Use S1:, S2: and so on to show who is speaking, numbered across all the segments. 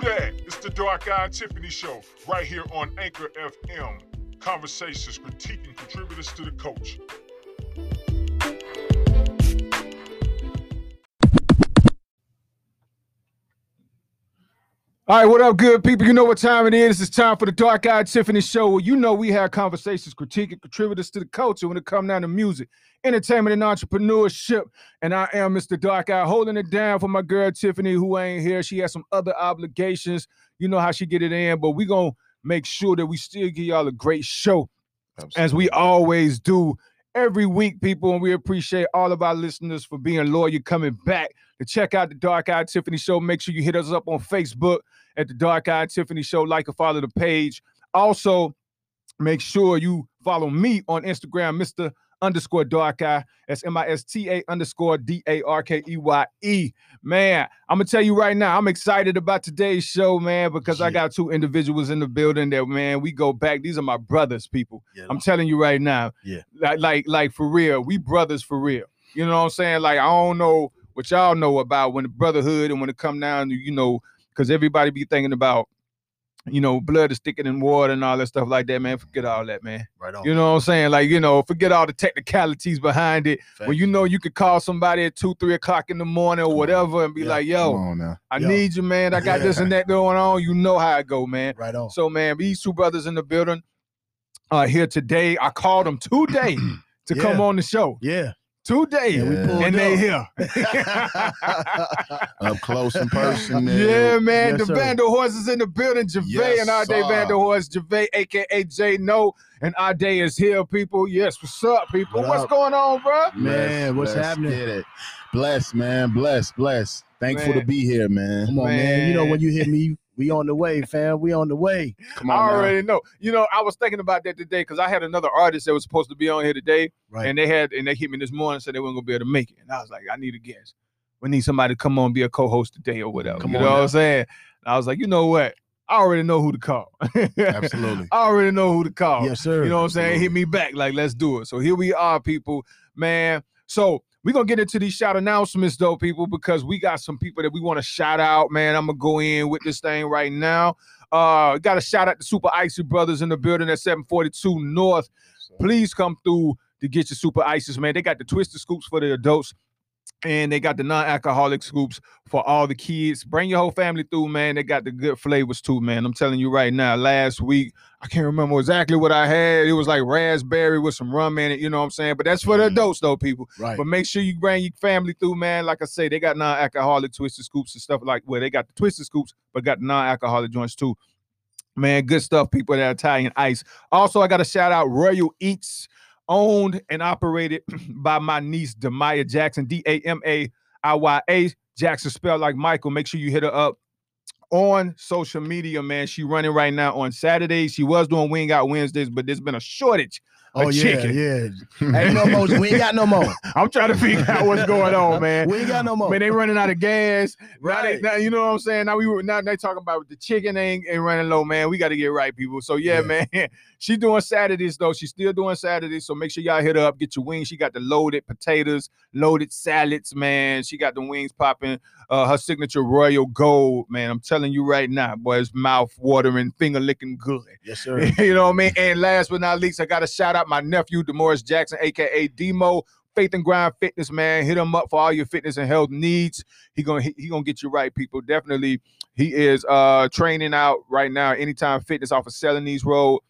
S1: the Dark Eye Tiffany Show, right here on Anchor FM. Conversations, critiquing contributors to the coach.
S2: All right, what up, good people? You know what time it is. It's time for the Dark Eyed Tiffany Show, where you know we have conversations, critique, and contributors to the culture when it comes down to music, entertainment, and entrepreneurship. And I am Mr. Dark Eye, holding it down for my girl Tiffany, who ain't here. She has some other obligations. You know how she get it in, but we gonna make sure that we still give y'all a great show, as we always do every week, people. And we appreciate all of our listeners for being loyal, coming back to check out the Dark Eyed Tiffany Show. Make sure you hit us up on Facebook at the Dark Eye Tiffany Show. Like and follow the page. Also, make sure you follow me on Instagram, Mr. underscore dark eye. That's M-I-S-T-A underscore D-A-R-K-E-Y-E. E Man, I'm gonna tell you right now, I'm excited about today's show, man, because I
S3: Yeah.
S2: got two individuals in the building that man, we go back. These are my brothers, people.
S3: Yeah,
S2: I'm telling you right now.
S3: Yeah.
S2: Like, like, like for real. We brothers for real. You know what I'm saying? Like, I don't know what y'all know about when the brotherhood and when it come down to, you know, because everybody be thinking about, you know, blood is thicker than water and all that stuff like that, man. Forget all that, man.
S3: right on.
S2: You know what I'm saying? Like, you know, forget all the technicalities behind it.
S3: Fact.
S2: When you know you could call somebody at two, three o'clock in the morning or
S3: Come on.
S2: whatever and be
S3: Yeah,
S2: like,
S4: Come
S2: yo,
S4: on now.
S2: I
S3: Yeah.
S2: need you, man. I got this and that going on. You know how it go, man.
S3: right on.
S2: So man, these two brothers in the building uh here today. I called them today to come
S3: Yeah.
S2: on the show.
S3: yeah,
S2: Today.
S4: Yeah, we
S3: pulled
S2: And they
S3: up.
S2: here.
S4: Up close in person. man.
S2: Yeah, man.
S3: Yes,
S2: the
S3: sir.
S2: Vandal Horse is in the building. Javay
S4: Yes,
S2: and Ade
S4: sir.
S2: Vandal Horse. Javay, aka J No, and Ade is here, people. Yes, what's up, people?
S3: What
S2: what's
S3: up?
S2: going on, bro?
S3: Man, what's
S4: let's
S3: happening?
S4: Get it. Bless, man. Bless, bless. Thankful
S2: Man.
S4: to be here, man.
S3: come on, man. You know
S2: Man.
S3: when you hit me, we on the way, fam. We on the way.
S4: Come
S2: I
S4: on, now.
S2: already know. You know, I was thinking about that today because I had another artist that was supposed to be on here today,
S3: Right.
S2: and they had and they hit me this morning said they weren't gonna be able to make it. And I was like, I need a guest. We need somebody to come on and be a co-host today or whatever.
S4: Come
S2: you
S4: on
S2: know what
S4: now.
S2: I'm saying? And I was like, you know what? I already know who to call. I
S4: Absolutely.
S2: already know who to call.
S3: yes, sir.
S2: Oh, You know what I'm saying? Hit me back. Like, let's do it. So here we are, people, man. So we're gonna get into these shout announcements though, people, because we got some people that we want to shout out, man. I'm gonna go in with this thing right now. Uh gotta shout out to Super Icy Brothers in the building at 742 North. Please come through to get your super ices, man. They got the twisted scoops for the adults. And they got the non-alcoholic scoops for all the kids. Bring your whole family through, man. They got the good flavors too, man. I'm telling you right now. Last week, I can't remember exactly what I had. It was like raspberry with some rum in it, you know what I'm saying? But that's for the
S4: Mm.
S2: adults though, people.
S3: Right.
S2: But make sure you bring your family through, man. Like I say, they got non-alcoholic twisted scoops and stuff like well, they got the twisted scoops, but got non-alcoholic joints too. Man, good stuff, people at Italian Ice. Also, I got to shout out Royal Eats, owned and operated by my niece Demaya Jackson, D A M A I Y A Jackson, spelled like Michael. Make sure you hit her up on social media, man. She running right now on Saturdays. She was doing Wing Out Wednesdays, but there's been a shortage.
S3: Oh
S2: a
S3: yeah,
S2: chicken.
S3: yeah. Ain't no more. We ain't got no more.
S2: I'm trying to figure out what's going on, man.
S3: We ain't got no more.
S2: Man, they running out of gas. Now, they,
S3: right.
S2: now you know what I'm saying. Now we were now they talking about the chicken ain't, ain't running low, man. We got to get right, people. So yeah, man. She doing Saturdays though. She's still doing Saturdays. So make sure y'all hit her up. Get your wings. She got the loaded potatoes, loaded salads, man. She got the wings popping. Uh, her signature royal gold, man. I'm telling you right now, boy, it's mouth watering, finger licking good.
S3: Yes, sir.
S2: you know what I mean? And last but not least, I got to shout out my nephew, Demoris Jackson, aka Demo. Faith and Grind Fitness, man. Hit him up for all your fitness and health needs. He gonna he, he gonna get you right, people. Definitely, he is uh training out right now. Anytime Fitness off of Selenese Road.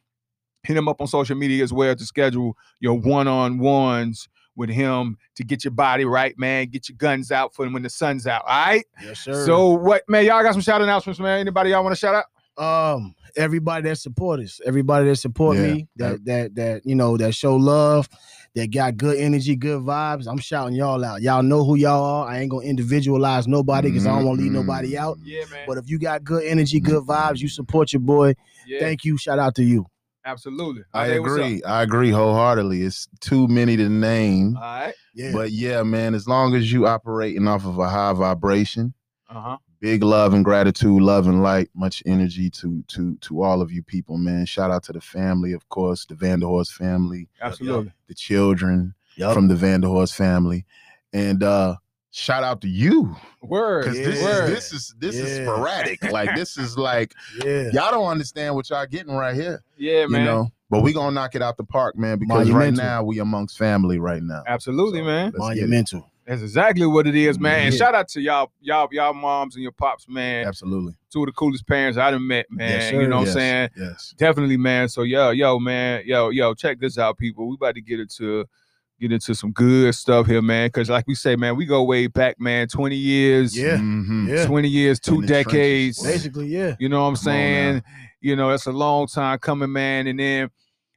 S2: Hit him up on social media as well to schedule your one on ones with him to get your body right, man. Get your guns out for when the sun's out. All right.
S3: Yes, sir.
S2: So what, man? Y'all got some shout announcements, man. Anybody y'all want to shout out?
S3: um everybody that support us everybody that support
S4: Yeah.
S3: me that that that you know that show love that got good energy good vibes i'm shouting y'all out y'all know who y'all are i ain't gonna individualize nobody because i don't want to leave
S2: Mm-hmm.
S4: Mm.
S3: nobody out
S2: Yeah, man.
S3: but if you got good energy good
S2: Mm-hmm.
S3: vibes you support your boy thank you shout out to you
S2: absolutely.
S4: I agree. I agree wholeheartedly. It's too many to name.
S2: All right.
S3: yeah
S4: But yeah, man, as long as you operating off of a high vibration,
S2: Uh huh.
S4: big love and gratitude, love and light, much energy to to to all of you people, man. Shout out to the family, of course, the Vanderhorst family,
S2: Absolutely.
S4: the children
S3: Yup.
S4: from the Vanderhorst family. And uh shout out to you
S2: Word.
S4: because this
S3: Yeah.
S4: is this is this is
S3: Yeah.
S4: sporadic. like this is like
S3: Yeah.
S4: y'all don't understand what y'all getting right here.
S2: Yeah, man.
S4: You know, but we gonna knock it out the park, man. Because
S3: Monumental.
S4: right now we amongst family right now.
S2: Absolutely,
S4: So,
S2: man.
S4: let's get it.
S3: Monumental.
S2: That's exactly what it is, man. And
S4: Yeah.
S2: shout out to y'all, y'all, y'all moms and your pops, man.
S4: Absolutely.
S2: Two of the coolest parents I done met, man.
S4: Yes,
S2: you know what
S4: Yes,
S2: I'm saying?
S4: Yes.
S2: Definitely, man. So yo, yo, man, yo, yo, check this out, people. We about to get into get into some good stuff here, man. Cause like we say, man, we go way back, man. 20 years,
S3: Yeah.
S4: Mhm.
S3: Yeah.
S2: 20 years, two
S4: In the trenches,
S2: decades.
S4: boy.
S3: Basically, yeah.
S2: You know what I'm
S4: Come on
S2: saying?
S4: now.
S2: You know, that's a long time coming, man. And then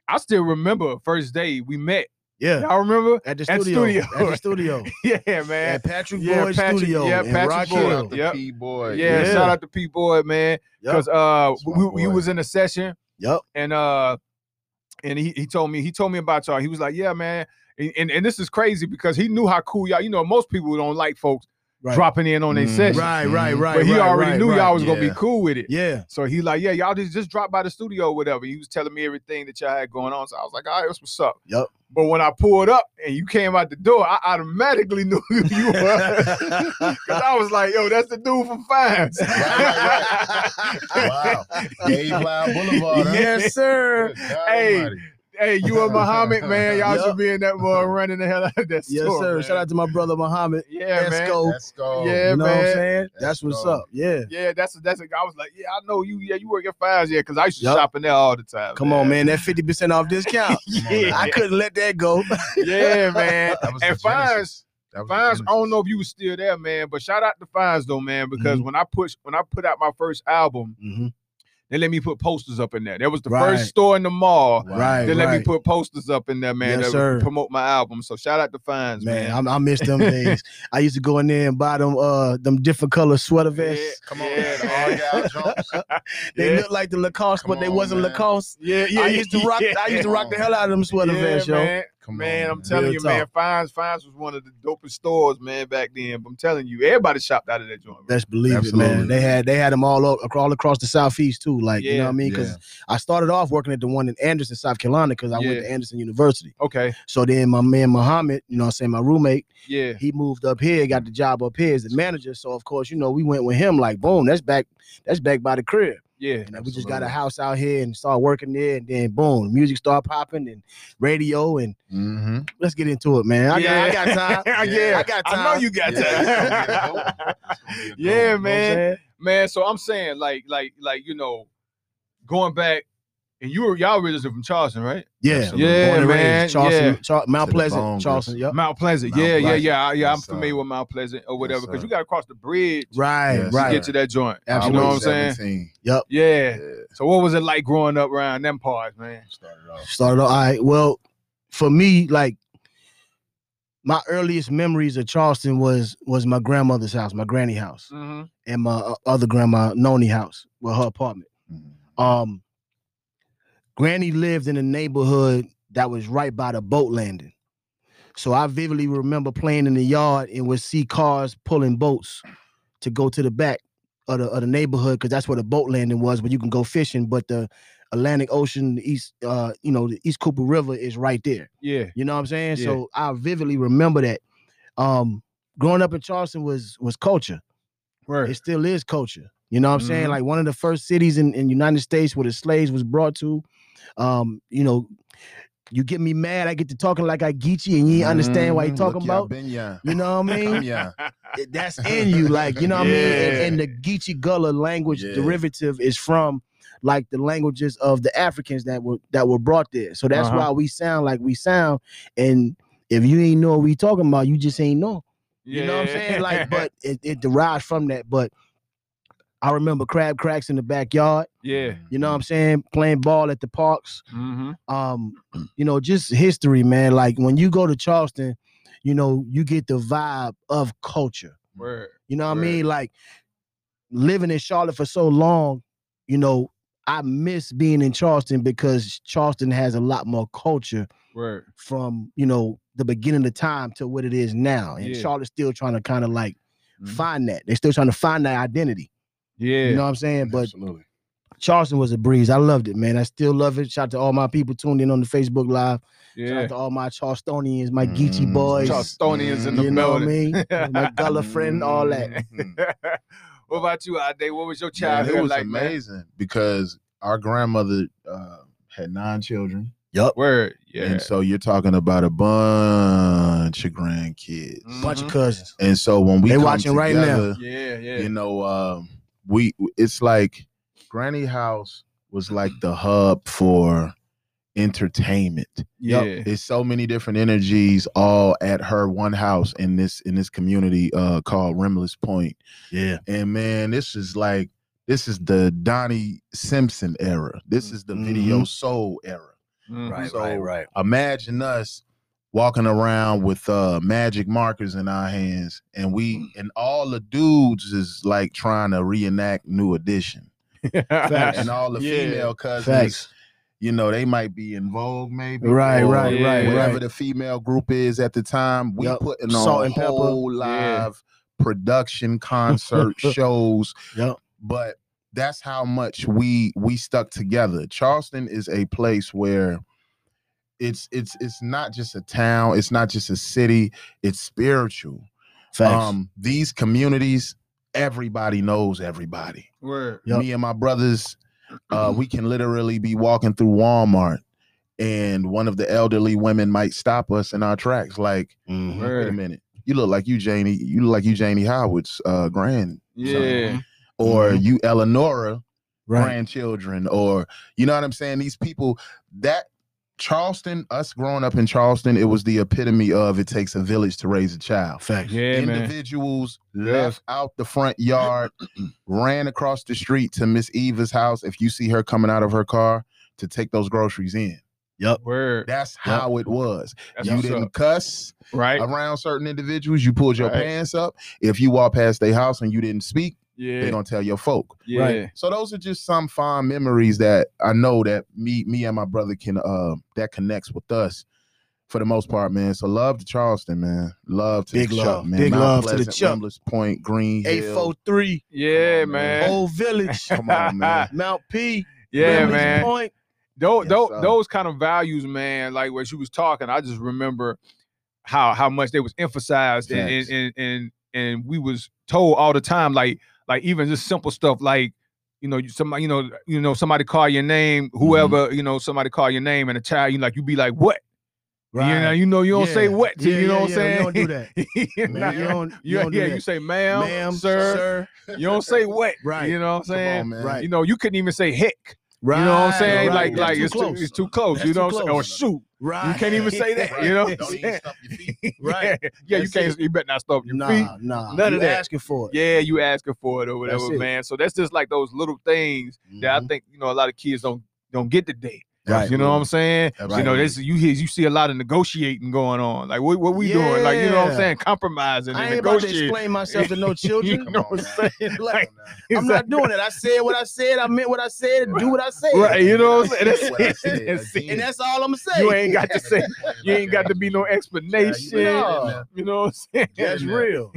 S2: I still remember first day we met.
S3: Yeah.
S2: Y'all remember?
S3: At the
S2: At
S3: studio.
S2: studio.
S3: At the studio.
S2: Yeah, man.
S3: At Patrick
S2: Yeah,
S3: Boyd's
S2: Patrick-
S3: studio.
S2: yeah,
S3: in
S2: Patrick
S3: Rock
S2: Boyd.
S4: Shout
S3: Hill.
S4: out to
S2: Yep.
S4: P boy.
S2: Yeah,
S3: Yeah.
S2: shout out to P Boy, man.
S3: Yep.
S2: Because uh
S4: That's my
S2: we, we
S4: boy.
S2: was in a session
S3: Yep.
S2: and uh and he, he told me he told me about y'all. He was like, Yeah, man. And, and and this is crazy because he knew how cool y'all, you know, most people don't like folks
S3: Right.
S2: dropping in on their
S4: Mm.
S2: session.
S3: Right, right,
S4: Mhm.
S3: right.
S2: Mm-hmm. but he
S3: right,
S2: already
S3: right,
S2: knew
S3: right.
S2: y'all was gonna be
S4: Yeah.
S2: cool with it.
S3: Yeah.
S2: So he like, yeah, y'all just just drop by the studio or whatever. He was telling me everything that y'all had going on. So I was like, all right, that's what's up.
S3: Yep.
S2: But when I pulled up and you came out the door, I automatically knew who you were. Cause I was like, yo, that's the dude from Fives.
S4: Right, wow. Dave Loud Boulevard. huh?
S3: yes, sir.
S4: Good God
S2: Hey.
S4: Almighty.
S2: hey, you and Muhammad, man. Y'all
S3: Yup.
S2: should be in that mug running the hell out of that
S3: Yes,
S2: store.
S3: sir.
S2: man.
S3: Shout out to my brother Muhammad.
S2: Yeah, man.
S3: Esco.
S4: Let's go.
S2: Yeah,
S3: you know what
S2: man.
S3: I'm saying?
S4: That's
S3: That's what's
S4: dope.
S3: up. Yeah.
S2: Yeah, that's a, that's a, I was like, yeah, I know you. Yeah, you work at Fives, yeah, because I used to
S3: Yup.
S2: shop in there all the time.
S3: Come on, man. That 50% off discount.
S2: Yeah,
S3: I couldn't let that go.
S2: yeah, man.
S4: That was the
S2: And Fives,
S4: genesis. That was the
S2: Fines,
S3: Mm-hmm.
S2: I don't
S4: genesis.
S2: know if you were still there, man, but shout out to Fines though, man, because
S3: Mm-hmm.
S2: when I push when I put out my first album,
S3: Mhm.
S2: they let me put posters up in there. That was the
S3: Right.
S2: first store in the mall.
S4: Wow.
S3: Right.
S2: They let me put posters up in there, man,
S3: Yes,
S2: to
S3: sir.
S2: promote my album. So shout out to Fines, man.
S3: Man, I, I miss them days. I used to go in there and buy them uh them different color sweater
S2: Yeah,
S3: vests.
S4: Come on,
S2: yeah,
S4: all
S2: man.
S4: y'all jumps.
S3: They
S2: yeah.
S3: look like the Lacoste,
S4: Come
S3: but they
S4: on,
S3: wasn't
S4: man.
S3: Lacoste.
S2: yeah, yeah,
S3: I used to rock.
S2: yeah.
S3: I used to rock the hell out of them sweater
S2: yeah,
S3: vests, yo.
S2: man.
S4: Come
S2: Man,
S4: on,
S2: I'm telling
S3: Real
S2: you, man, Fines, Fines was one of the dopest stores, man, back then. But I'm telling you, everybody shopped out of that joint. bro.
S3: Let's believe it,
S4: Absolutely.
S3: man. They had they had them all up, all across the southeast too. Like you know
S2: Yeah.
S3: what I mean? Because I started off working at the one in Anderson, South Carolina, because I
S2: Yeah.
S3: went to Anderson University.
S2: Okay,
S3: So then my man Muhammad, you know, what I'm saying my roommate,
S2: yeah,
S3: he moved up here, got the job up here as the manager. So of course, you know, we went with him. Like boom, that's back, that's back by the crib.
S2: yeah,
S3: And we just got a
S4: Absolutely.
S3: house out here and started working there, and then boom, music started popping and radio, and
S4: Mm-hmm.
S3: let's get into it, man. I, got, I got time.
S2: yeah,
S3: Ah, I got
S2: I know
S3: time.
S2: you got
S4: Yeah, it's gonna be a
S2: time.
S4: dope one. It's gonna be a dope
S2: yeah,
S4: one.
S2: man.
S3: You know
S2: man. So I'm saying, like, like, like, you know, going back, and you were y'all originally from Charleston, right?
S3: what I'm saying?
S4: Absolutely.
S2: Yeah,
S3: yeah, born and raised,
S2: man,
S3: Charleston,
S2: yeah.
S3: Char- Mount
S4: To the
S3: Pleasant,
S4: bone,
S3: Charleston.
S4: Chris.
S3: Yep.
S2: Mount Pleasant.
S4: Mount
S2: yeah,
S4: Pleasant.
S2: yeah, yeah, I- yeah. I'm
S4: Yes, sir.
S2: familiar with Mount Pleasant or whatever, because
S4: sir.
S2: you got to cross the bridge
S3: Right,
S4: Yes,
S2: to
S3: right.
S2: get to that joint.
S4: I
S2: You know what I'm
S4: was
S2: saying?
S4: 17.
S2: Yeah.
S4: Yeah.
S2: So what was it like growing up around them parts, man?
S4: Started off.
S3: Started off. All right. Well, for me, like my earliest memories of Charleston was was my grandmother's house, my granny house,
S2: Mm-hmm.
S3: and my uh, other grandma Noni house, well, her apartment.
S4: Mhm.
S3: Um, Granny lived in a neighborhood that was right by the boat landing. So I vividly remember playing in the yard and would see cars pulling boats to go to the back of the, of the neighborhood because that's where the boat landing was, where you can go fishing. But the Atlantic Ocean, the East, uh, you know, the East Cooper River is right there.
S2: Yeah.
S3: You know what I'm saying?
S2: Yeah.
S3: So I vividly remember that. Um, growing up in Charleston was was culture
S2: Right.
S3: it still is culture. You know what I'm saying?
S4: Mm-hmm.
S2: Mhm.
S3: Like one of the first cities in, in United States where the slaves was brought to. Um, you know, you get me mad, I get to talking like I Geechee and you ain't understand what you
S4: Mhm.
S3: talking
S4: Look, y'all
S3: about.
S4: Been ya.
S3: You know what I
S4: Come
S3: mean?
S4: ya.
S3: It- That's in you, like you know what I mean? And-
S2: Yeah.
S3: And, the Geechee Gullah language
S4: Yeah.
S3: derivative is from like the languages of the Africans that were that were brought there. So that's
S2: Uh-huh.
S3: why we sound like we sound. And if you ain't know what we talking about, you just ain't know. You know what I'm saying? Like, but it, it derives from that. But I remember crab cracks in the backyard.
S2: yeah.
S3: You know what I'm saying? Playing ball at the parks.
S2: Mm-hmm.
S3: Um, you know, just history, man. Like when you go to Charleston, you know, you get the vibe of culture.
S2: Word.
S3: You know what
S2: Right.
S3: I mean? Like living in Charlotte for so long, you know, I miss being in Charleston because Charleston has a lot more culture
S2: Word.
S3: from, you know, the beginning of time to what it is now. And
S2: Yeah. Mm-hmm.
S3: Charlotte's still trying to kind of like
S4: Mhm.
S3: find that. They're still trying to find that identity.
S2: Yeah.
S3: You know what I'm saying? But
S4: Absolutely.
S3: Charleston was a breeze. I loved it, man. I still love it. Shout out to all my people tuned in on the Facebook Live. Shout
S2: Yeah.
S3: out to all my Charlestonians, my
S4: Mm-hmm.
S3: Geechee boys.
S2: Charlestonians in the
S3: You know what I
S2: building. Mm-hmm.
S3: mean? My Gullah friend, all that.
S4: Mhm.
S2: what about you, Ade? What was your
S4: Man,
S2: childhood
S4: it was
S2: like, man?
S4: amazing because our grandmother uh, had nine children.
S2: Word, yeah.
S4: And so you're talking about a bunch of grandkids.
S3: Bunch of
S2: Mhm.
S3: cousins.
S4: And so when we
S3: They
S4: come
S3: watching right now.
S4: together,
S2: Yeah, yeah.
S4: you know, um, we it's like Granny House was like the hub for entertainment.
S2: yeah.
S4: It's so many different energies all at her one house in this in this community uh called Rimless Point.
S3: Yeah.
S4: And man, this is like this is the Donnie Simpson era. This is the
S3: Mm-hmm.
S4: video soul era.
S2: Mhm.
S4: Right,
S3: So,
S4: right, Imagine us walking around with uh magic markers in our hands and
S3: Mm.
S4: we and all the dudes is like trying to reenact new edition.
S3: Facts.
S4: And all the
S2: Yeah.
S4: female cousins,
S3: Facts.
S4: you know, they might be in vogue maybe.
S3: Right,
S4: or
S3: right,
S2: Yeah.
S3: right,
S4: whatever
S3: right.
S4: the female group is at the time, we
S3: Yup.
S4: putting on
S3: Salt and pepper.
S4: whole
S2: Yeah.
S4: live production concert shows,
S3: Yep.
S4: but that's how much we we stuck together. Charleston is a place where it's it's it's not just a town, it's not just a city, it's spiritual.
S3: Facts.
S4: Um these communities, everybody knows everybody.
S2: Word.
S3: Yup.
S4: Me and my brothers, uh, we can literally be walking through Walmart and one of the elderly women might stop us in our tracks. Like,
S3: Mhm.
S4: wait a
S2: Word.
S4: minute, you look like you Janie, you look like you Janie Howard's uh, grand,
S2: Yeah.
S4: or
S3: Mhm.
S4: you Eleonora
S3: Right.
S4: grandchildren, or you know what I'm saying? These people that Charleston, us growing up in Charleston, it was the epitome of it takes a village to raise a child.
S3: Facts.
S2: Yeah, man.
S4: Individuals
S2: Yeah.
S4: left out the front yard, ran across the street to Miss Eva's house. If you see her coming out of her car to take those groceries in,
S2: Word.
S4: that's how it was.
S2: That's
S4: you
S2: what's
S4: didn't
S2: up.
S4: cuss
S2: right?
S4: around certain individuals. You pulled your
S2: Right.
S4: pants up. If you walk past their house and you didn't speak, they're
S2: Yeah.
S4: gonna tell your folk.
S2: Yeah.
S3: right.
S4: So those are just some fond memories that I know that me, me and my brother can uh that connects with us for the most part, man. So love to Charleston, man. Love to
S3: Big
S4: the Chuck,
S3: love.
S4: man.
S3: Big love to the
S4: Pleasant,
S3: Chuck.
S4: Wimbless Point, Green Hill.
S3: 843,
S2: Yeah,
S4: Come on,
S2: man.
S4: man.
S3: Old Village,
S4: Come on, man.
S3: Mount P.
S2: yeah,
S3: Remington
S2: man.
S3: Point.
S2: those,
S4: Yes,
S2: those,
S4: sir.
S2: those kind of values, man, like what she was talking, I just remember how how much they was emphasized and and,
S4: Facts.
S2: and and and we was told all the time, like like even just simple stuff like you know, you- somebody, you know, you know, somebody call your name,
S4: Mm-hmm.
S2: whoever, you know, somebody call your name, and a child, you like, you be like, what? You know, you know, you don't say
S3: Yeah.
S2: what, to,
S3: Yeah,
S2: you know
S3: yeah,
S2: what I'm
S3: yeah,
S2: saying?
S3: You don't do that.
S2: You
S3: Man, you
S2: know?
S3: don't, you
S2: yeah,
S3: don't do
S2: yeah,
S3: that.
S2: you say ma'am,
S3: Ma'am,
S2: sir. You don't say what,
S3: Right.
S2: You know what I'm
S4: Come
S2: saying?
S4: on, man.
S3: Right.
S2: You know, you couldn't even say heck.
S3: Right,
S2: you know what I'm saying?
S4: right,
S2: like,
S4: that's
S2: like
S4: too
S2: it's
S3: close.
S2: too, it's too close.
S3: That's
S2: you know,
S3: too
S2: what I'm
S3: close.
S2: saying? or shoot.
S3: right.
S2: You can't even say that. You know, what
S4: Don't
S2: I'm
S4: even
S2: saying?
S4: stomp your feet.
S2: yeah,
S3: Right.
S2: yeah you
S4: That's
S2: can't. You better not stop your feet.
S3: Nah, nah.
S2: None of
S3: you
S2: that.
S3: asking for it.
S2: Yeah, you asking for it or
S3: That's
S2: whatever,
S3: it. Mm-hmm.
S2: man. So that's just like those little things that I think you know a lot of kids don't don't get today.
S3: Right.
S2: You know what I'm saying? You know,
S4: Absolutely.
S2: this you hear you see a lot of negotiating going on. Like what what we doing? Like you know what I'm
S3: Yeah.
S2: saying? Compromising
S3: I
S2: and
S3: ain't about to
S2: negotiating.
S3: explain myself to no children.
S2: You know what I'm saying?
S3: Like,
S4: Come on now.
S3: I'm not doing it. I said what I said. I meant what I said. Do what I said.
S2: Right, you know what I'm
S4: That's
S2: saying?
S4: what I said.
S2: That's it.
S3: And that's all I'm saying.
S2: You ain't got to say. You ain't got to be no explanation.
S4: Yeah, you right, man.
S2: you know what I'm saying?
S3: That's real.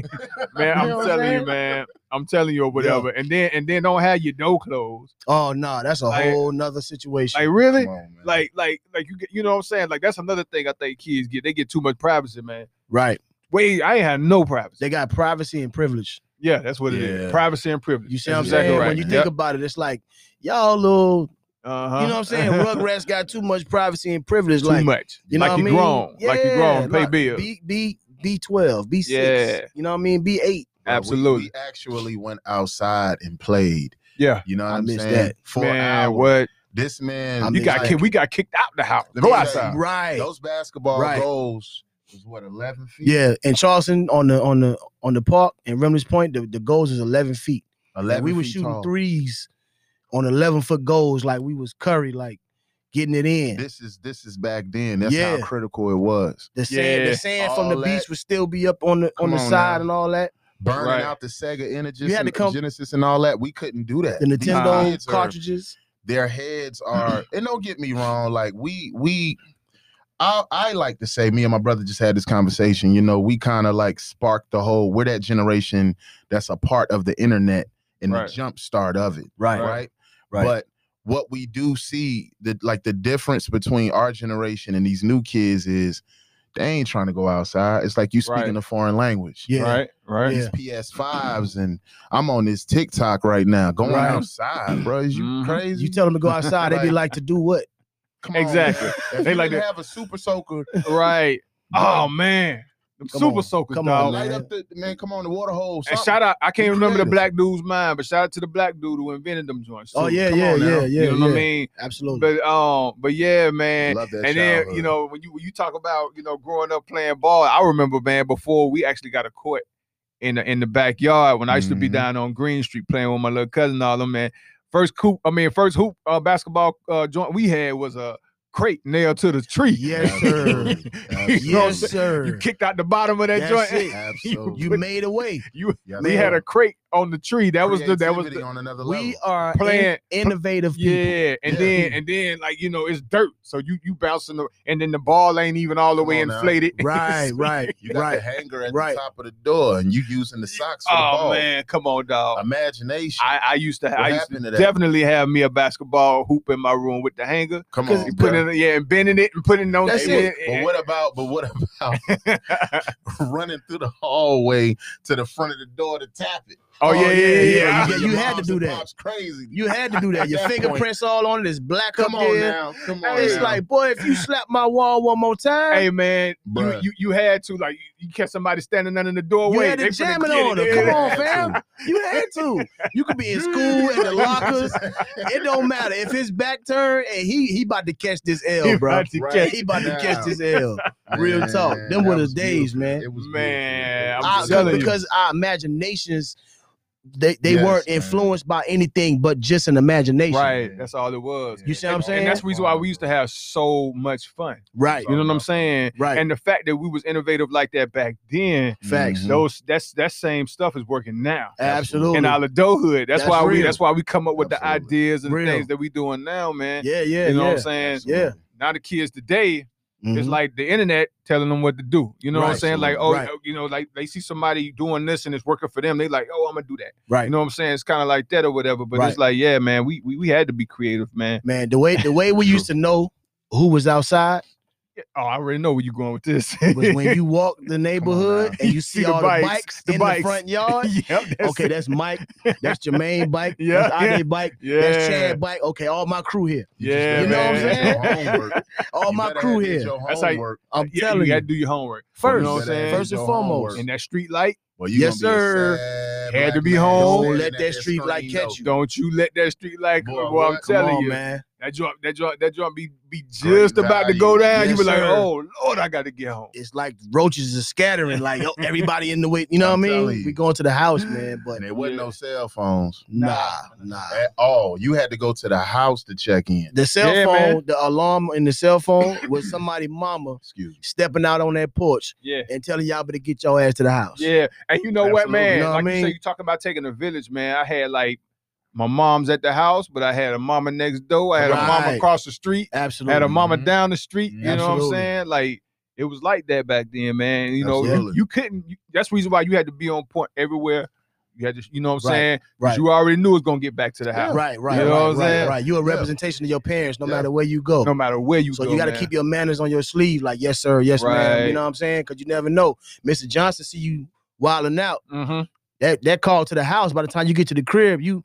S2: man, I'm
S4: know what I'm
S2: telling you,
S4: saying?
S2: man. I'm telling you, or whatever. And then and then don't have your door closed.
S3: Oh no, that's a
S2: Like-
S3: whole nother situation.
S2: Like really?
S4: Come on, man.
S2: Like like like you get you know what I'm saying? Like that's another thing I think kids get. They get too much privacy, man.
S3: right.
S2: Wait, I ain't had no privacy.
S3: They got privacy and privilege.
S2: Yeah, that's what it is.
S4: Yeah.
S2: Privacy and privilege.
S3: You see what I'm
S2: That's
S3: saying? When you think
S2: Yep.
S3: about it, it's like y'all little
S2: uh-huh.
S3: you know what I'm saying? Rugrats got too much privacy and privilege.
S2: too
S3: like
S2: much.
S3: You know
S2: like
S3: what
S2: you
S3: I mean?
S2: grown. like you grown.
S3: Yeah,
S2: Pay
S3: like,
S2: bills.
S3: B B B twelve, B six.
S2: Yeah.
S3: You know what I mean? B eight.
S4: Bro, we-
S2: absolutely.
S4: We, actually went outside and played.
S2: yeah.
S4: You know what
S3: I
S4: I am
S3: miss
S4: saying?
S3: that.
S4: For
S2: man,
S4: an hour.
S2: what?
S4: This man,
S3: I
S2: You
S3: miss
S2: got
S3: that.
S2: kicked. We got kicked out the house.
S4: Let
S2: Go
S4: me tell you,
S2: outside.
S3: Right.
S4: those basketball
S3: Right.
S4: goals was what eleven feet.
S3: Yeah. And Charleston on the on the on the park and Remnant's Point, the, the goals is eleven feet. And
S4: 11
S3: we were
S4: feet
S3: shooting
S4: tall.
S3: threes on eleven foot goals, like we was curry, like getting it in.
S4: This is this is back then. That's
S3: Yeah.
S4: how critical it was.
S3: the sand,
S2: Yeah.
S3: the sand from the
S4: All
S3: beach
S4: that.
S3: would still be up on the on
S4: Come
S3: the
S4: on
S3: side
S4: now.
S3: and all that.
S4: Burning
S2: Right.
S4: out the Sega Genesis,
S3: You had to
S4: and,
S3: come-
S4: Genesis and all that. We couldn't do that.
S3: The
S4: These
S3: Nintendo
S4: kids are-
S3: cartridges.
S4: their heads are and don't get me wrong like we we I, I like to say me and my brother just had this conversation you know we kind of like sparked the whole we're that generation that's a part of the internet and
S2: Right.
S4: the jump start of it
S2: Right.
S4: right.
S5: Right.
S4: But what we do see that like the difference between our generation and these new kids is they ain't trying to go outside. It's like you speaking
S2: Right.
S4: a foreign language.
S3: Yeah.
S2: Right, right.
S3: Yeah.
S4: These PS5s and I'm on this TikTok right now. Going
S3: Right.
S4: outside, bro. Is you
S2: Mhm.
S4: crazy?
S3: You tell them to go outside, they be
S4: Right.
S3: like to do what?
S4: Come on, man.
S2: Exactly.
S4: If
S2: They
S4: you
S2: like
S4: didn't
S2: to-
S4: have a super soaker.
S2: Right. Oh man. Them
S3: Come
S2: super
S3: on.
S2: soakers,
S3: Come
S2: dog.
S3: on,
S4: light
S3: man.
S4: up the man. Come on, the water hole.
S2: Oh, and
S4: something.
S2: shout out, I can't remember the
S4: creative.
S2: black dude's mind, but shout out to the black dude who invented them joints.
S3: Oh,
S2: too.
S3: yeah,
S2: Come
S3: yeah,
S2: on now.
S3: yeah, yeah,
S2: You know what
S3: yeah.
S2: I mean?
S3: Absolutely.
S2: But um, but yeah, man.
S4: Love that
S2: And then you
S4: childhood.
S2: know when you when you talk about you know growing up playing ball, I remember man before we actually got a court in the in the backyard when I used to be
S4: Mhm.
S2: down on Green Street playing with my little cousin and all them man. First coop, I mean first hoop uh, basketball uh, joint we had was a crate nailed to the tree.
S3: Yes, sir.
S4: Absolutely.
S2: You know what I'm
S3: yes,
S4: Absolutely.
S2: saying?
S3: sir.
S2: You kicked out the bottom of that
S3: That's
S2: joint.
S3: it.
S4: Absolutely.
S3: You made a way.
S4: Yes,
S2: We had
S4: sir.
S2: a crate on the tree. That was the that was the
S4: Creativity on another level.
S3: We are
S2: Plan-
S3: in- innovative people.
S2: yeah. And
S4: Yeah.
S2: then and then like you know it's dirt, so you you bouncing the and then the ball ain't even all the
S4: Come
S2: way
S4: on now.
S2: inflated.
S3: Right,
S2: So-
S3: right,
S4: you got the
S3: right.
S4: hanger at
S3: Right.
S4: the top of the door, and you using the socks for the
S2: Oh
S4: ball.
S2: man, come on, dog.
S4: Imagination.
S2: I, I used to
S4: What
S2: I used to
S4: happened to that?
S2: definitely have me a basketball hoop in my room with the hanger.
S4: Come
S3: Cause
S4: on,
S2: You
S4: bro.
S2: put it yeah, and bending it and putting it on
S3: Oh, That's
S2: the
S4: Hey,
S3: it.
S4: but- But what about? But what about running through the hallway to the front of the door to tap it?
S2: oh,
S3: Oh,
S2: yeah,
S3: yeah,
S2: yeah, yeah.
S3: yeah. You got-
S4: Your
S3: you had to
S4: moms
S3: do
S4: and
S3: that.
S4: pops Crazy.
S3: You had to do that. Your
S4: At that point.
S3: fingerprints all on it. It's black
S4: Come
S3: up
S4: on
S3: here.
S4: now. Come on.
S3: it's
S4: now.
S3: like, boy, if you slap my wall one more time,
S2: Hey man, you,
S4: Bruh.
S2: you you had to like you catch somebody standing under the
S3: you
S2: doorway.
S3: had
S2: They
S3: to
S2: finna
S3: jam it
S2: get
S3: on
S2: it.
S3: them. Come
S2: Yeah.
S3: on,
S4: Had
S3: fam. You had to. You could be in school in the lockers. It don't matter if his back turned and he he about to catch this
S2: He
S3: L, bro.
S2: about to
S4: Right.
S2: catch
S3: He about to catch
S4: Nah.
S3: this L. Real
S4: Man,
S3: talk. Them
S4: that
S3: were the
S4: was
S3: days,
S4: beautiful.
S3: man.
S4: It was
S2: Man,
S4: beautiful.
S2: I'm
S3: Our-
S2: telling you.
S3: because our imaginations they, they
S4: Yes,
S3: weren't
S4: man.
S3: influenced by anything but just an imagination.
S2: Right. That's all it was.
S3: You see what I'm
S2: And-
S3: saying?
S2: And that's the reason why we used to have so much fun.
S3: Right.
S2: You know what I'm saying?
S3: Right.
S2: And the fact that we was innovative like that back then,
S3: Facts.
S4: Mhm.
S2: those that's that same stuff is working now.
S3: Absolutely.
S2: In our adulthood. That's,
S3: That's
S2: why we
S3: real.
S2: that's why we come up with the
S4: Absolutely.
S2: ideas and the
S3: Real.
S2: things that we doing now, man.
S3: yeah, yeah.
S2: you know
S3: yeah.
S2: what I'm saying?
S3: Yeah.
S2: Now the kids today, it's
S3: Mhm.
S2: like the internet telling them what to do. You know what I'm
S4: Right.
S2: saying? Like, oh,
S3: Absolutely. Right.
S2: you know, like they see somebody doing this and it's working for them. They like, oh, I'm gonna do that.
S3: right.
S2: You know what I'm saying? It's kind of like that or whatever. But
S3: Right.
S2: it's like, yeah, man, we, we we had to be creative, man.
S3: Man, the way the way we used to know who was outside
S2: Yeah, Oh, I already know where you're going with this.
S3: was when you walk the neighborhood
S4: now.
S3: and
S2: You
S3: you
S2: see
S3: see
S2: the
S3: all
S2: bikes,
S3: the bikes
S2: the
S3: in
S2: bikes.
S3: the front yard.
S2: yep, that's
S3: Okay,
S2: it.
S3: that's Mike. That's Jermaine bike.
S2: Yeah,
S3: That's Andre bike.
S2: yeah,
S3: That's Chad bike. Okay, all my crew here.
S2: yeah,
S3: You know what I'm
S2: man.
S3: saying?
S4: saying?
S3: All my crew here.
S2: That's how you-
S3: I'm
S2: Yeah,
S3: telling
S2: you
S3: you.
S2: gotta do your homework You
S3: First,
S2: know what I'm saying?
S3: first and foremost.
S2: And that street light,
S4: Well,
S3: Yes, sir.
S2: Had to be home.
S3: Don't let that street light catch you.
S2: don't you let that street light go.
S4: Boy,
S2: Boy, I'm
S4: what?
S3: Come
S2: telling
S3: on,
S2: you,
S3: man.
S2: that joint, that joint, that joint be be just about to
S4: value.
S2: go down. you
S3: Yes,
S2: be like,
S3: sir.
S2: oh Lord, I gotta get home.
S3: It's like roaches are scattering. Like yo, everybody in the way. You know what I
S4: I'm
S3: mean?
S4: telling you.
S3: We going to the house, man. But
S4: And there wasn't no cell phones
S3: nah, nah.
S4: at all. You had to go to the house to check in.
S3: The cell
S2: Yeah,
S3: phone,
S2: man.
S3: the alarm in the cell phone was somebody mama
S4: Excuse me.
S3: stepping out on that porch
S2: Yeah.
S3: and telling y'all better get your ass to the house.
S2: Yeah, and you know what,
S4: Absolutely.
S2: man?
S3: You know what
S2: like
S3: I
S2: you say,
S3: mean?
S2: you talking about taking a village, man. I had like my mom's at the house, but I had a mama next door. I had a mama
S3: Right.
S2: across the street.
S3: Absolutely. Mm-hmm.
S2: I had a mama
S4: Mhm.
S2: down the street. You know what I'm
S3: Absolutely.
S2: saying? Like it was like that back then, man. You know, you,
S4: Absolutely.
S2: you couldn't. You, that's the reason why you had to be on point everywhere. You had to, you know what I'm
S3: Right,
S2: saying? 'Cause
S3: right.
S2: You already knew it's gonna get back to the house,
S3: Right, right,
S2: You know
S3: right,
S2: what I'm
S3: right,
S2: saying?
S3: right. You're a
S4: Yeah.
S3: representation of your parents, no
S4: Yeah.
S3: matter where you go.
S2: no matter where you
S3: so
S2: go.
S3: you got to
S2: man.
S3: keep your manners on your sleeve, like yes sir, yes ma'am.
S2: Right.
S3: You know what I'm saying? Because you never know. Mr. Johnson see you wilding out.
S2: Mhm.
S3: That that call to the house. By the time you get to the crib, you,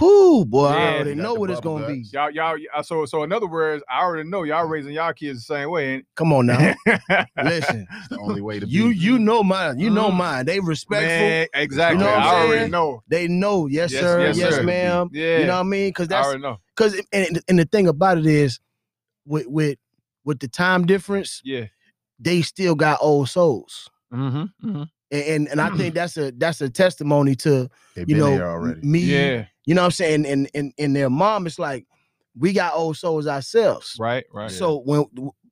S3: whoo boy,
S2: Yeah,
S3: I
S2: you
S3: already
S4: got
S3: know
S4: the
S3: what it's
S4: bubble
S3: gonna be.
S4: guts.
S2: Y'all, y'all. uh, So, so in other words, I already know y'all raising y'all kids the same way.
S3: Come on now,
S2: Ain't
S3: listen.
S4: It's the only way to
S3: You
S4: be.
S3: you know mine. You know
S2: Mm.
S3: mine. They respectful.
S2: man, exactly.
S4: You know what
S2: I
S4: I'm
S2: already
S4: saying?
S2: know.
S3: They know yes,
S2: Yes,
S3: sir,
S2: yes,
S3: yes,
S2: sir.
S3: ma'am.
S2: Yeah,
S3: Um, You know what I mean? Because
S2: I
S3: that's
S2: already know.
S3: because and and the thing about it is with with with the time difference,
S2: Yeah.
S3: they still got old souls.
S2: Mm-hmm.
S3: And and, and I think that's a that's a testimony to
S4: They've
S3: you
S4: been
S3: know
S4: here already.
S3: me.
S2: Yeah.
S3: You know what I'm saying? And and and their mom is like, we got old souls ourselves.
S2: Right. Right.
S3: So when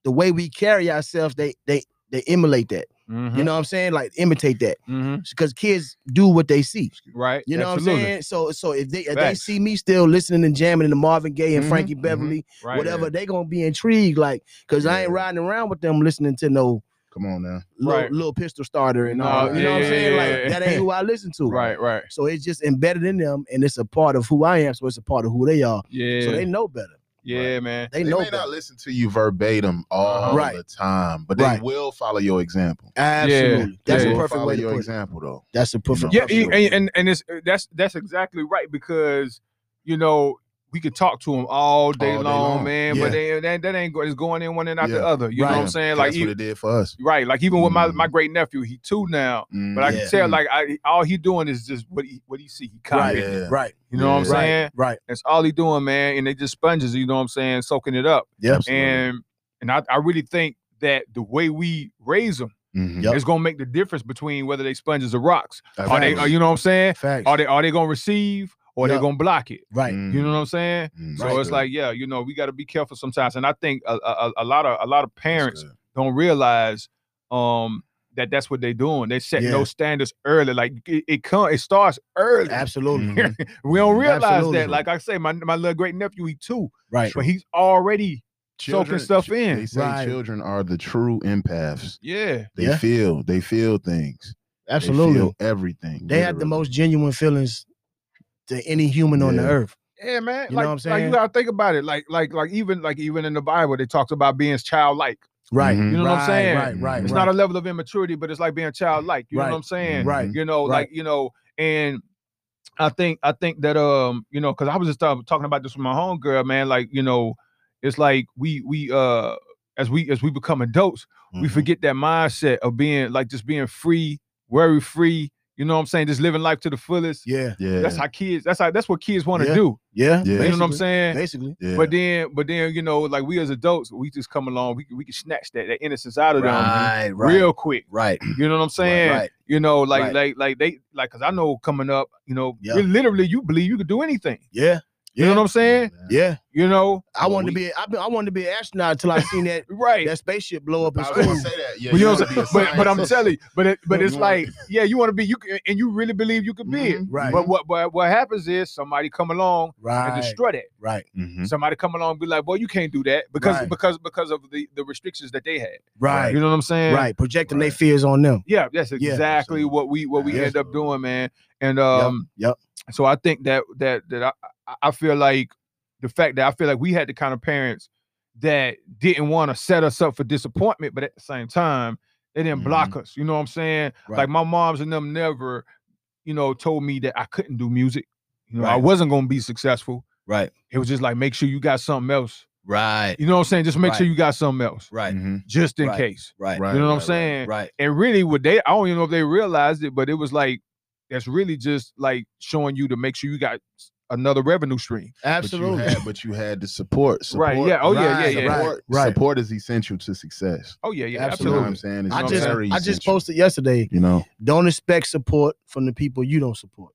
S3: the way we carry ourselves, they they they emulate that.
S2: Mhm,
S3: You know what I'm saying? Like imitate that.
S2: mhm.
S3: Because kids do what they see.
S2: Right.
S3: You know
S2: absolutely.
S3: what I'm saying? So so if they if they
S2: Facts.
S3: see me still listening and jamming to Marvin Gaye and
S2: Mhm,
S3: Frankie
S4: mhm.
S3: Beverly,
S2: Right.
S3: whatever, they gonna be intrigued. Like, cause I ain't
S4: Yeah.
S3: riding around with them listening to no
S4: Come on now.
S3: little,
S2: Right.
S3: little pistol starter and
S2: No,
S3: all. You
S2: yeah,
S3: know what I'm
S2: yeah,
S3: saying?
S2: yeah,
S3: like
S2: yeah.
S3: that ain't who I listen to.
S2: Right, right.
S3: So it's just embedded in them, and it's a part of who I am. So it's a part of who they are.
S2: Yeah.
S3: So they know better.
S2: yeah, man.
S3: They,
S4: They
S3: know
S4: may
S3: better. Uh-huh.
S4: not listen to you verbatim all
S3: Right.
S4: the time, but they
S3: Right.
S4: will follow your example.
S3: Absolutely.
S2: Yeah,
S3: That's a
S4: They
S2: yeah.
S4: will
S3: perfect
S4: follow
S3: way to
S4: your
S3: put it.
S4: example though.
S3: That's a perfect.
S2: Yeah,
S3: perfect
S2: e-
S3: way
S2: and,
S3: to put it.
S2: and and it's that's that's exactly right because you know we could talk to them all day,
S4: All day
S2: long,
S4: long.
S2: man, but they, that that ain't go, it's going in one and out
S4: Yeah.
S2: the other. You know what I'm
S4: Right.
S2: saying? Like
S4: That's
S2: e-
S4: what it did for us.
S2: right, like even with my
S4: Mhm.
S2: my great nephew, he two now, but I
S3: Mm. Yeah.
S2: can tell like I all he doing is just what he what he see he
S3: Right.
S2: copying.
S4: Yeah.
S3: Right.
S2: You know what I'm
S4: Yeah.
S2: saying?
S3: Right.
S2: That's all he doing, man. And they just sponges, you know what I'm saying, soaking it up.
S3: Yep.
S2: And and I, I really think that the way we raise them
S4: Mhm.
S3: Yep.
S2: is gonna make the difference between whether they sponges or rocks. Are they?
S4: Facts.
S2: Are, you know what I'm saying?
S3: Facts. Mm-hmm.
S2: Are they? Are they gonna receive or
S3: Yeah.
S2: they gonna block it?
S3: right.
S4: Mhm.
S2: You know what I'm saying?
S4: Mhm.
S2: So
S3: Right.
S2: it's like, yeah, you know, we got to be careful sometimes. And I think a, a, a- a lot of a lot of
S4: That's
S2: parents
S4: good.
S2: don't realize um that that's what they're doing. They set
S3: Yeah.
S2: no standards early. Like it, it come, it starts early.
S3: Absolutely.
S2: Mm-hmm.
S4: Mhm.
S2: We don't realize
S3: Absolutely.
S2: that. Like I say, my my little great nephew, he too,
S3: Right.
S2: but he's already soaking stuff
S4: ch-
S2: in.
S4: They say
S3: Right.
S4: children are the true empaths.
S2: yeah,
S4: They
S3: Yeah.
S4: feel. They feel things. They
S3: Absolutely.
S4: feel everything.
S3: They have the
S4: literally.
S3: most genuine feelings to any human on the
S4: Yeah.
S3: earth.
S2: yeah, man.
S3: You
S2: like,
S3: know what I'm
S2: like
S3: saying?
S2: you gotta think about it. Like like like even like even in the Bible, they talked about being childlike.
S3: Right.
S4: Mhm.
S2: You know what I'm saying?
S3: Right. Right.
S2: Mm-hmm. It's
S3: right.
S2: not a level of immaturity, but it's like being childlike. You know
S3: Right.
S2: what I'm
S4: Mm-hmm.
S2: saying?
S3: Right.
S2: You know,
S3: Right.
S2: like you know, and I think I think that um, you know, because I was just uh, talking about this with my homegirl, man. Like you know, it's like we we uh as we as we become adults, we
S3: Mm-hmm.
S4: Mhm.
S2: forget that mindset of being like just being free, worry free. You know what I'm saying? Just living life to the fullest.
S3: Yeah.
S4: Yeah.
S2: That's how kids. That's how. That's what kids want to
S3: Yeah.
S2: do.
S3: Yeah.
S4: Yeah.
S2: You know what I'm
S3: basically,
S2: saying?
S3: Basically.
S4: yeah.
S2: But then, but then, you know, like we as adults, we just come along. We can- we can snatch that that innocence out of
S3: Right.
S2: them
S3: Mm-hmm. Right.
S2: real quick.
S3: Right.
S2: You know what I'm saying?
S3: Right.
S2: You know, like
S3: Right.
S2: like like they like because I know coming up, you know,
S3: Yeah.
S2: you literally you believe you could do anything.
S3: Yeah.
S2: You know what I'm saying?
S4: Yeah.
S3: Yeah.
S2: You know,
S3: I
S4: Well,
S3: wanted
S4: we-
S3: to be. I, been, I wanted to be an astronaut until I seen that
S2: right?
S3: that spaceship blow up in
S4: I was gonna
S3: school.
S4: say that. Yeah,
S2: but, you know what
S4: wanna
S2: I'm
S4: be a
S2: saying? but, but I'm
S4: scientist.
S2: telling you, but it, but
S4: You
S2: it's
S4: wanna
S2: like, yeah, you want to be you can- and you really believe you could be it.
S4: Mhm.
S3: Mm-hmm. Right.
S2: But what but what happens is somebody come along and
S3: Right.
S2: destroy that.
S3: Right.
S4: Mhm.
S2: Somebody come along and be like, "Boy, you can't do that because
S3: Right.
S2: because because of the the restrictions that they had."
S3: Right.
S2: You know what I'm saying?
S3: Right. Projecting their
S4: Right.
S3: fears on them.
S2: Yeah, that's
S3: Yeah,
S2: exactly
S4: absolutely.
S2: what we what we
S4: Yeah,
S2: end up
S4: absolutely.
S2: doing, man. And um,
S3: yep.
S2: So I think that that that I I- I feel like the fact that I feel like we had the kind of parents that didn't want to set us up for disappointment, but at the same time they didn't block us. You know what I'm saying?
S3: Right.
S2: Like my moms and them never, you know, told me that I couldn't do music. You know, I
S3: Right.
S2: wasn't gonna be successful.
S3: Right.
S2: It was just like make sure you got something else.
S3: Right.
S2: You know what I'm saying? Just make sure
S3: Right.
S2: you got something else,
S3: Right.
S4: Mhm.
S2: just in
S3: Right.
S2: case.
S3: Right.
S4: Right,
S2: you know what
S4: right,
S2: I'm
S4: right.
S2: saying?
S3: Right.
S2: and really what they i don't even know if they realized it but it was like that's really just like showing you to make sure you got s- another revenue stream
S4: But
S3: Absolutely.
S4: you had, but you had the support.
S2: Right,
S4: Support-
S2: yeah, oh, yeah,
S4: right,
S2: yeah, yeah.
S4: Support,
S3: Right.
S4: support is essential to success.
S2: oh yeah yeah
S4: You know
S2: absolutely,
S4: what I'm saying? It's
S3: I
S2: know what I'm
S3: just
S4: very
S3: I just
S4: essential,
S3: posted yesterday.
S4: You know,
S3: Don't expect support from the people you don't support.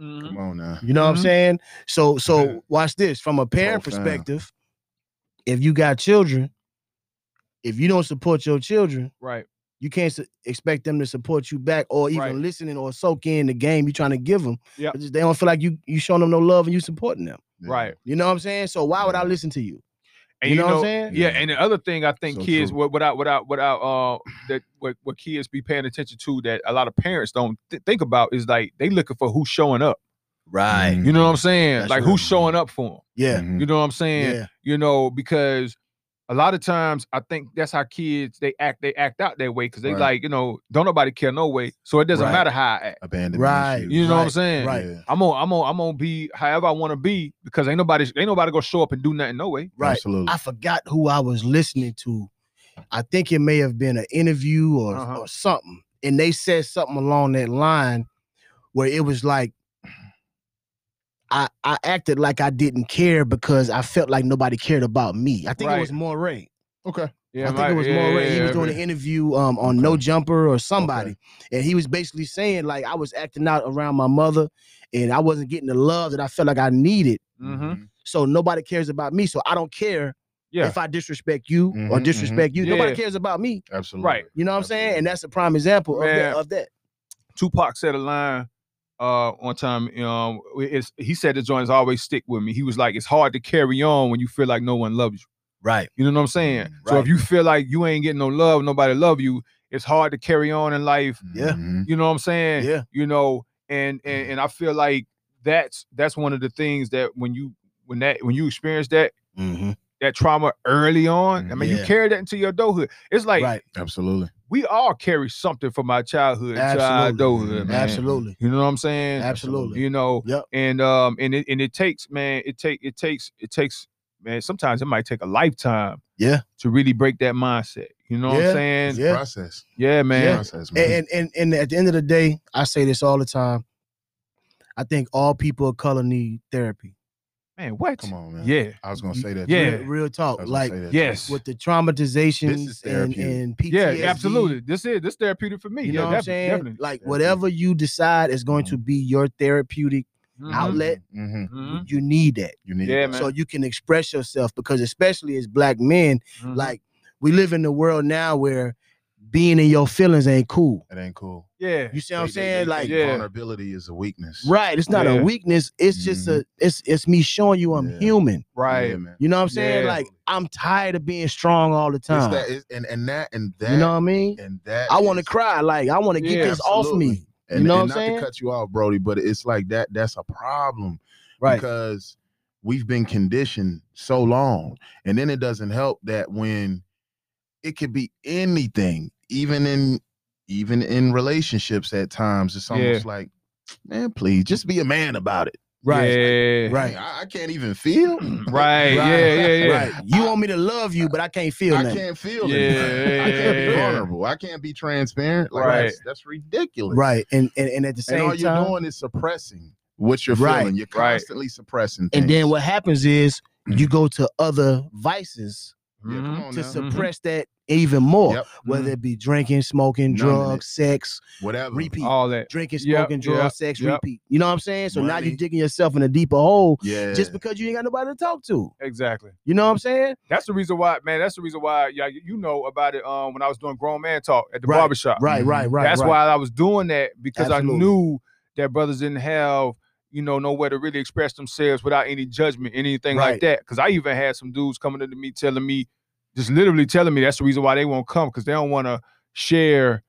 S2: Mhm.
S4: come on now.
S3: You know what
S2: Mhm.
S3: I'm saying? So so
S4: Yeah.
S3: watch this from a parent
S4: Profound.
S3: perspective. If you got children, if you don't support your children,
S2: right
S3: you can't su- expect them to support you back or even
S2: Right.
S3: listening or soak in the game you're trying to give them.
S2: Yep.
S3: They don't feel like you you showing them no love and you supporting them.
S4: Yeah.
S2: right
S3: You know what I'm saying? So why would I
S4: Yeah.
S3: listen to you?
S2: and
S3: You
S2: you,
S3: know
S2: know,
S3: what I'm saying?
S2: yeah
S4: Yeah.
S2: and the other thing i think
S4: So
S2: kids
S4: true.
S2: what without without without uh that what, what kids be paying attention to that a lot of parents don't th- think about is like they looking for who's showing up
S4: Right.
S2: you know what i'm saying
S3: That's
S2: like
S3: real. Mm-hmm.
S2: who's showing up for them
S3: Yeah.
S4: Mhm.
S2: you know what i'm saying
S3: Yeah.
S2: you know because a lot of times i think that's how kids they act they act out that way because they
S4: Right.
S2: like you know don't nobody care no way so it doesn't
S3: Right.
S2: matter how i act
S4: Abandonment
S3: Right.
S4: issues.
S2: you know what i'm
S3: Right,
S2: saying
S3: right.
S4: Yeah,
S2: i'm gonna i'm gonna i'm gonna be however i want to be because ain't nobody ain't nobody gonna show up and do nothing no way
S3: Right.
S4: Absolutely.
S3: I forgot who I was listening to. I think it may have been an interview or,
S2: Uh-huh.
S3: or something. And they said something along that line where it was like, I, I acted like I didn't care because I felt like nobody cared about me. I think it
S2: Right.
S3: was Moray.
S4: okay.
S2: yeah
S3: I think it was Moray. he was doing an interview um, on No
S4: Okay.
S3: Jumper or somebody. And he was basically saying, like, I was acting out around my mother and I wasn't getting the love that I felt like I needed.
S2: hmm
S4: Mm-hmm.
S3: So nobody cares about me. So I don't care
S2: Yeah. Mm-hmm,
S3: if I disrespect you or
S4: Mhm,
S3: disrespect you. Nobody
S2: Yeah.
S3: cares about me.
S4: Absolutely.
S2: Right.
S3: You know what I'm saying? And
S4: Absolutely.
S3: that's a prime example of
S2: Man.
S3: that, of that.
S2: tupac said a line uh one time um it's he said the joints always stick with me he was like it's hard to carry on when you feel like no one loves you
S3: Right.
S2: You know what I'm saying? So if
S3: Right.
S2: you feel like you ain't getting no love, nobody love you, it's hard to carry on in life.
S3: Yeah.
S4: Mhm.
S2: You know what I'm saying?
S3: Mm-hmm. Yeah. Mm-hmm.
S2: You know, and and, and I feel like that's that's one of the things that when you when that when you experience that
S3: Mm-hmm.
S2: that trauma early on, I mean, you
S3: Yeah.
S2: carry that into your adulthood. It's like
S3: right.
S4: Absolutely.
S2: we all carry something from our childhood to our
S3: Absolutely.
S2: adulthood, man.
S3: Absolutely.
S2: You know what I'm saying?
S3: Absolutely.
S2: You know,
S3: Yep.
S2: and um, and it and it takes, man, it take it takes it takes, man. Sometimes it might take a lifetime,
S3: Yeah.
S2: to really break that mindset. You know what
S3: Yeah,
S2: I'm saying? Yeah,
S3: Yeah.
S4: Process.
S2: man.
S4: Process, man.
S3: And, and and at the end of the day, I say this all the time. I think all people of color need therapy.
S2: Man, what?
S4: Come on, man.
S2: Yeah.
S4: I was gonna say that.
S2: Yeah.
S4: Too.
S3: Real, real
S4: I was
S3: talk.
S4: gonna
S3: Like
S4: say that too.
S2: Yes.
S3: with the traumatizations and,
S4: therapeutic.
S3: and PTSD.
S2: Yeah, absolutely. This is this therapeutic for me.
S3: You
S2: yeah,
S3: know what I'm
S2: defi-
S3: saying?
S2: definitely. Mm-hmm.
S3: Like
S4: Definitely.
S3: whatever you decide is going to be your therapeutic
S2: Mhm,
S3: outlet,
S4: hmm
S2: mhm,
S3: you need that.
S4: You need.
S2: Yeah,
S4: that.
S2: man.
S3: So you can express yourself because especially as black men,
S4: Mm-hmm.
S2: mhm.
S3: like we live in the world now where being in your feelings ain't cool.
S4: It ain't cool.
S2: Mm-hmm. yeah,
S3: You see what I'm
S4: They- they-
S3: saying?
S4: they
S3: Like
S4: think
S2: Yeah.
S4: vulnerability is a weakness.
S3: right, it's not
S2: Yeah.
S3: a weakness. It's just
S4: Mhm.
S3: a it's it's me showing you I'm
S4: Yeah.
S3: human.
S2: right.
S4: Yeah, man.
S3: You know what I'm saying?
S2: Yeah.
S3: Like I'm tired of being strong all the
S4: It's
S3: time.
S4: that, it's, and and that and that
S3: you know what I mean?
S4: and that.
S3: I want to
S4: is-
S3: cry. Like I want to
S2: Yeah,
S3: get this off me.
S4: absolutely. And,
S3: know what
S4: and
S3: I'm
S4: not
S3: saying?
S4: to cut you off, Brody, but it's like that. That's a problem
S3: Right.
S4: because we've been conditioned so long, and then it doesn't help that when it could be anything, even in even in relationships at times, it's
S2: Yeah.
S4: almost like, man, please just be a man about it.
S3: Right.
S2: Yeah.
S3: Right.
S4: I, I can't even feel.
S2: Right. Yeah. Yeah. Yeah.
S3: Right. You want me to love you, but I can't feel
S4: I
S3: nothing.
S4: can't feel
S2: Yeah,
S4: anything. I can't be
S2: yeah, yeah.
S4: vulnerable. I can't be transparent. Like
S2: Right.
S4: that's, that's ridiculous.
S3: Right. And, and and at the
S4: And
S3: same
S4: all you're
S3: time,
S4: doing is suppressing what you're
S3: Right,
S4: feeling. You're
S2: right.
S4: constantly suppressing. Things. Mm-hmm.
S3: and then what happens is you go to other vices
S4: Yeah,
S2: Mhm.
S4: come on
S3: to
S4: now.
S2: sup- Mhm.
S3: suppress that even more.
S4: Yep. Mm-hmm.
S3: Whether it be drinking, smoking,
S4: None of
S3: drugs, sex,
S4: Whatever.
S3: repeat,
S2: All that.
S3: drinking,
S2: Yep,
S3: smoking, drugs,
S2: yep,
S3: sex,
S2: yep.
S3: repeat. You know what I'm saying? So now
S4: Money.
S3: you're digging yourself in a deeper hole
S4: Yeah.
S3: just because you ain't got nobody to talk to.
S2: Exactly.
S3: You know what I'm saying?
S2: That's the reason why, man. That's the reason why, yeah, you- you know about it. Um, when I was doing grown man talk at the
S3: Right,
S2: barbershop,
S3: Right,
S4: Mhm.
S3: right, right.
S2: that's
S3: right.
S2: why I was doing that because I
S3: Absolutely.
S2: knew that brothers didn't have, you know, nowhere to really express themselves without any judgment, anything like
S3: Right.
S2: that. Because I even had some dudes coming up to me telling me, just literally telling me that's the reason why they won't come because they don't want to share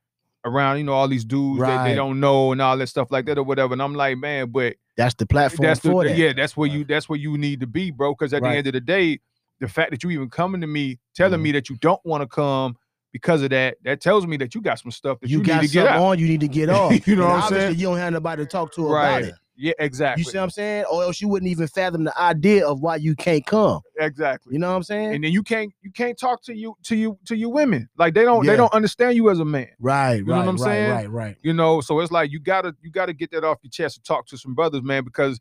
S2: around, you know, all these dudes that they
S3: Right.
S2: don't know and all that stuff like that or whatever. And I'm like, man, but
S3: That's the platform
S2: that's the,
S3: for that.
S2: yeah that's where
S4: Right.
S2: you that's where you need to be bro because at the
S3: Right. Mm-hmm.
S2: end of the day the fact that you even coming to me telling me that you don't want to come because of that that tells me that you got some stuff that you,
S3: You, got
S2: need to get
S3: something
S2: out
S3: on, you need to get off.
S2: You know
S3: And
S2: what I'm saying?
S3: obviously You don't have nobody to talk to
S2: Right.
S3: about it.
S2: yeah exactly
S3: You see what I'm saying? Or else you wouldn't even fathom the idea of why you can't come.
S2: exactly
S3: You know what I'm saying?
S2: and then you can't you can't talk to you to you to your women like they don't
S3: Yeah.
S2: they don't understand you as a man
S3: right,
S2: know
S3: right,
S2: what I'm
S3: right,
S2: saying?
S3: right, right.
S2: you know so it's like you gotta you gotta get that off your chest and talk to some brothers man because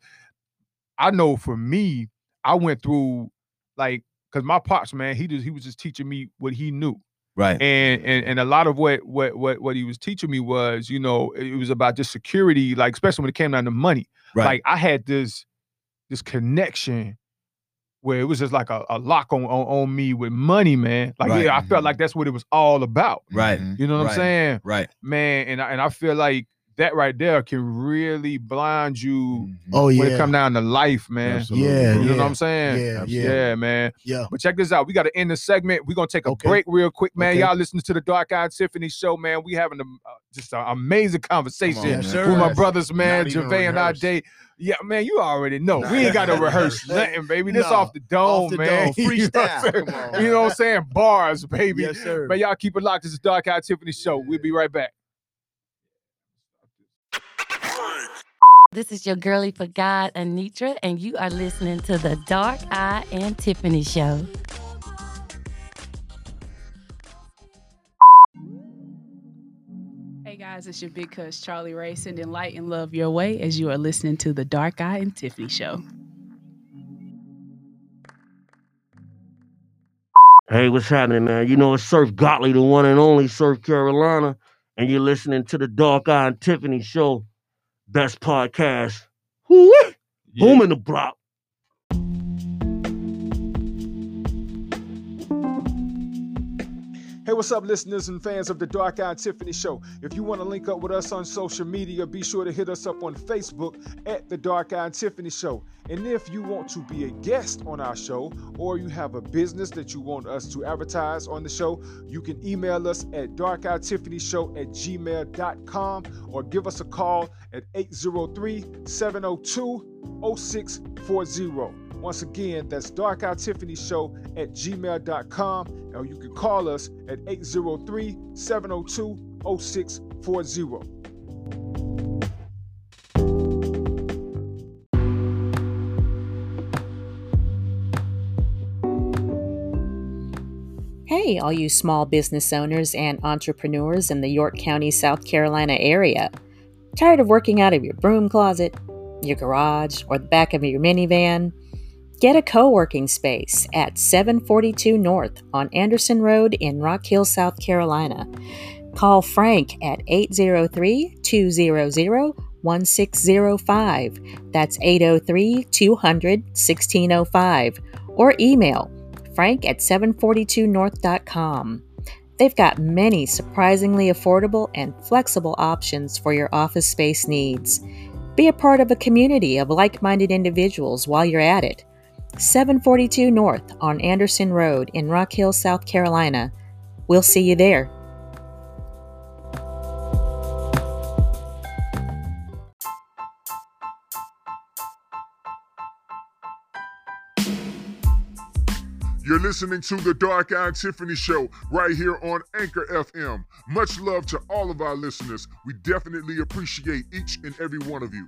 S2: i know for me i went through like because my pops man he just he was just teaching me what he knew
S3: Right.
S2: and and and a lot of what what what what he was teaching me was you know it was about just security like especially when it came down to money
S3: Right.
S2: like i had this this connection where it was just like a, a lock on, on on me with money man like
S3: Right.
S2: yeah i felt
S4: Mhm.
S2: like that's what it was all about
S3: Right.
S4: Mhm.
S2: you know what i'm
S3: Right.
S2: saying
S3: Right.
S2: man and I, and I feel like that right there can really blind you
S4: Mhm.
S3: Oh yeah.
S2: when it come down to life man
S4: Absolutely,
S3: Yeah,
S4: bro.
S2: you know
S3: yeah.
S2: what i'm saying
S3: yeah,
S4: Absolutely.
S3: yeah,
S2: yeah man
S3: yeah.
S2: but check this out. We got to end the segment. We're going to take a
S3: Okay.
S2: break real quick, man.
S3: Okay.
S2: Y'all listening to the Dark Eyed Tiffany show, man. We having a, uh, just an amazing conversation
S4: Come on,
S3: Yes,
S4: man.
S3: sir.
S2: with my
S4: Classic.
S2: brothers, man.
S4: Not even
S2: Gervais and I
S4: rehearsed.
S2: date. Yeah, man, you already know.
S4: Nah,
S2: we ain't got to
S4: not
S2: rehearse
S4: rehearsed.
S2: nothing, baby. This
S3: No.
S2: off the dome,
S3: Off the
S2: man.
S3: dome.
S2: You know what I'm
S3: Freestyle.
S2: saying?
S4: Come on,
S2: you
S4: man.
S2: know what I'm saying? Bars, baby.
S3: Yes, sir.
S2: Man, y'all keep it locked. This is Dark Eyed Tiffany show. We'll be right back.
S5: This is your girly for God, Anitra, and you are listening to the Dark Eye and Tiffany Show.
S6: Hey guys, it's your big cuss Charlie Ray sending light and love your way as you are listening to the Dark Eye and Tiffany Show.
S7: Hey, what's happening, man? You know it's Surf Gottlieb, the one and only Surf Carolina, and you're listening to the Dark Eye and Tiffany Show, best podcast. Who boom in the block?
S2: Hey, what's up, listeners and fans of the Dark Eye and Tiffany Show? If you want to link up with us on social media, be sure to hit us up on Facebook at the Dark Eye and Tiffany Show. And if you want to be a guest on our show or you have a business that you want us to advertise on the show, you can email us at darkeyetiffanyshow at gmail.com or give us a call at 803 702 0640. Once again, that's Dark Eye Tiffany Show at gmail.com, or you can call us at 803 702 0640.
S8: Hey, all you small business owners and entrepreneurs in the York County, South Carolina area. Tired of working out of your broom closet, your garage, or the back of your minivan? Get a co working space at 742 North on Anderson Road in Rock Hill, South Carolina. Call Frank at 803 200 1605. That's 803 200 1605. Or email frank at 742north.com. They've got many surprisingly affordable and flexible options for your office space needs. Be a part of a community of like minded individuals while you're at it. 742 North on Anderson Road in Rock Hill, South Carolina. We'll see you there.
S1: You're listening to the Dark Eye and Tiffany Show right here on Anchor FM. Much love to all of our listeners. We definitely appreciate each and every one of you.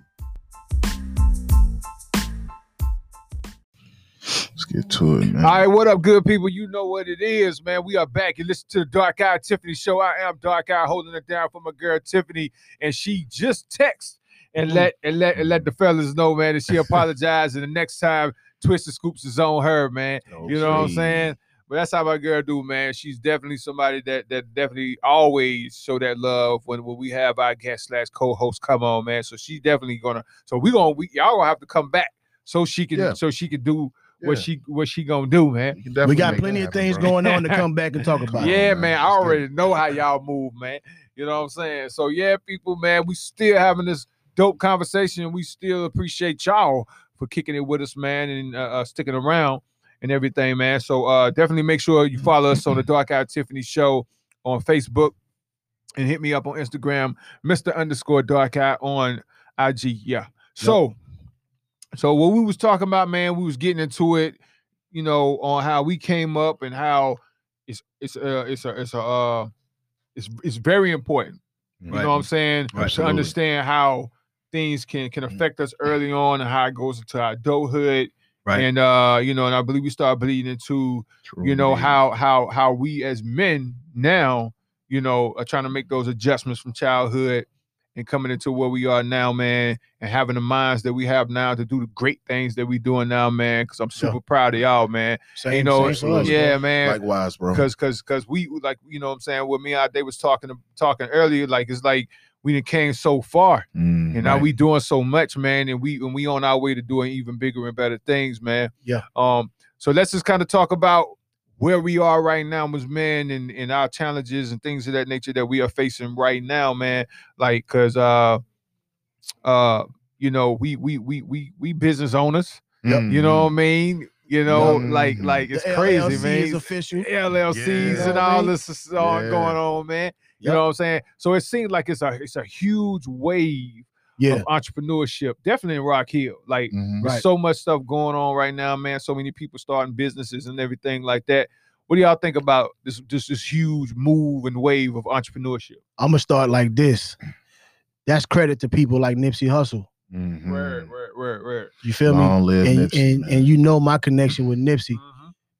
S4: Let's get to it, man.
S2: All right, what up, good people? You know what it is, man. We are back. You listen to the Dark Eye Tiffany show. I am Dark Eye holding it down for my girl Tiffany, and she just texted and let and let and let the fellas know, man, that she apologized. and the next time, Twisted Scoops is on her, man. You know what I'm
S4: Okay.
S2: saying? But that's how my girl do, man. She's definitely somebody that that definitely always show that love when, when we have our guest slash co-host come on, man. So she's definitely gonna. So we gonna we y'all gonna have to come back so she can
S4: Yeah.
S2: so she can do what
S4: Yeah.
S2: she what she gonna do, man.
S4: You can definitely
S3: we got
S4: make
S3: plenty
S4: that
S3: of
S4: happen,
S3: things
S4: bro.
S3: going on to come back and talk about.
S2: Yeah,
S4: man.
S2: man. I
S4: It's good.
S2: already know how y'all move, man. You know what I'm saying? So yeah, people, man, we still having this dope conversation, and we still appreciate y'all for kicking it with us, man, and uh, uh, sticking around and everything, man. So uh, definitely make sure you follow us on the Dark Out Tiffany Show on Facebook, and hit me up on Instagram, Mister Underscore Dark Eye on IG. Yeah. So, so what we was talking about, man, we was getting into it, you know, on how we came up and how it's it's uh it's a it's a uh it's it's very important. You know what I'm saying? To
S4: Absolutely.
S2: understand how things can
S3: Mm.
S2: can affect us early on and how it goes into our adulthood.
S4: Right.
S2: And uh, you know, and I believe we start bleeding into, you know,
S4: Truly.
S2: how how how we as men now, you know, are trying to make those adjustments from childhood and coming into where we are now, man, and having the minds that we have now to do the great things that we doing now, man. Cause I'm
S3: Yeah.
S2: super proud of y'all, man.
S3: Same,
S2: you know,
S3: same for us,
S2: yeah,
S3: bro.
S2: man
S4: Likewise, bro.
S2: because because because we like you know what i'm saying what me and I, they was talking talking earlier like it's like we done came so far
S4: Mm,
S2: and now
S4: right.
S2: we doing so much man and we and we on our way to doing even bigger and better things man
S3: Yeah.
S2: um so let's just kind of talk about where we are right now as men and and our challenges and things of that nature that we are facing right now man like because uh uh you know we we we we we business owners
S4: Mm-hmm.
S2: you know what i mean you know like
S4: Mhm.
S2: like it's
S3: The
S2: crazy
S3: LLC
S2: man
S3: Is official.
S2: LLCs
S4: Yeah.
S2: and all this is all
S4: Yeah.
S2: going on, man. You
S3: Yep.
S2: know what I'm saying? So it seems like it's a it's a huge wave
S3: Yeah, Mm-hmm.
S2: of entrepreneurship, definitely in Rock Hill. Like
S4: Mhm.
S2: there's
S3: Right.
S2: so much stuff going on right now, man. So many people starting businesses and everything like that. What do y'all think about this this this huge move and wave of entrepreneurship?
S3: I'm gonna start like this. That's credit to people like Nipsey Hussle. Mm-hmm.
S4: Mhm.
S2: Where, where, where, where?
S3: You feel me?
S4: Long live
S3: and,
S4: Nipsey,
S3: and
S4: man.
S3: and you know my connection with Nipsey.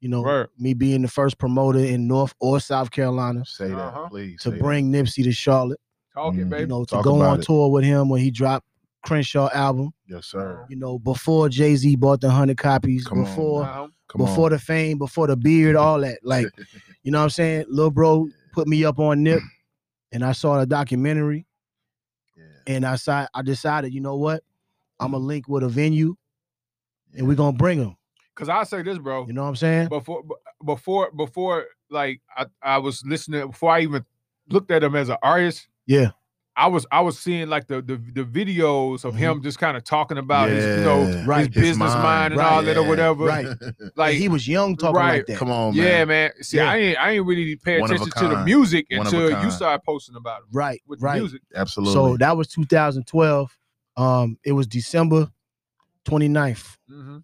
S3: You know
S2: Word.
S3: me being the first promoter in North or South Carolina
S4: say that,
S2: Uh-huh.
S4: please.
S3: to
S4: say that.
S3: bring Nipsey to Charlotte.
S2: Talk it, baby.
S4: Mhm.
S3: Mm-hmm. You know to
S4: Talk
S3: go
S4: about
S3: on
S4: it.
S3: tour with him when he dropped Crenshaw album.
S4: Yes, sir.
S3: You know before Jay Z bought the hundred copies.
S4: Come on,
S3: before
S2: Uh-huh.
S4: Come
S3: before
S4: on.
S3: the fame, before the beard, all that. Like you know what I'm saying. Lil bro put me up on Nip, and I saw the documentary.
S4: Yeah.
S3: and I si- I decided, you know what? I'm
S2: Mm-hmm.
S3: gonna link with a venue
S4: Yeah.
S3: and we're gonna bring them.
S2: Cause I say this, bro.
S3: You know what I'm saying?
S2: Before b- before before like I, I was listening before I even looked at him as an artist.
S3: Yeah.
S2: I was I was seeing like the the, the videos of him just kind of talking about his you know
S4: Mm-hmm. Yeah.
S3: right,
S2: his business mind, and all that or whatever.
S3: right.
S2: Like
S3: he was young talking
S2: right,
S3: like that.
S4: Come on,
S2: yeah,
S4: man.
S2: man. See,
S3: Yeah.
S2: I ain't I ain't really pay
S4: One of a
S2: attention to the
S4: kind.
S2: music
S4: One of a
S2: until you
S4: kind.
S2: started posting about him
S3: Right,
S2: with the
S3: right.
S2: music.
S4: Absolutely.
S3: So that was 2012. Um, it was December 29th,
S2: Mm-hmm.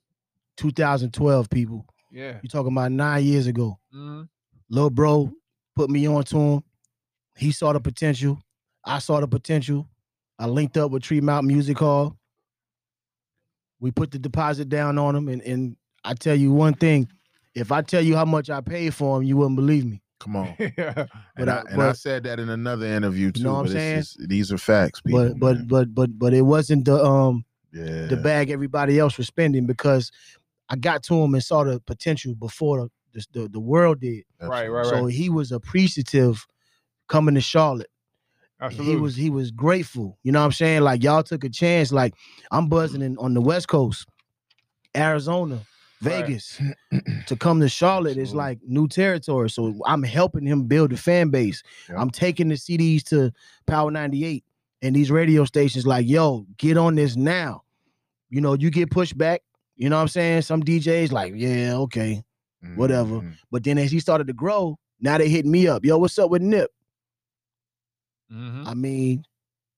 S3: 2012. People,
S2: Yeah.
S3: you talking about nine years ago?
S2: Mm-hmm.
S4: Oh.
S3: Little bro put me on to him. He saw the potential. I saw the potential. I linked up with Tree Mount Music Hall. We put the deposit down on him, and and I tell you one thing: if I tell you how much I paid for him, you wouldn't believe me.
S2: Mm-hmm.
S4: Come on.
S2: yeah.
S4: And,
S3: But
S4: I,
S3: I-
S4: and I
S3: but-
S4: said that in another interview too.
S3: know what I'm
S4: but it's
S3: saying?
S4: just- these are facts, people.
S3: but but
S4: man.
S3: but but but it wasn't the um
S4: yeah.
S3: the bag everybody else was spending because I got to him and saw the potential before the the, the, the world did.
S2: Right, right,
S4: Absolutely.
S2: right.
S3: So he was appreciative coming to Charlotte.
S2: Absolutely.
S3: He was he was grateful. You know what I'm saying? Like y'all took a chance. Like I'm buzzing in, on the West Coast, Arizona,
S2: Right.
S3: Vegas. to come to Charlotte is
S4: Absolutely.
S3: like new territory. So I'm helping him build a fan base.
S4: Yep.
S3: I'm taking the CDs to Power 98 and these radio stations like, yo, get on this now. You know, you get pushed back. You know what I'm saying? Some DJs like, yeah, okay.
S4: Mhm,
S3: whatever.
S4: mhm.
S3: But then as he started to grow, now they hit me up. Yo, what's up with Nip?
S2: Mhm.
S4: Mm-hmm.
S3: I mean,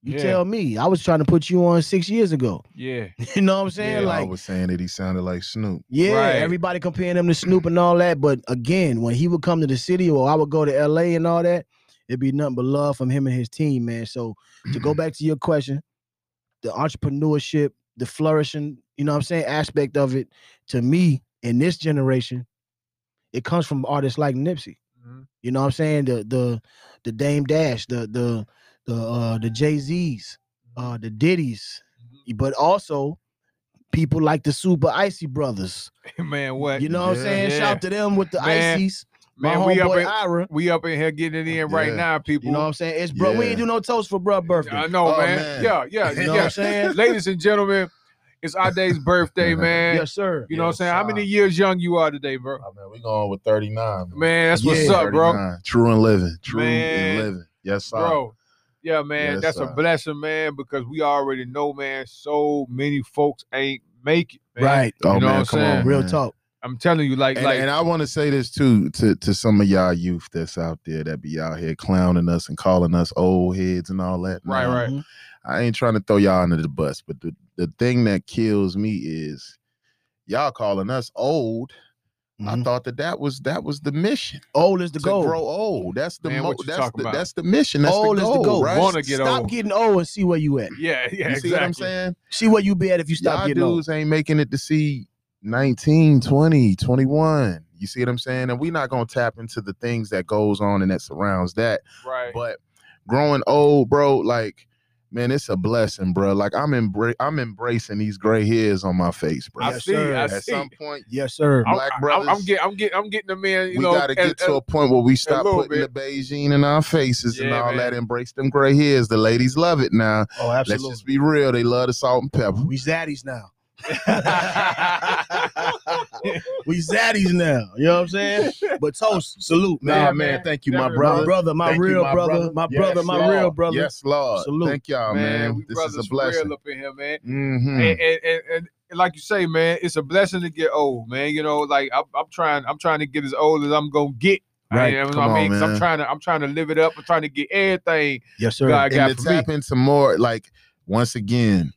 S3: you
S2: Yeah.
S3: tell me. I was trying to put you on six years ago.
S2: Yeah.
S3: You know what I'm saying?
S4: Yeah, I
S3: like,
S4: was saying that he sounded like Snoop.
S3: yeah,
S2: Right.
S3: everybody comparing him to Snoop and all that. But again, when he would come to the city or I would go to LA and all that, it'd be nothing but love from him and his team, man. So to
S4: Mm-hmm.
S3: go back to your question, the entrepreneurship, the flourishing, you know what I'm saying, aspect of it, to me in this generation, it comes from artists like Nipsey.
S2: Mhm.
S3: You know what I'm saying? The the the Dame Dash, the the the uh the Jay-Z's,
S2: Mm-hmm.
S3: uh the Diddy's, but also people like the Super Icy Brothers.
S2: Man, what?
S3: You know what I'm
S4: Yeah.
S3: saying? Shout
S2: Yeah.
S3: to them with the
S2: Man,
S3: Icies. My
S2: man, we up
S3: homeboy
S2: in,
S3: Ira.
S2: we up in here getting it in right
S4: Yeah.
S2: now, people.
S3: You know what I'm saying? It's bro. We ain't
S4: Yeah.
S3: do no toast for bruh birthday.
S2: I know,
S4: Oh,
S2: man.
S4: man.
S2: Yeah, yeah,
S3: you know what
S2: yeah.
S3: I'm saying?
S2: Ladies and gentlemen, it's our day's birthday, man.
S3: yes, sir.
S2: You know what I'm
S4: Yes,
S2: saying? How
S4: sir.
S2: many years young you are today, bro?
S4: Oh, man, we going with 39. man.
S2: Man, that's what's
S3: Yeah.
S2: up, bro.
S4: 39. True and living. True
S2: Man.
S4: and living. Yes, sir.
S2: Bro. Yeah, man,
S4: Yes,
S2: that's a
S4: sir.
S2: blessing, man, because we already know, man, so many folks ain't make it, man.
S3: Right.
S4: Oh
S2: You know
S4: man,
S2: what I'm
S4: come
S2: saying?
S4: on,
S3: Real
S4: man.
S3: talk.
S2: I'm telling you, like,
S4: And,
S2: like
S4: and I want to say this too to to some of y'all youth that's out there that be out here clowning us and calling us old heads and all that.
S2: Right,
S4: Nah,
S2: right.
S3: Mhm.
S4: I ain't trying to throw y'all under the bus, but the, the thing that kills me is y'all calling us old. I
S3: Mhm.
S4: thought that that was that was the mission
S3: Old is the
S4: to
S3: goal.
S4: grow old. That's the
S2: Man,
S4: mo-
S2: what you
S4: that's
S2: talking
S4: the,
S2: about?
S4: that's the mission. That's
S3: old
S4: the goal.
S3: is the goal.
S4: Right?
S2: Wanna get
S3: stop
S2: old.
S3: getting old and see where you at.
S2: yeah, yeah,
S4: you see
S2: exactly.
S4: what I'm saying?
S3: See where you be at if you stop
S4: y'all
S3: getting old.
S4: dudes ain't making it to see 19 20 21 you see what i'm saying and we not gonna tap into the things that goes on and that surrounds that
S2: Right.
S4: but growing old bro like man it's a blessing bro like i'm embra- i'm embracing these gray hairs on my face bro
S2: I
S3: Yes,
S2: see,
S3: sir.
S2: I
S4: at
S2: see.
S4: some point
S3: Yes, sir.
S2: I'm-
S4: black
S2: I'm-
S4: brothers-
S2: I'm, getting, I'm getting, I'm getting the man. You
S4: we
S2: know,
S4: gotta get
S2: as-
S4: to
S2: as-
S4: a point where we stop
S2: little
S4: putting the Beijing in our faces and
S2: Yeah,
S4: all
S2: man.
S4: that. Embrace them gray hairs. The ladies love it now.
S3: Oh,
S4: Let's just be real. They love the salt and pepper.
S3: We zaddies now. We zaddies now. You know what I'm saying? But toast, salute,
S4: Nah,
S2: Yeah,
S4: man,
S2: man.
S4: Thank you, my
S2: Definitely.
S4: brother.
S3: my brother, my
S4: Thank you,
S3: real brother, my
S4: Yes,
S3: brother, my real
S4: Lord.
S3: brother.
S4: Yes, Lord.
S3: Salute.
S4: Thank y'all,
S2: man,
S4: Oh, man.
S2: we
S4: This is
S2: brothers
S4: a blessing.
S2: real up in here, man.
S4: hmm
S3: Mm.
S2: and, and, and, and like you say, man, it's a blessing to get old, man. You know, like I'm, I'm trying, I'm trying to get as old as I'm gonna get. I,
S3: Right.
S2: you know what
S4: Come
S2: I
S4: on,
S2: mean, 'Cause I'm
S4: man.
S2: trying to, I'm trying to live it up. I'm trying to get everything
S3: Yes, sir.
S2: God got
S4: and
S2: for
S4: to
S2: me.
S4: tap into more, like once again,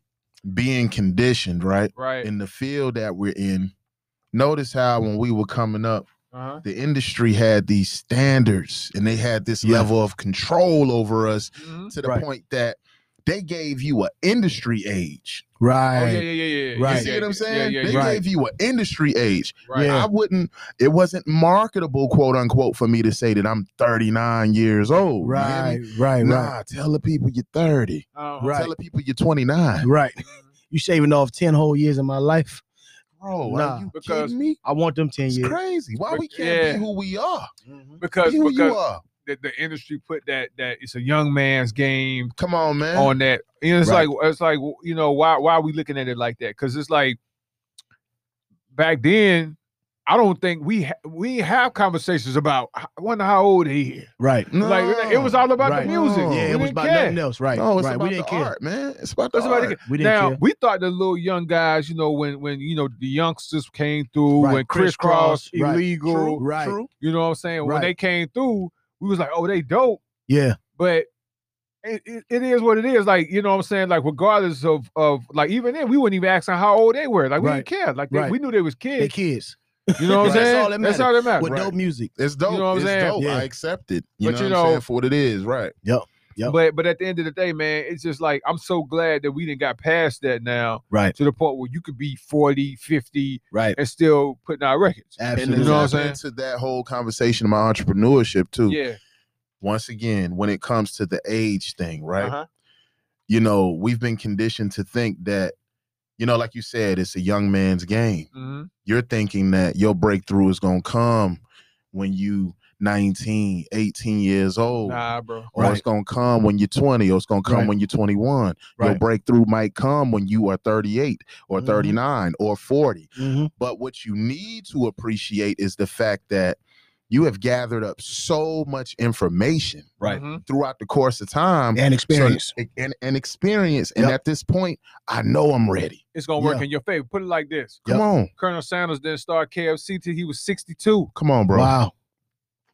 S4: being conditioned, right?
S2: Right.
S4: In the field that we're in. Notice how when we were coming up,
S2: Uh-huh.
S4: the industry had these standards and they had this
S3: Yeah.
S4: level of control over us
S2: Mhm.
S4: to the
S3: Right.
S4: point that they gave you an industry age.
S2: Oh yeah, yeah,
S3: Right.
S2: yeah, yeah. yeah.
S3: Right.
S4: You see what I'm saying?
S2: Yeah, yeah,
S4: they
S2: yeah.
S3: Right.
S4: gave you an industry age.
S2: Right.
S3: Yeah.
S4: I wouldn't, it wasn't marketable, quote unquote, for me to say that I'm 39 years old. you hear
S3: Right.
S4: me?
S3: Right. Right.
S4: Nah, tell the people you're 30.
S2: Uh-huh.
S3: Right.
S4: Tell the people you're 29.
S3: Right. You shaving off 10 whole years of my life.
S4: Bro,
S3: Nah.
S4: are you
S2: Because-
S4: kidding me?
S3: I want them 10
S4: It's
S3: years.
S4: crazy. Why we can't
S2: Yeah.
S4: be who we are?
S2: Because
S4: Be who you
S2: because
S4: are.
S2: the, the industry put that that it's a young man's game
S4: Come on, man.
S2: on that. You know, it's
S4: Right.
S2: like it's like you know why why are we looking at it like that? Because it's like back then I don't think we ha- we have conversations about. I wonder how old he is.
S3: Right.
S2: Like it was all about
S3: Right.
S2: the music.
S4: No.
S2: We
S3: Yeah, it
S2: didn't
S3: was about
S2: care.
S3: nothing else. Right.
S4: No, it's
S3: right.
S4: about
S3: we didn't
S4: the
S3: care.
S4: art, man. It's about the
S2: It's about the-
S4: art.
S3: We didn't
S2: Now
S3: care.
S2: we thought the little young guys, you know, when when you know the youngsters came through
S3: Right,
S2: when crisscross,
S3: Criss Cross, right.
S2: illegal,
S3: Right.
S2: you know what I'm saying? When
S3: Right.
S2: they came through, we was like, oh, they dope.
S3: Yeah.
S2: but it, it, it is what it is. Like, you know what I'm saying? Like, regardless of of like even then, we wouldn't even ask them how old they were. Like, we
S3: Right.
S2: didn't care. Like they,
S3: Right.
S2: we knew they was
S3: They
S2: kids.
S3: kids
S2: You know what I'm saying?
S4: Right.
S3: That's all that
S2: That's all that matters.
S3: with dope music.
S4: It's dope.
S2: You know what I'm
S4: it's
S2: saying?
S4: dope.
S3: Yeah.
S4: I accept it. You
S2: But
S4: know
S2: you
S4: what I'm
S2: know-
S4: saying? For what it is, right.
S3: Yep.
S2: But but at the end of the day, man, it's just like I'm so glad that we didn't got past that now
S3: Right.
S2: to the point where you could be 40, 50
S3: Right.
S2: and still putting out records.
S4: And
S3: Absolutely.
S2: You
S4: you
S2: know what I'm saying?
S4: to that whole conversation about entrepreneurship too.
S2: Yeah.
S4: Once again, when it comes to the age thing, right?
S2: Uh-huh.
S4: You know, we've been conditioned to think that, you know, like you said, it's a young man's game.
S2: hmm
S4: You're thinking that your breakthrough is gonna come when you 19, 18 years old.
S2: Nah, bro.
S4: Or it's
S3: Right.
S4: gonna come when you're 20, or it's gonna come
S3: Right.
S4: when you're 21. Your
S3: Right.
S4: breakthrough might come when you are 38 or
S3: Mhm.
S4: 39 or 40.
S3: Mhm.
S4: But what you need to appreciate is the fact that you have gathered up so much information
S3: Right.
S2: Mhm.
S4: throughout the course of time
S3: And
S4: so-
S3: experience.
S4: and, and experience. And
S3: Yep.
S4: at this point, I know I'm ready.
S2: It's gonna work
S3: Yeah.
S2: in your favor. Put it like this.
S4: Come on.
S2: Colonel Sanders didn't start KFC till he was 62.
S4: Come on, bro.
S3: Wow.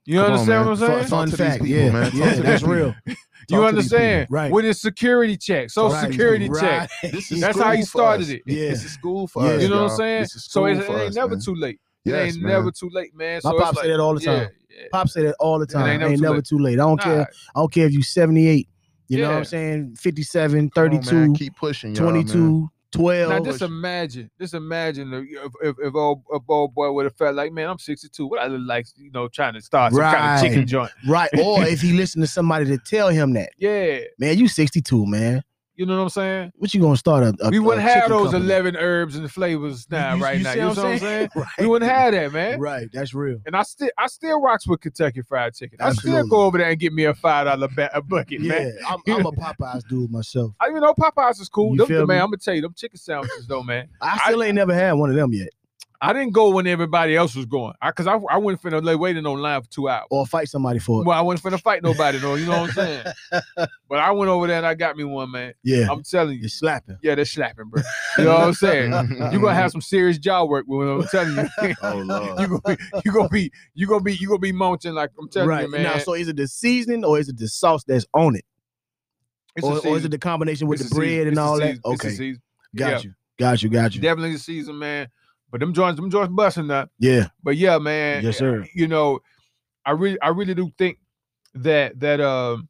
S2: You
S4: Come on,
S2: understand
S4: man.
S2: what I'm saying?
S4: Talk
S3: Fun
S4: to these
S3: fact.
S4: people,
S3: yeah.
S4: man. Talk
S3: Yeah.
S4: to
S3: That's
S4: these
S2: You
S3: real.
S4: Talk to these people.
S2: understand?
S3: Right.
S2: With his security check, social
S3: Right.
S2: security check.
S3: Right.
S4: This is
S2: That's how he
S4: school for us.
S2: started it.
S3: Yeah.
S4: This is school for
S3: Yeah.
S4: us.
S2: You know what I'm
S4: y'all.
S2: saying?
S4: This is
S2: So it,
S4: school
S2: it
S4: for
S2: ain't
S4: us,
S2: never
S4: man.
S2: too late. it
S4: Yes,
S2: ain't
S4: man.
S2: never too late, man.
S3: My
S2: so
S3: pop
S2: it's like,
S3: said that all the
S2: yeah,
S3: time.
S2: yeah.
S3: Pop say that all the
S2: It
S3: time.
S2: ain't
S3: Ain't
S2: never
S3: never,
S2: too late.
S3: too late. I don't
S2: Nah,
S3: care. I don't care if you 78. You know what
S2: Yeah.
S3: I'm saying? 57,
S4: Come on, man.
S3: 32,
S4: Keep pushing, y'all, man.
S3: 22, 12.
S2: Now just imagine, just imagine if if, if old if old boy would have felt like, man, I'm 62. What I look like, you know, trying to start some kind of chicken
S3: Right.
S2: joint.
S3: Right. Or if he listened to somebody to tell him that,
S2: Yeah,
S3: man, you 62, man.
S2: you know what I'm saying.
S3: What you gonna start a, a
S2: we
S3: a
S2: wouldn't have
S3: chicken
S2: those
S3: company?
S2: 11 herbs and flavors now,
S3: You- you-
S2: right
S3: you
S2: now.
S3: see
S2: You know what I'm saying?
S3: Right.
S2: We wouldn't have that, man.
S3: Right. That's real.
S2: And I still I still rocks with Kentucky Fried Chicken. I still
S3: Absolutely.
S2: go over there and get me a five dollar ba- a bucket,
S3: Yeah.
S2: man.
S3: I'm, I'm a Popeyes dude myself.
S2: I you know Popeyes is cool.
S3: You
S2: Them,
S3: feel
S2: man,
S3: me?
S2: I'm gonna tell you them chicken sandwiches though, man.
S3: I still ain't never had one of them yet.
S2: I didn't go when everybody else was going. I cause I I wasn't finna lay waiting on line for two hours.
S3: Or fight somebody for it.
S2: Well, I wasn't finna fight nobody though, you know what I'm saying? but I went over there and I got me one, man.
S3: Yeah.
S2: I'm telling you.
S3: You're slapping.
S2: Yeah, they're slapping, bro. You know what I'm saying? You're gonna have some serious jaw work when I'm telling you.
S4: Oh Lord.
S2: you gonna be you gonna be you gonna be you gonna be munching like I'm telling
S3: right
S2: you, man.
S3: now, so is it the seasoning or is it the sauce that's on it,
S2: It's a
S3: or, or is
S2: season.
S3: it the combination with
S2: It's a
S3: the bread
S2: season.
S3: and
S2: It's a
S3: all that?
S2: season. It's a
S3: Okay,
S2: season.
S3: got
S2: Yeah.
S3: you, got you, got you.
S2: Definitely a season, man. But them joints, them joints busting up.
S3: yeah,
S2: But yeah, man.
S3: yes, sir.
S2: You know, I really I really do think that that um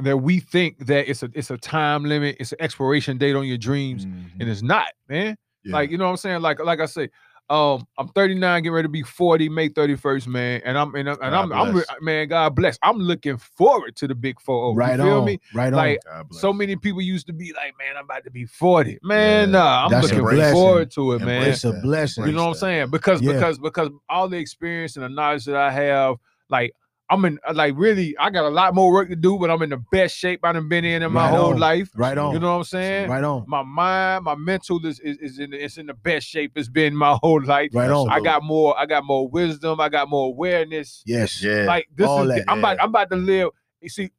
S2: that we think that it's a it's a time limit, it's an expiration date on your dreams,
S4: Mhm.
S2: and
S3: Mm-hmm.
S2: it's not, man.
S4: Yeah.
S2: Like you know what I'm saying? Like like I say, um, I'm 39, getting ready to be 40, May 31st, man. And I'm and, I'm- and I'm
S4: God
S2: I'm re-
S4: bless.
S2: man, God bless. I'm looking forward to the big four. oh.
S3: right
S2: you feel
S3: on,
S2: me?
S3: right
S2: Like
S4: God bless
S2: so
S4: you.
S2: many people used to be like, man, I'm about to be 40. Man,
S4: Yeah,
S2: nah, I'm
S3: that's a
S2: looking
S3: blessing.
S2: forward to it,
S3: on.
S2: man.
S3: It's a
S4: that.
S3: blessing.
S2: You know what I'm
S4: that.
S2: saying? Because
S3: Yeah.
S2: because because all the experience and the knowledge that I have, like I'm in uh, like really I got a lot more work to do, but I'm in the best shape I've been in in my
S3: Right
S2: whole
S3: on.
S2: life.
S3: Right on,
S2: You know what I'm saying?
S3: right on,
S2: My mind, my mental is is, is in it's in the best shape it's been my whole life.
S3: right on.
S2: I got more I got more wisdom, I got more awareness.
S3: yes,
S4: Yeah.
S2: Like this
S3: all
S2: is the-
S3: that,
S2: I'm about
S4: yeah.
S2: I'm about to live. You see,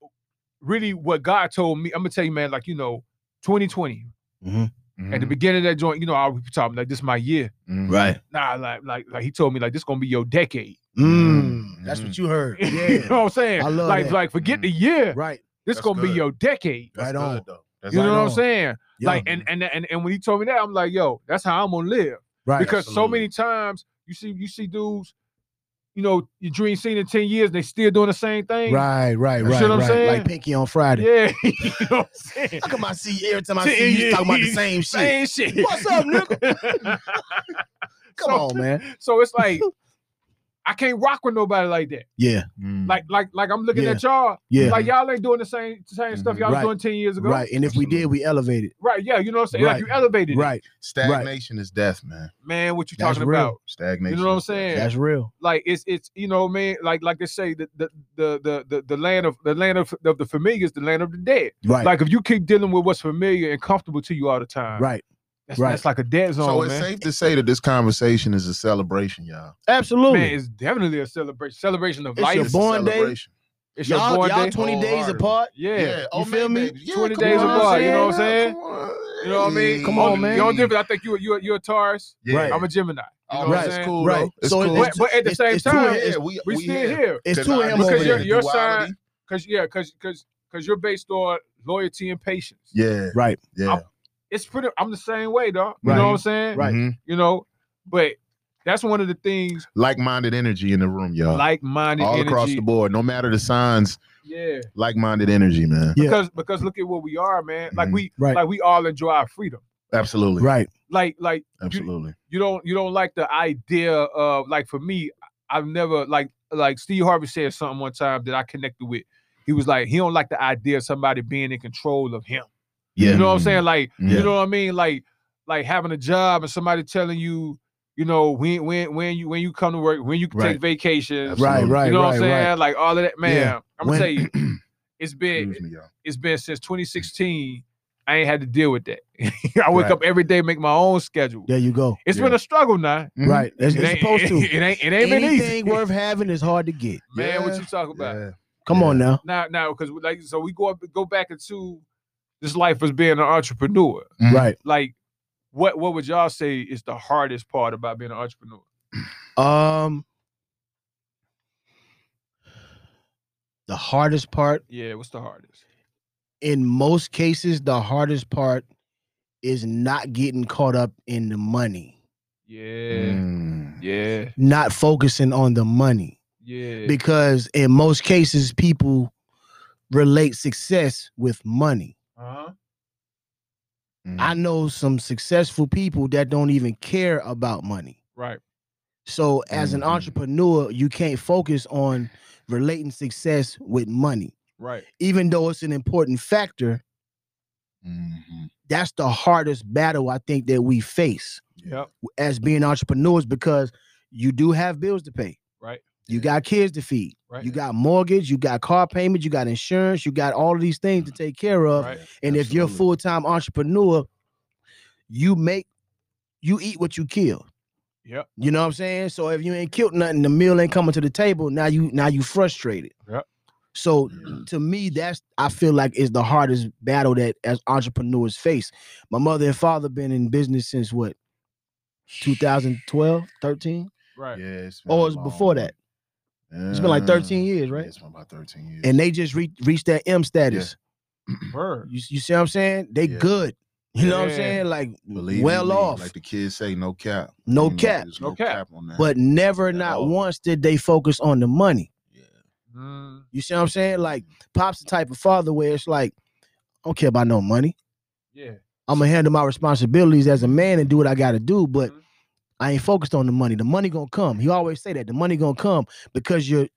S2: really what God told me, I'm gonna tell you, man, like you know, 2020 at
S3: Mm-hmm.
S2: the
S4: Mhm.
S2: beginning of that joint, you know, I was talking like this is my year
S4: Mhm.
S3: right.
S2: nah, like, like, like he told me, like, this gonna be your decade.
S3: Mm,
S4: Mm,
S3: That's
S4: mm.
S3: what
S2: Mm-hmm.
S3: you heard.
S2: you know
S3: Yeah,
S2: what I'm saying?
S3: I
S2: like,
S3: love that. Mm-hmm.
S2: like, forget the year.
S3: right.
S2: This
S4: That's
S2: gonna be
S4: good.
S2: your decade.
S3: Right
S4: That's
S3: on.
S4: good, though. That's
S2: You know
S3: right
S2: what I'm
S3: on.
S2: saying?
S3: Yeah.
S2: Like, and, and and and when he told me that, I'm like, yo, that's how I'm gonna live.
S3: right.
S2: because so
S4: absolutely.
S2: many times you see, you see dudes, you know, you dream seen in ten years, and they still doing the same thing.
S3: right, right,
S2: You
S3: right,
S2: see what I'm
S3: right.
S2: saying?
S3: Like Pinky on Friday.
S2: Yeah, you know what I'm saying?
S3: How come I see every time I
S2: See,
S3: see you, you
S2: yeah,
S3: talking about the
S2: yeah.
S3: same shit?
S2: Same shit.
S3: What's up,
S2: nigga? so,
S3: Come on, man.
S2: So it's like, I can't rock with nobody like that.
S3: Yeah,
S4: Mm.
S2: Like, like, like I'm looking
S3: Yeah.
S2: at y'all.
S3: yeah. Mm-hmm.
S2: Like y'all ain't doing the same same stuff
S4: Mhm.
S2: y'all
S3: Right.
S2: was doing ten years ago.
S3: Right. And if we did, we elevated.
S2: Right, Yeah. You know what I'm saying? Like
S3: Right.
S2: you elevated. it.
S3: Right.
S4: stagnation is death, man.
S2: Man, what you
S3: That's
S2: talking
S3: real.
S2: about?
S4: Stagnation.
S2: You know what I'm
S4: is death.
S2: saying?
S3: That's real.
S2: Like it's it's you know man like like they say the the the the the, the land of the land of, of the familiar is the land of the dead.
S3: Right.
S2: Like if you keep dealing with what's familiar and comfortable to you all the time,
S3: right.
S2: That's,
S3: Right.
S2: that's like a dead zone,
S4: So it's
S2: man.
S4: safe to say that this conversation is a celebration, y'all.
S3: Absolutely.
S2: Man, it's definitely a celebration. Celebration of
S3: It's
S2: life.
S3: your
S4: It's a
S3: born day.
S4: celebration.
S2: It's your
S3: y'all,
S2: born
S3: y'all
S2: day.
S3: 20 days
S4: Wholeheartedly.
S3: apart.
S2: Oh, yeah.
S4: Yeah. Oh,
S3: You feel
S4: man,
S3: me?
S4: baby. Yeah,
S2: 20
S4: come
S2: days
S4: on,
S2: apart, you know what I'm
S4: yeah,
S2: saying?
S4: come on.
S2: You know what I mean?
S3: Come on,
S2: Only-
S3: man.
S2: The only difference, I think you you you a Taurus.
S4: Yeah.
S3: Right.
S2: I'm a Gemini. You know
S4: Oh,
S2: what
S4: right.
S2: I'm
S4: It's
S2: saying?
S4: cool,
S3: Right.
S4: though. It's
S3: So
S4: cool.
S2: But, but at the
S3: It's-
S2: same
S3: it's two
S2: time,
S3: here.
S2: it's-
S4: we,
S2: we still here.
S3: It's two of him
S2: Because
S3: over
S2: you're-
S3: there.
S2: you're- your side- Cause yeah, cause cause cause you're based on loyalty and patience.
S4: Yeah.
S3: Right.
S4: Yeah.
S2: I'm- It's pretty. I'm the same way, dog. You
S3: Right.
S2: know what I'm saying?
S3: Right.
S4: Mhm.
S2: You know, but that's one of the things
S4: Like-minded energy in the room, y'all.
S2: like-minded
S4: All
S2: energy.
S4: across the board, no matter the signs,
S2: Yeah.
S4: like-minded energy, man.
S3: Yeah. Mm-hmm.
S2: Because because look at what we are, man. Like
S4: Mhm.
S2: we
S3: Right.
S2: like we all enjoy our freedom.
S4: Absolutely.
S3: Right.
S2: Like like
S4: Absolutely.
S2: you don't you don't like the idea of like for me, I've never like like Steve Harvey said something one time that I connected with. He was like, he don't like the idea of somebody being in control of him.
S4: Yeah. Mm-hmm.
S2: You know what I'm
S3: Mm-hmm.
S2: saying? Like,
S4: Yeah.
S2: you know what I mean? Like, like having a job and somebody telling you, you know, when when when you when you come to work, when you can
S4: Right.
S2: take vacations.
S4: Absolutely.
S3: Right. Right.
S2: you know
S3: right.
S2: what I'm saying?
S3: Right.
S2: Like all of that, man. I'm gonna
S3: When-
S2: tell you, it's been
S4: Excuse me, y'all.
S2: it's been since 2016. I ain't had to deal with that. I wake
S4: Right.
S2: up every day, make my own schedule.
S3: There you go.
S2: It's
S4: Yeah.
S2: been a struggle now.
S4: Mhm.
S3: Right. It's,
S2: It
S3: it's
S2: ain't-
S3: supposed to.
S2: It ain't. It ain't been easy.
S3: Anything worth having is hard to get.
S2: Man, what
S4: Yeah.
S2: you talking about?
S4: Yeah.
S3: Come on now.
S2: Now, now, because like, so we go up, go back into this life as being an entrepreneur.
S4: Mhm.
S3: Right.
S2: Like, what what would y'all say is the hardest part about being an entrepreneur?
S3: Um the hardest part
S2: Yeah, what's the hardest?
S3: in most cases the hardest part is not getting caught up in the money.
S2: Yeah,
S4: Mm.
S2: yeah,
S3: Not focusing on the money
S2: yeah.
S3: because in most cases people relate success with money.
S2: uh-huh.
S4: Mm.
S3: I
S2: Mm-hmm.
S3: know some successful people that don't even care about money.
S2: Right.
S3: So as an
S2: Mm-hmm.
S4: Mhm.
S3: entrepreneur, you can't focus on relating success with money.
S2: Right.
S3: Even though it's an important factor,
S4: Mhm.
S3: that's the hardest battle I think that we face
S2: Yep.
S3: w- as being entrepreneurs because you do have bills to pay.
S2: Right.
S3: You got kids to feed.
S2: Right.
S3: You got mortgage, you got car payments, you got insurance, you got all of these things to take care of.
S2: Right.
S3: And if you're a
S4: Absolutely.
S3: full-time entrepreneur, you make you eat what you kill.
S2: Yep.
S3: You know what I'm saying? So if you ain't killed nothing, the meal ain't coming to the table. Now you now you frustrated.
S2: Yep.
S3: So to me, that's I feel like is the hardest battle that as entrepreneurs face. My mother and father been in business since what 2012, 13?
S2: Right.
S4: Yeah, it's been
S3: Oh,
S4: a
S3: it's
S4: long
S3: before
S4: time.
S3: that. It's been like 13
S4: Yeah.
S3: years, right?
S4: It's been about 13 years.
S3: And they just re- reached that M status.
S2: Word.
S3: You, you see what I'm saying? They
S4: Yeah.
S3: good. You know what I'm
S2: Yeah.
S3: saying? Like
S4: Believe
S3: well
S4: me, Lee,
S3: off.
S4: Like the kids say, no cap.
S3: No
S4: You know,
S3: cap.
S4: there's
S2: No
S4: No,
S2: cap.
S4: cap. on that.
S3: but never
S4: At
S3: not
S4: all.
S3: once did they focus on the money.
S4: yeah.
S2: Mm,
S3: You see what I'm saying? Like Pop's the type of father where it's like, I don't care about no money.
S2: yeah.
S3: I'm gonna handle my responsibilities as a man and do what I gotta do, but
S2: Mhm.
S3: I ain't focused on the money. The money gonna come. He always say that the money gonna come because you're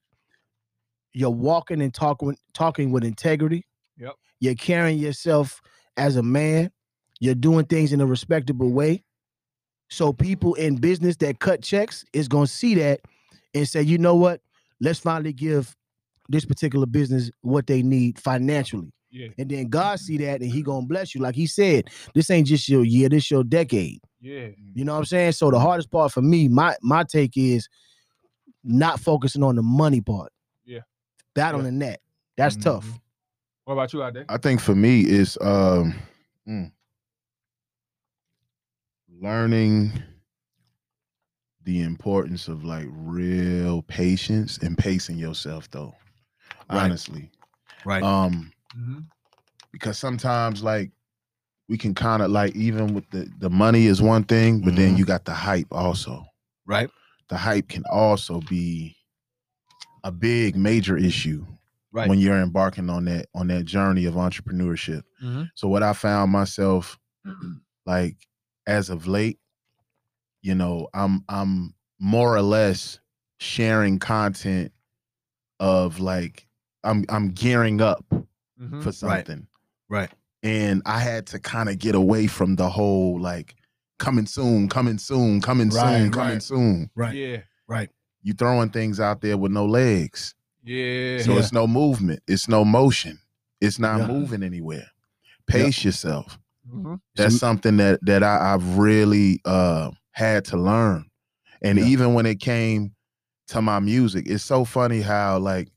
S3: you're walking and talking talking with integrity.
S2: Yep.
S3: You're carrying yourself as a man. You're doing things in a respectable way. So people in business that cut checks is gonna see that and say, you know what? Let's finally give this particular business what they need financially.
S2: Yeah.
S3: And then God see that and he gonna bless you. Like he said, this ain't just your year, this your decade.
S2: Yeah.
S3: You know what I'm saying? So the hardest part for me, my my take is not focusing on the money part.
S2: Yeah. Mm-hmm.
S3: Battling that. That's tough. Uh,
S4: Mhm.
S2: What about you out there?
S4: I think for me, it's um, mm, learning the importance of like real patience and pacing yourself, though.
S3: Right.
S4: Honestly,
S3: Right.
S4: um,
S2: Mm-hmm.
S4: because sometimes like we can kind of like even with the the money is one thing, but then
S3: Mhm.
S4: you got the hype also.
S3: Right.
S4: The hype can also be a big major issue
S3: Right.
S4: when you're embarking on that on that journey of entrepreneurship.
S3: Mm-hmm.
S2: Mhm.
S4: So what I found myself like as of late, you know, I'm I'm more or less sharing content of like I'm I'm gearing up
S2: Mm-hmm.
S4: for something.
S3: Hmm, Right.
S4: And I had to kind of get away from the whole like coming soon, coming soon, coming soon,
S3: Right,
S4: coming
S2: right.
S4: soon.
S3: Right.
S2: Yeah.
S3: Right.
S4: You throwing things out there with no legs.
S2: Yeah.
S4: So
S3: Yeah.
S4: it's no movement. It's no motion. It's not
S3: Yeah.
S4: moving anywhere.
S3: Yeah.
S4: Pace yourself.
S2: Mhm.
S4: that's something that that I, I've really uh, had to learn. And
S2: Yeah.
S4: even when it came to my music, it's so funny how like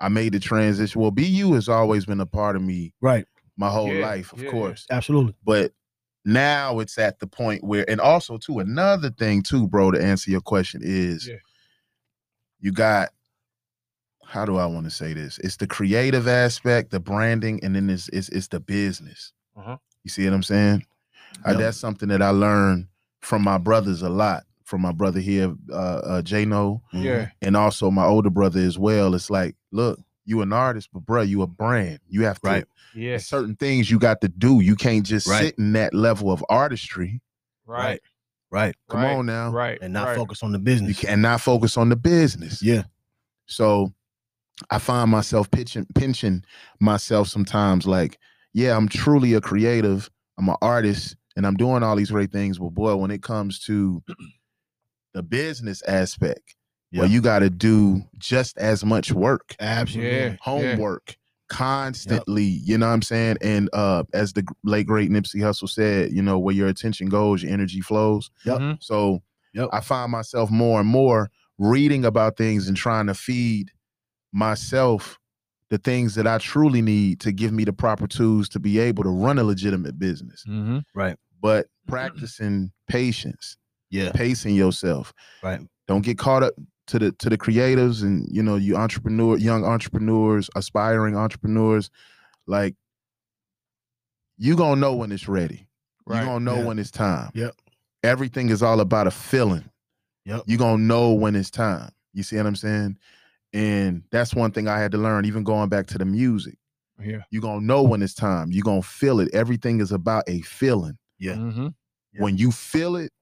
S4: I made the transition. Well, BU has always been a part of me
S3: Right.
S4: my whole
S2: Yeah,
S4: life, of
S2: yeah.
S4: course.
S3: Absolutely.
S4: But now it's at the point where, and also too, another thing too, bro, to answer your question is
S2: Yeah.
S4: you got how do I want to say this? It's the creative aspect, the branding, and then it's it's, it's the business.
S2: Uh-huh.
S4: You see what I'm saying? Uh,
S2: Yeah.
S4: that's something that I learned from my brothers a lot. From my brother here, uh, uh Jano,
S3: Mm.
S2: Yeah.
S4: and also my older brother as well. It's like, look, you an artist, but bruh, you a brand. You have to
S3: Right.
S2: Yeah.
S4: there's certain things you got to do. You can't just
S3: Right.
S4: sit in that level of artistry.
S2: Right.
S3: Right.
S4: Come
S2: Right,
S4: on now.
S2: Right.
S3: And not
S2: right.
S3: focus on the
S4: You
S3: business.
S4: can, and not focus on the business.
S3: Yeah.
S4: So I find myself pitching, pinching myself sometimes like, yeah, I'm truly a creative. I'm an artist and I'm doing all these great things. But boy, when it comes to the business aspect, well,
S3: Yeah.
S4: you got to do just as much work.
S3: Absolutely.
S2: Yeah.
S4: homework constantly you know what i'm saying and uh as the gr- late great nipsey Hussle said you know where your attention goes your energy flows
S3: Yep.
S2: Mhm.
S4: so
S3: Yep.
S4: i find myself more and more reading about things and trying to feed myself the things that i truly need to give me the proper tools to be able to run a legitimate business
S2: Mhm.
S4: but practicing patience
S3: Yeah.
S4: pacing yourself
S3: Right.
S4: don't get caught up to the to the creatives and you know you entrepreneur young entrepreneurs aspiring entrepreneurs like you gonna know when it's ready
S2: Right.
S4: you gonna know
S3: Yeah.
S4: when it's time
S3: Yep.
S4: everything is all about a feeling
S3: Yep.
S4: you gonna know when it's time you see what i'm saying and that's one thing i had to learn even going back to the music
S2: Yeah.
S4: you gonna know when it's time you gonna feel it everything is about a feeling
S3: Yeah.
S2: Mhm.
S3: Yeah.
S4: when you feel it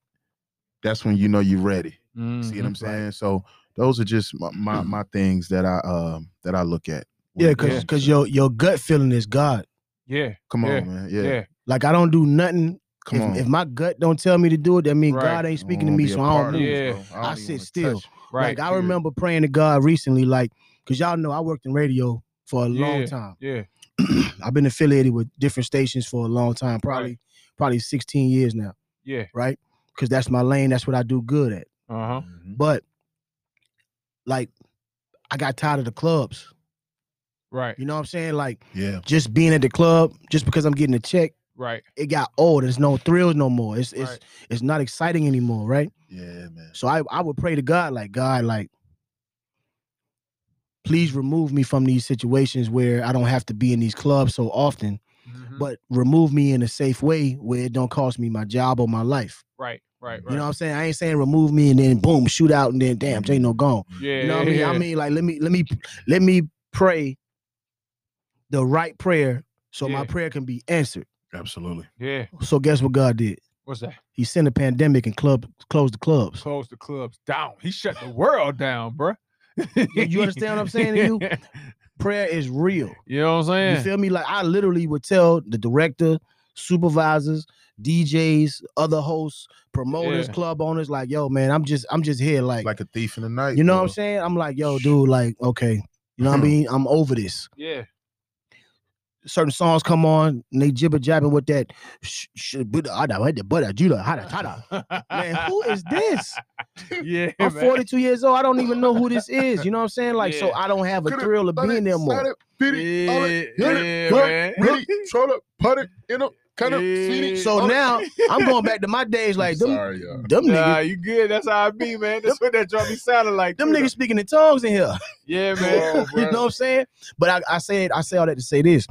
S4: that's when you know you're ready See what I'm
S2: Mhm.
S4: saying? So those are just my,
S2: Mm.
S4: my, my things that I um that I look at. when
S3: Yeah,
S4: it
S3: cause
S2: Yeah.
S4: comes
S3: cause
S4: to-
S3: your your gut feeling is God.
S2: Yeah.
S4: come
S2: yeah,
S4: on, man. Yeah,
S2: Yeah.
S3: Like I don't do nothing.
S4: come
S3: if,
S4: on.
S3: if my gut don't tell me to do it, that means
S2: Right.
S3: God ain't
S4: I
S3: speaking to
S4: wanna
S3: me,
S4: be a
S3: so I
S4: part
S3: don't
S4: of
S3: move.
S4: it,
S2: Yeah.
S3: I
S4: bro. don't
S3: sit
S4: even wanna
S3: still.
S4: touch it.
S2: Right.
S3: Like I
S4: period.
S3: remember praying to God recently, like because y'all know I worked in radio for a long time.
S2: yeah.
S3: I've been affiliated with different stations for a long time, probably probably 16 years now,
S2: Yeah.
S3: right? Because that's my lane. That's what I do good at.
S2: Uh huh.
S4: Mm-hmm.
S3: But like, I got tired of the clubs.
S2: Right.
S3: You know what I'm saying? Like,
S4: Yeah,
S3: just being at the club, just because I'm getting a check,
S2: Right.
S3: it got old. There's no thrills no more. It's it's
S2: Right.
S3: it's not exciting anymore, right?
S4: yeah, man.
S3: So I, I would pray to God, like, God, like, please remove me from these situations where I don't have to be in these clubs so often,
S2: Mhm.
S3: but remove me in a safe way where it don't cost me my job or my life.
S2: Right. Right. Right.
S3: You know what I'm saying? I ain't saying remove me and then boom, shoot out and then damn, Jay no gone.
S2: Mm-hmm. yeah.
S3: You know what
S2: yeah,
S3: I mean? I
S2: yeah.
S3: mean, like, let me, let me, let me pray the right prayer so
S2: Yeah.
S3: my prayer can be answered.
S4: Absolutely.
S2: Yeah.
S3: So guess what God did?
S2: What's that?
S3: He sent a pandemic and club closed the clubs.
S2: Close the clubs down. He shut the world down, bruh.
S3: you understand what I'm saying to you? Prayer is real.
S2: You know what I'm saying?
S3: You feel me? Like I literally would tell the director, supervisors, DJs, other hosts, promoters,
S2: Yeah.
S3: club owners, like, yo, man, I'm just, I'm just here, like,
S4: Like a thief in the night.
S3: you know what I'm
S4: bro.
S3: saying? I'm like, yo, dude, like, okay, you know what I
S4: Hmm.
S3: mean? I'm over this.
S2: yeah.
S3: Certain songs come on, and they jibber jabbing with that. sh- sh- buda, ada, ada, buda, juda, hada, tada. Man, who is this?
S2: Yeah.
S3: I'm
S2: man.
S3: 42 years old. I don't even know who this is. You know what I'm saying? Like, so
S2: Yeah.
S3: I don't have a
S4: Coulda
S3: thrill of
S4: Thought
S3: being
S4: it,
S3: there
S4: thought
S3: more.
S4: it, beat it, all it, hit
S2: Yeah,
S4: it, go,
S2: man.
S4: ready, showed up, put it, you know, kind of seen it.
S2: Yeah.
S3: So
S4: all it.
S3: now I'm going back to my days like them,
S4: Sorry, y'all.
S3: them niggas
S2: Nah, you good. That's how I be, man. That's what that drum be sounding like.
S3: them
S2: too, though.
S3: niggas speaking in tongues in here.
S2: Yeah, man.
S3: you know what I'm saying? But I, I said I say all that to say this.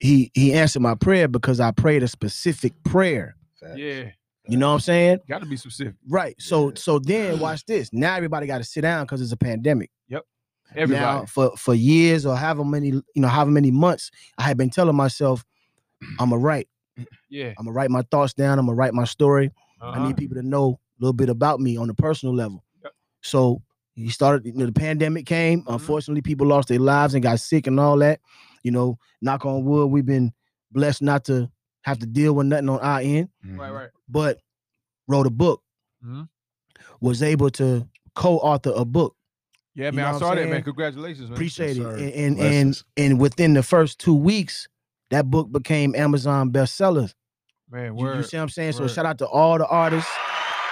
S3: He he answered my prayer because I prayed a specific prayer.
S2: yeah.
S3: You know what I'm saying?
S2: Got to be specific.
S3: Right. So
S4: Yeah.
S3: so then watch this. Now everybody got to sit down because it's a pandemic.
S2: Everybody.
S3: Now for for years or however many you know however many months I had been telling myself I'm gonna write.
S2: yeah.
S3: I'm gonna write my thoughts down. I'm gonna write my story. I
S2: Uh-huh.
S3: need people to know a little bit about me on a personal level. So he started, you know, the pandemic came.
S4: Mm-hmm.
S3: Unfortunately, people lost their lives and got sick and all that. You know, knock on wood, we've been blessed not to have to deal with nothing on our end,
S2: right, right.
S3: but wrote a book,
S4: Mm-hmm.
S2: Mhm.
S3: was able to co-author a book.
S2: Yeah, man.
S3: know what
S2: I
S3: I'm
S2: saw that, man.
S3: saying?
S2: Congratulations, man.
S3: Appreciate it.
S4: sir.
S3: And and, and
S4: Blessings.
S3: and within the first two weeks, that book became Amazon bestsellers.
S2: Man,
S3: You,
S2: word.
S3: you see what I'm saying? So
S2: word.
S3: shout out to all the artists,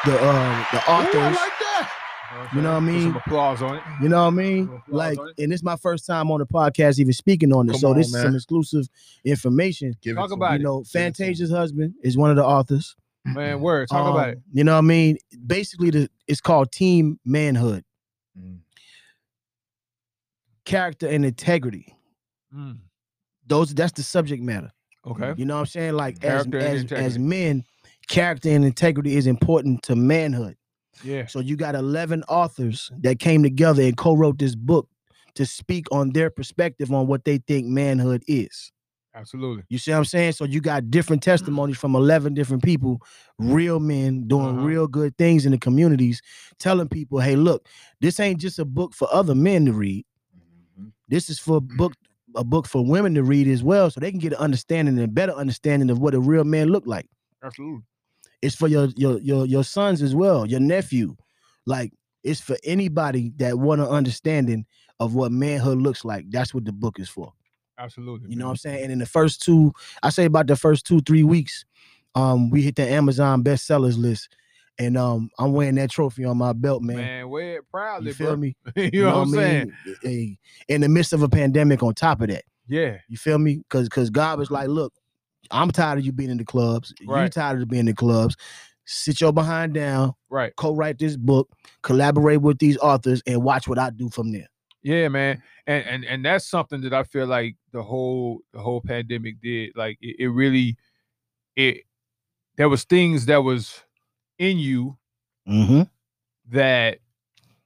S3: the uh, the
S4: Ooh, I
S3: authors.
S4: like that.
S2: Okay,
S3: you know what I
S2: put
S3: mean?
S2: Some applause on it.
S3: You know what I mean?
S2: Some applause
S3: Like,
S2: on it.
S3: and this is my first time on the podcast even speaking on this.
S4: Come
S3: so
S4: on,
S3: this is
S4: man.
S3: some exclusive information.
S4: Give
S2: Talk
S4: to
S2: about
S4: me.
S3: You
S2: it.
S3: know,
S4: Give it to me.
S3: Fantasia's husband is one of the authors.
S2: Man, word. Talk
S3: Um,
S2: about it.
S3: You know what I mean? Basically, the, it's called Team Manhood,
S4: Mm.
S3: character and integrity.
S2: Mm,
S3: Um, Those that's the subject matter.
S2: Okay.
S3: You know what I'm saying? Like as
S2: Character and
S3: as, as
S2: integrity.
S3: men, character and integrity is important to manhood.
S2: Yeah.
S3: So you got 11 authors that came together and co-wrote this book to speak on their perspective on what they think manhood is.
S2: Absolutely.
S3: You see what I'm saying? So you got different testimonies from 11 different people, real men doing
S2: Uh-huh.
S3: real good things in the communities, telling people, "Hey, look, this ain't just a book for other men to read.
S4: Mhm.
S3: This is for book a book for women to read as well, so they can get an understanding and better understanding of what a real man look like.
S2: Absolutely.
S3: It's for your your your your sons as well, your nephew. Like it's for anybody that want an understanding of what manhood looks like. That's what the book is for."
S2: Absolutely.
S3: You know
S2: man.
S3: what I'm saying? And in the first two, I say about the first two, three weeks, um, we hit the Amazon bestsellers list. And um, I'm wearing that trophy on my belt, man.
S2: Man, wear it proudly,
S3: you feel
S2: bro.
S3: me?
S2: you know, what I'm
S3: I
S2: saying?
S3: mean? Eh, In the midst of a pandemic, on top of that,
S2: Yeah.
S3: you feel me? Cause cause God was like, look, I'm tired of you being in the clubs. You
S2: Right.
S3: tired of being in the clubs. Sit your behind down,
S2: Right.
S3: co-write this book, collaborate with these authors, and watch what I do from there.
S2: Yeah, man, and and and that's something that I feel like the whole the whole pandemic did. Like it, it really, it there was things that was in you
S3: Mm-hmm.
S2: that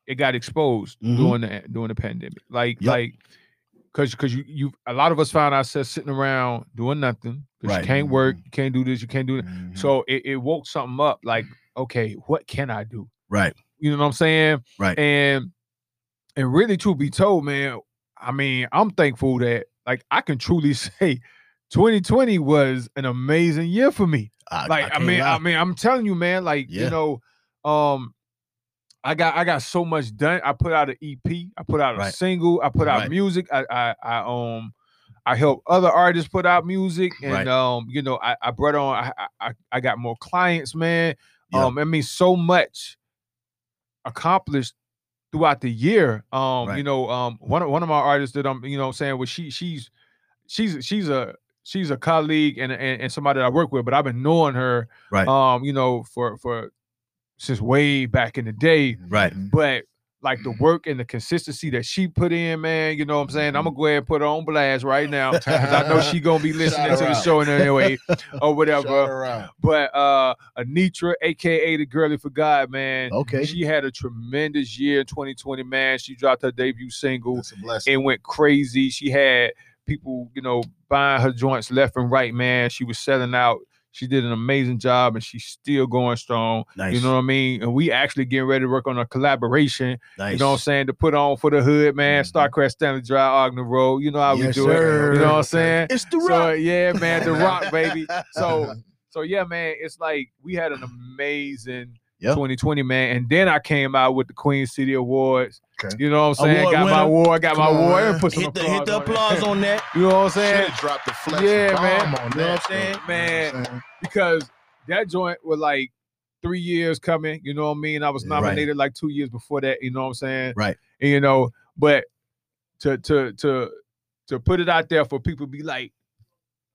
S2: it got exposed
S3: Mhm.
S2: during the during the pandemic. Like
S3: Yep.
S2: like because because you you a lot of us found ourselves sitting around doing nothing because
S4: Right.
S2: you can't work, you can't do this, you can't do that.
S4: Mhm.
S2: So it, it woke something up. Like okay, what can I do?
S3: Right.
S2: You know what I'm saying?
S3: Right.
S2: And and really, truth be told, man, I mean, I'm thankful that like I can truly say 2020 was an amazing year for me. Like I,
S3: can't
S2: mean,
S3: lie.
S2: I mean, I'm telling you, man, like,
S3: Yeah.
S2: you know, um, I got I got so much done. I put out an EP, I put out a
S3: Right.
S2: single, I put out
S3: Right.
S2: music, I I, I um I help other artists put out music, and
S3: Right.
S2: um, you know, I, I brought on, I, I- I, I got more clients, man.
S3: Yeah.
S2: Um, I mean, so much accomplished throughout the year. Um,
S3: Right.
S2: you know, um, one of one of my artists that I'm, you know, what I'm saying, was she, she's, she's, she's a, she's a colleague and, and and somebody that I work with, but I've been knowing her,
S3: Right.
S2: um, you know, for for since way back in the day
S3: right.
S4: Mm-hmm.
S2: but like the work and the consistency that she put in, man, you know what I'm saying? I'm gonna go ahead and put her on blast right now. 'cause I know she gonna be
S4: Mm-hmm.
S2: listening
S4: Shout
S2: to
S4: her
S2: the
S4: out.
S2: show anyway or
S4: Shout
S2: whatever.
S4: her out.
S2: But uh Anitra, aka the girlie for God, man.
S3: Okay.
S2: She had a tremendous year in 2020, man. She dropped her debut single.
S4: That's a blessing.
S2: It went crazy. She had people, you know, buying her joints left and right, man. She was selling out. She did an amazing job and she's still going strong.
S3: Nice.
S2: You know what I mean? And we actually getting ready to work on a collaboration
S3: nice. Mm-hmm.
S2: you know what I'm saying? To put on for the hood, man.
S4: Mhm.
S2: Starcraft Stanley Dry Ogden Road. You know how
S3: Yes,
S2: we do it. You know what I'm
S3: sir.
S2: saying?
S3: It's the
S2: So
S3: rock.
S2: yeah, man, the rock, baby. So so yeah, man, it's like we had an amazing
S4: Yeah.
S2: 2020, man. And then I came out with the Queen City Awards.
S4: Okay.
S2: You know what I'm saying?
S3: Award
S2: got my
S3: winner.
S2: award, got
S4: Come
S2: my
S4: on,
S2: award.
S4: man.
S2: Everybody Put some
S3: hit the hit the
S2: applause
S3: applause
S2: on
S3: on that.
S2: that. You know what I'm saying?
S4: Should've dropped the flex
S2: Yeah,
S4: bomb
S2: man.
S4: on
S3: You know
S4: that,
S3: what I'm saying?
S4: bro.
S2: Man.
S4: You know what I'm saying?
S2: because that joint was like three years coming. You know what I mean? I was
S4: Yeah. Right.
S2: nominated like two years before that. You know what I'm saying?
S3: Right.
S2: And, you know, but to to to to put it out there for people to be like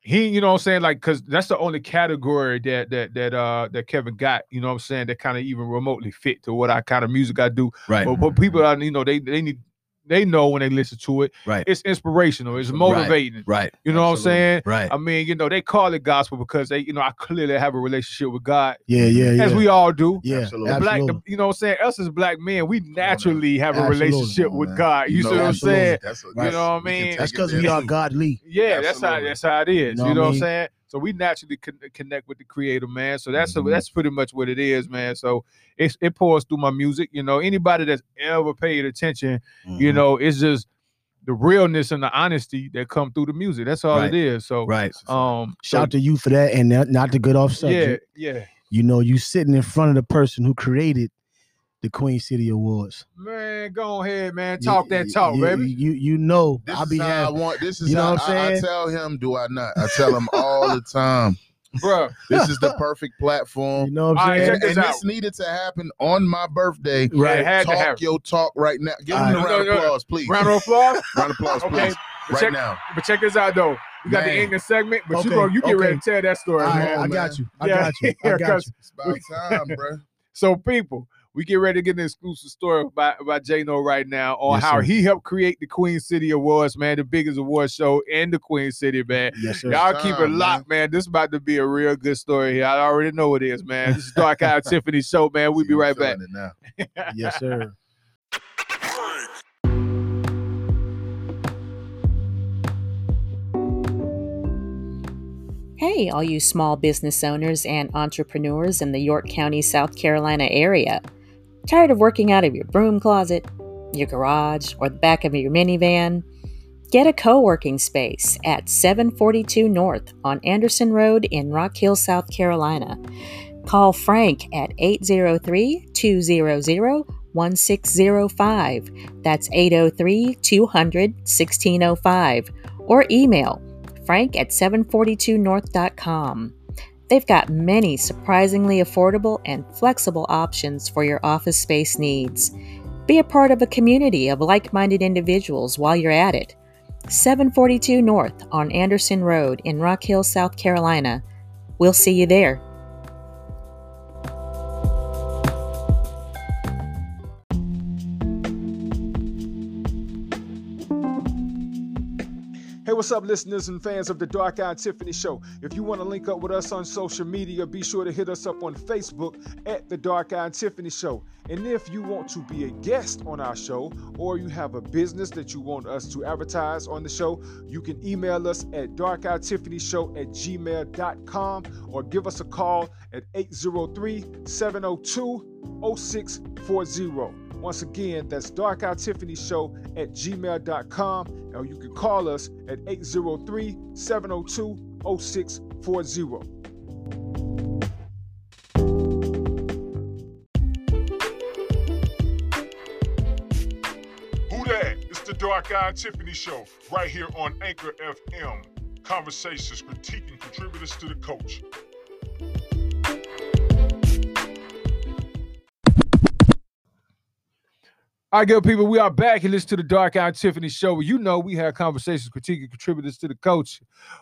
S2: he, you know what I'm saying? Like, cause that's the only category that that that uh that Kevin got. You know what I'm saying? That kind of even remotely fit to what I kind of music I do.
S3: Right.
S2: But what people are, you know, they they need. They know when they listen to it.
S3: Right.
S2: It's inspirational. It's
S4: Absolutely.
S3: Right.
S2: motivating.
S3: Right.
S2: You know what
S4: Absolutely.
S2: I'm saying?
S3: Right.
S2: I mean, you know, they call it gospel because they, you know, I clearly have a relationship with God,
S3: Yeah, yeah, yeah.
S2: as we all do.
S3: yeah,
S4: Absolutely.
S2: The Black,
S3: absolutely.
S2: the- you know what I'm saying? Us as black men, we naturally have a
S3: Absolutely.
S2: relationship
S4: Come on,
S2: with
S4: man.
S2: God. You,
S4: know
S2: see what I'm
S4: absolutely.
S2: saying?
S4: That's a-
S2: You know what I
S4: we can
S2: mean?
S4: take
S3: That's
S4: it
S3: because
S4: there
S3: we are
S4: too.
S3: godly.
S2: Yeah, that's how
S4: Absolutely.
S2: that's how it is.
S3: know
S2: You know,
S3: what I
S2: what I'm
S3: mean?
S2: saying? So we naturally con- connect with the creator, man. So that's
S3: Mm-hmm.
S4: Mhm.
S2: that's pretty much what it is, man. So it's it pours through my music. You know, anybody that's ever paid attention
S3: Mm-hmm.
S2: you know it's just the realness and the honesty that come through the music that's all
S3: Right.
S2: it is so
S3: Right.
S2: um so-
S3: Shout to you for that, and not, not to get off
S2: yeah
S3: subject.
S2: yeah
S3: You know, you sitting in front of the person who created the Queen City Awards.
S2: man go ahead man talk
S3: You-
S2: that talk
S3: you,
S2: baby
S3: You you know,
S4: This
S3: I'll
S4: is
S3: be
S4: how I
S3: happy.
S4: want. This is
S3: You know
S4: how
S3: what I'm
S4: I- I,
S3: saying?
S4: tell him. Do I not? I tell him all the time.
S2: Bruh.
S4: This is the perfect platform.
S3: You know what
S2: All
S3: I'm
S2: right,
S3: saying?
S2: check
S4: And,
S2: this
S4: and this
S2: out.
S4: needed to happen on my birthday.
S2: Right. It had to happen.
S4: Talk your talk right now. Give him a
S2: All right.
S4: round of
S2: No, no, no.
S4: applause, please.
S2: Round of applause.
S4: Round of applause,
S2: Okay.
S4: please. Right
S2: Check-
S4: now.
S2: But check this out though. We got
S4: Man.
S2: the ending segment, but
S3: Okay,
S2: you bro, you get
S3: okay.
S2: ready to tell that story.
S3: All
S4: Come
S3: right,
S4: on,
S3: I
S4: man.
S3: got you. I
S2: Yeah,
S3: got you. I
S2: yeah,
S3: got you.
S4: It's about time, bro.
S2: So, people, we get ready to get an exclusive story by, by J-No right now on
S3: Yes,
S2: how
S3: sir.
S2: he helped create the Queen City Awards, man, the biggest award show in the Queen City, man.
S3: Yes, sir.
S2: Y'all keep it
S4: time,
S2: locked, man. This is about to be a real good story here. I already know it is, man. This is Dark Eye Tiffany Show, man. We'll
S4: See,
S2: be
S4: I'm
S2: right back.
S4: feeling it now.
S3: Yes, sir.
S8: Hey, all you small business owners and entrepreneurs in the York County, South Carolina area. Tired of working out of your broom closet, your garage, or the back of your minivan? Get a co working space at 742 North on Anderson Road in Rock Hill, South Carolina. Call Frank at 803 200 1605. That's 803 200 1605. Or email frank at 742north.com. They've got many surprisingly affordable and flexible options for your office space needs. Be a part of a community of like minded individuals while you're at it. 742 North on Anderson Road in Rock Hill, South Carolina. We'll see you there.
S2: Hey, what's up, listeners and fans of the Dark Eye Tiffany Show? If you want to link up with us on social media, be sure to hit us up on Facebook at the Dark Eye Tiffany Show. And if you want to be a guest on our show, or you have a business that you want us to advertise on the show, you can email us at darkeyetiffanyshow at gmail.com or give us a call at 803 702 0640. Once again, that's Dark Eye Tiffany Show at gmail.com, or you can call us at 803 702 0640.
S1: Who that? It's the Dark Eye Tiffany Show, right here on Anchor FM. Conversations, critiquing contributors to the coach.
S2: All right, good people, we are back and listen to the Dark Eye Tiffany Show. Where you know, we have conversations, critique, and contributors to the coach.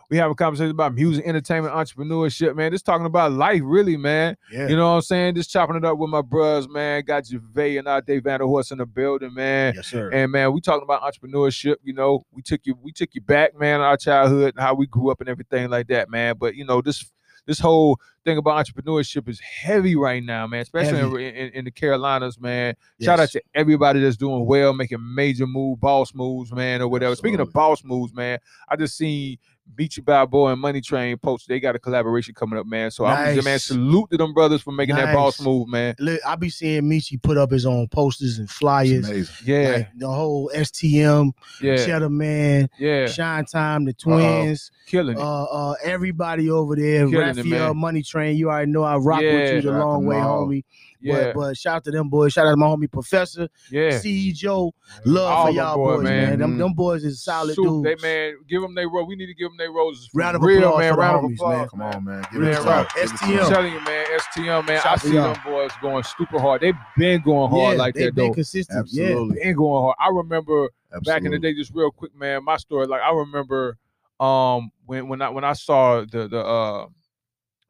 S2: We have a conversation about music, entertainment, entrepreneurship, man. Just talking about life, really, man.
S3: Yeah.
S2: You know what I'm saying? Just chopping it up with my bros, man. Got Javay and our Dave Vanderhorst in the building, man.
S3: Yes, sir.
S2: And man, we talking about entrepreneurship. You know, we took you, we took you back, man, our childhood and how we grew up and everything like that, man. But you know, this this whole thing about entrepreneurship is heavy right now, man. Especially in,
S3: Heavy.
S2: in, in the Carolinas, man. Shout out to everybody that's doing well, making major move, boss moves, man, or whatever. Speaking of
S4: Absolutely.
S2: boss moves, man, I just seen Beachy Boy and Money Train post. They got a collaboration coming up, man. So I'm just man,
S3: Nice.
S2: salute to them brothers for making that boss
S3: Nice.
S2: move, man.
S3: Look, I be seeing Michi put up his own posters and flyers.
S4: It's amazing.
S2: Yeah,
S3: Like the whole STM,
S2: yeah,
S3: Cheddar Man,
S2: yeah, Uh-huh.
S3: Shine Time, the Twins,
S2: killing it.
S3: uh, uh, everybody over there,
S2: Killing it,
S3: Raphael,
S2: man.
S3: Money Train. You already know I rock
S2: Yeah.
S3: with you the
S4: Shout out to
S3: long way,
S4: them all.
S3: homie.
S2: Yeah,
S3: But, but shout out to them boys. Shout out to my homie Professor,
S2: yeah.
S3: C. Joe. Love
S2: All
S3: for
S2: them
S3: y'all
S2: boy,
S3: boys,
S2: man.
S3: man.
S4: Mhm.
S3: Them, them boys is solid
S2: Shoot,
S3: dudes.
S2: They man, give them their rose. We need to give them their roses. for
S3: Round of
S2: real,
S3: applause
S2: man.
S3: for the
S2: round of
S3: homies, man.
S2: applause.
S4: Come on, man. Give
S2: Man,
S4: it to
S2: right.
S4: him. Give it to
S3: STM.
S2: I'm
S4: him.
S2: telling you, man, STM, man.
S3: Shout
S2: I
S3: out to
S2: see
S3: y'all.
S2: them boys going super hard. They've been going hard
S3: Yeah,
S2: like
S3: they
S2: that,
S3: been
S2: though.
S3: consistent.
S4: Absolutely.
S2: Been going hard. I remember back in the
S4: Absolutely.
S2: day, just real quick, man. My story, like I remember, um, when when I when I saw the the uh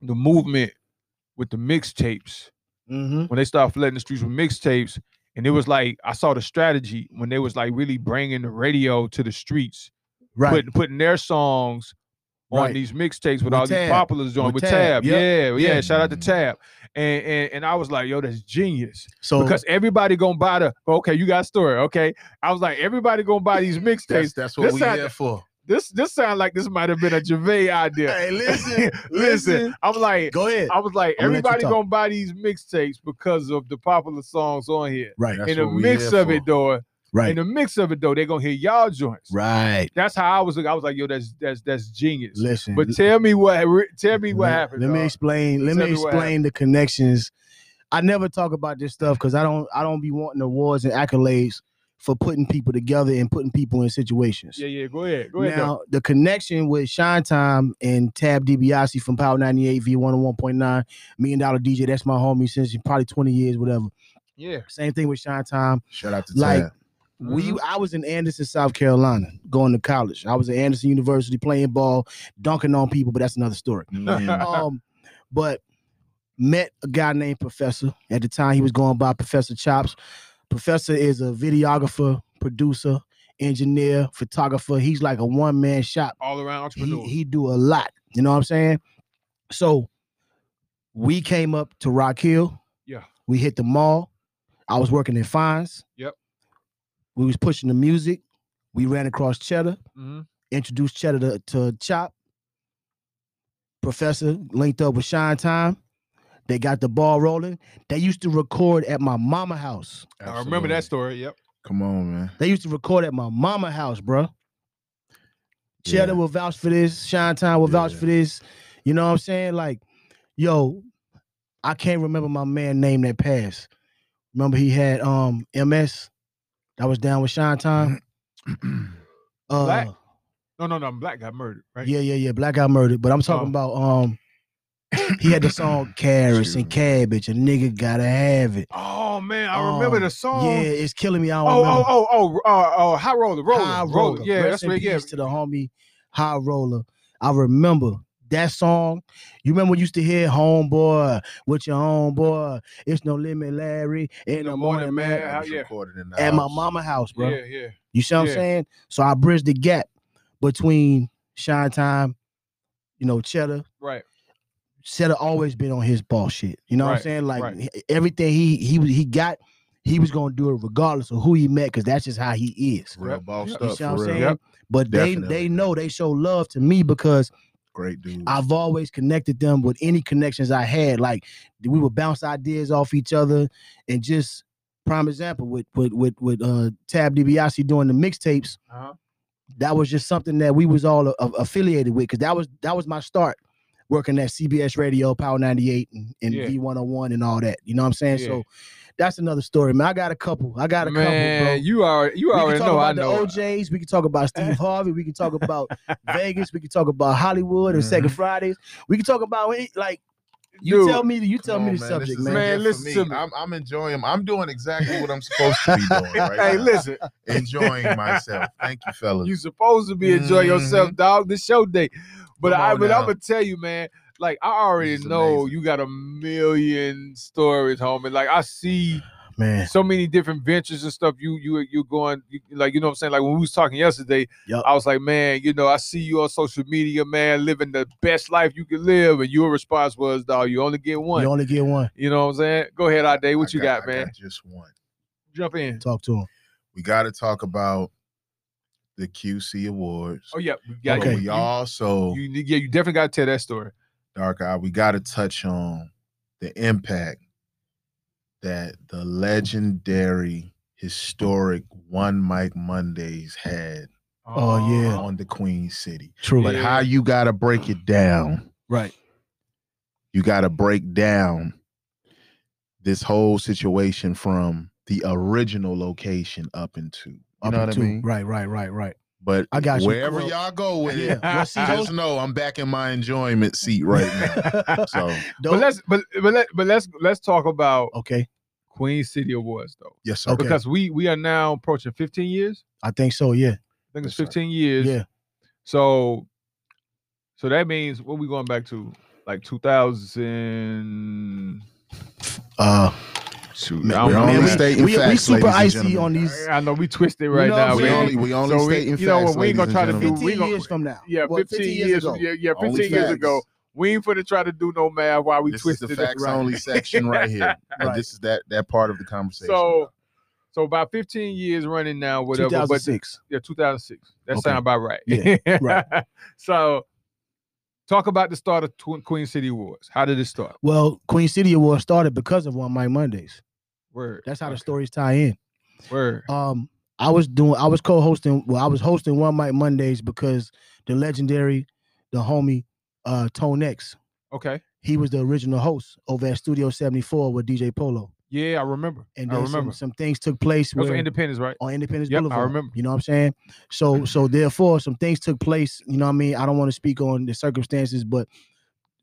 S2: the movement with the mixtapes
S3: Yeah. Mm-hmm.
S2: when they started flooding the streets with mixtapes, and it was like I saw the strategy when they was like really bringing the radio to the streets
S3: Right.
S2: putting putting their songs on
S3: Right.
S2: these mixtapes with,
S3: With
S2: all these
S3: Tab.
S2: populars doing with,
S3: With
S2: Tab.
S3: Tab,
S2: Yeah,
S3: yep,
S2: yeah,
S3: yeah.
S2: Shout out to
S4: Mhm.
S2: Tab. And, and and I was like, yo, that's genius.
S3: so
S2: because everybody gonna buy the oh, okay, you got a story. Okay. I was like, everybody gonna buy these
S4: That's,
S2: mixtapes.
S4: that's
S2: This
S4: what we
S2: side-
S4: here for.
S2: this this sound like this might have been a Gervais idea.
S3: Hey, listen, listen.
S2: I'm like,
S3: Go ahead.
S2: I was like,
S3: I'ma let you
S2: everybody
S3: talk.
S2: gonna buy these mixtapes because of the popular songs on here.
S3: Right.
S4: That's
S2: in the
S4: what we
S2: mix
S4: here
S2: of it
S4: for.
S2: though, in
S3: Right.
S2: the mix of it though, they gonna hear y'all joints.
S3: Right.
S2: That's how I was. I was like, yo, that's that's that's genius.
S3: Listen.
S2: But tell me what re- tell me what
S3: let-
S2: happened.
S3: Let me
S2: dawg.
S3: explain. Let
S2: Tell
S3: me
S2: me what
S3: explain the connections. I never talk about this stuff because I don't I don't be wanting awards and accolades for putting people together and putting people in situations.
S2: Yeah, yeah. Go ahead. Go ahead.
S3: now,
S2: though.
S3: the connection with Shine Time and Tab DiBiase from Power 98 V101.9 Million Dollar DJ, that's my homie since probably 20 years, whatever.
S2: Yeah.
S3: Same thing with Shine Time.
S4: Shout out to
S3: Like,
S4: Tab.
S3: We I was in Anderson, South Carolina, going to college. I was at Anderson University playing ball, dunking on people, but that's another story.
S4: Mhm.
S3: Um, but met a guy named Professor. At the time, he was going by Professor Chops. Professor is a videographer, producer, engineer, photographer. He's like a one man shop
S2: all around entrepreneur.
S3: he, he do a lot. You know what I'm saying? So we came up to Rock Hill.
S2: Yeah.
S3: We hit the mall. I was working in fines.
S2: Yep.
S3: We was pushing the music. We ran across Cheddar,
S2: Mhm.
S3: introduced Cheddar to, to Chop. Professor linked up with Shine Time. They got the ball rolling. They used to record at my mama house.
S2: I remember that
S4: Absolutely.
S2: story. Yep.
S4: Come on, man.
S3: They used to record at my mama house, bruh. Cheddar
S4: Yeah.
S3: will vouch for this. Shine Time will vouch
S4: Yeah.
S3: for this. You know what I'm saying? Like, yo, I can't remember my man name that passed. Remember he had um MS that was down with Shine Time. Uh,
S2: Mm-hmm. Black, No, no, no. Black got murdered, right?
S3: Yeah, yeah, yeah. Black got murdered, but I'm
S2: Oh.
S3: talking about um. He had the song "Carrots
S4: Excuse me.
S3: and Cabbage." A nigga gotta have it.
S2: Oh man, I remember
S3: Um,
S2: the song.
S3: Yeah, it's killing me. I don't
S2: Oh,
S3: remember.
S2: oh, oh, oh, oh, oh, high roller, roller,
S3: High
S2: roller.
S3: Roller.
S2: Yeah,
S3: Rest
S2: that's
S3: in
S2: what. Yeah,
S3: peace to the homie High Roller. I remember that song. You remember when you used to hear Homeboy with your homeboy. It's no limit, Larry. In, the, morning, man.
S2: Yeah,
S4: was
S2: yeah.
S4: recorded in the
S3: At my
S4: house.
S3: mama house, bro.
S2: yeah, yeah.
S3: You see what
S2: Yeah.
S3: I'm saying? So I bridged the gap between Shine Time, you know, Cheddar.
S2: Right.
S3: Cheddar always been on his ball shit. You know what
S2: Right,
S3: I'm saying? Like
S2: right.
S3: he- everything he he was- he got, he was gonna do it regardless of who he met, because that's just how he is.
S4: Real bossed
S3: You
S4: up,
S3: see what I'm
S4: for real.
S3: saying? But they
S4: Definitely.
S3: they know they show love to me because
S4: Great dude.
S3: I've always connected them with any connections I had. Like we would bounce ideas off each other and just prime example with with with, with uh Tab DiBiase doing the mixtapes.
S2: Uh-huh.
S3: That was just something that we was all a- a- affiliated with because that was that was my start working at CBS Radio, Power 98 and, and
S2: Yeah.
S3: V101 and all that. You know what I'm saying?
S2: Yeah.
S3: So that's another story, man. I got a couple. I got a
S2: Man,
S3: couple, bro
S2: you are you
S3: we
S2: already
S3: can talk
S2: know.
S3: about
S2: I know.
S3: the OJs. We can talk about Steve Harvey. We can talk about Vegas. We can talk about Hollywood and Second Fridays. We can talk about it. Like you
S2: Dude,
S3: tell me, you tell
S4: Come
S3: me
S4: on,
S3: the
S4: man, this
S3: subject,
S4: is
S3: man.
S4: a
S2: Man,
S4: gift for
S2: listen to me.
S4: I'm, I'm enjoying. I'm doing exactly what I'm supposed to be doing. Right
S2: hey,
S4: now.
S2: listen,
S4: enjoying myself. Thank you, fellas.
S2: you supposed to be enjoying yourself, dog. This show day. But
S4: Mm-hmm. Come
S2: I
S4: on
S2: but
S4: now.
S2: I'm gonna tell you, man, like I already
S4: This is
S2: know
S4: amazing.
S2: you got a million stories, homie. Like I see
S3: Man,
S2: so many different ventures and stuff you you you going you, like you know what I'm saying like when we was talking yesterday
S3: Yup.
S2: I was like man you know I see you on social media man living the best life you can live and your response was dog you only get one
S3: you
S2: you,
S3: only get one.
S2: know what I'm saying go ahead Ade what
S4: I
S2: you got,
S4: I
S2: man
S4: just one.
S2: jump in
S3: Talk to him.
S4: We got to talk about the QC Awards.
S2: oh yeah we got
S4: But
S3: Okay.
S4: We
S2: you,
S4: also
S2: you, you- yeah you definitely got to tell that story
S4: Dark Eye. We got to touch on the impact that the legendary, historic One Mike Mondays had
S3: Oh, yeah.
S4: on the Queen City.
S3: True,
S4: But how you got to break it down?
S3: right?
S4: you got to break down this whole situation from the original location up into. You
S3: Up
S4: know
S3: and
S4: what
S3: two.
S4: I mean?
S3: Right, right, right, right.
S4: But
S3: I got you.
S4: wherever
S3: Well,
S4: y'all go with
S3: Yeah,
S4: it,
S3: Well, see,
S4: just know I'm back in my enjoyment seat right now.
S3: those-
S4: So
S2: but
S3: those-
S2: let's but but, let, but let's let's talk about
S3: okay,
S2: Queen City Awards though
S4: yes, sir.
S3: Okay.
S2: because we we are now approaching 15 years
S3: I think so. Yeah,
S2: I think it's
S4: That's right.
S2: 15 years
S3: yeah.
S2: So, so that means what we going back to, like 2000.
S3: Uh,
S2: Shoot,
S4: Man,
S2: I
S4: we're
S2: don't
S4: only
S2: know.
S3: we,
S2: man.
S4: stating
S3: we, we
S4: facts,
S3: super
S4: ladies and
S3: icy
S4: gentlemen.
S3: on these.
S2: I know we twisted right
S3: know
S2: now,
S3: what I'm
S4: we
S2: man.
S4: only we only
S2: So we-
S4: stating
S2: you know
S4: facts,
S2: what, we ain't gonna
S4: ladies
S2: try to
S4: and
S2: do-
S4: gentlemen.
S2: we
S3: 15
S2: gonna-
S3: years from now.
S2: yeah,
S3: Well,
S2: 15, years. ago. Yeah, yeah, 15
S4: Only
S2: years
S4: facts.
S2: ago. We ain't finna try to do no math while we
S4: this is
S2: twisted
S4: the
S2: it.
S4: facts only section right here. And
S3: Right.
S4: This is that that part of the conversation.
S2: So, so about 15 years running now, whatever. But
S3: 2006.
S2: yeah, 2006. That
S3: Okay.
S2: sound about right.
S3: Yeah, right.
S2: so, talk about the start of Tw- Queen City Wars. How did it start?
S3: Well, Queen City Award started because of One Mike Mondays.
S2: Word.
S3: That's how the
S2: Okay.
S3: stories tie in.
S2: Word.
S3: Um, I was doing, I was co-hosting. Well, I was hosting One Mike Mondays because the legendary, the homie, uh, Tone X,
S2: Okay.
S3: he was the original host over at Studio Seventy Four with DJ Polo.
S2: Yeah, I remember.
S3: And
S2: I
S3: then some,
S2: remember.
S3: some things took place
S2: Those
S3: where
S2: were independents, right?
S3: on Independence
S2: Yep, I
S3: Boulevard.
S2: remember.
S3: You know what I'm saying? So so therefore some things took place, you know what I mean? I don't want to speak on the circumstances, but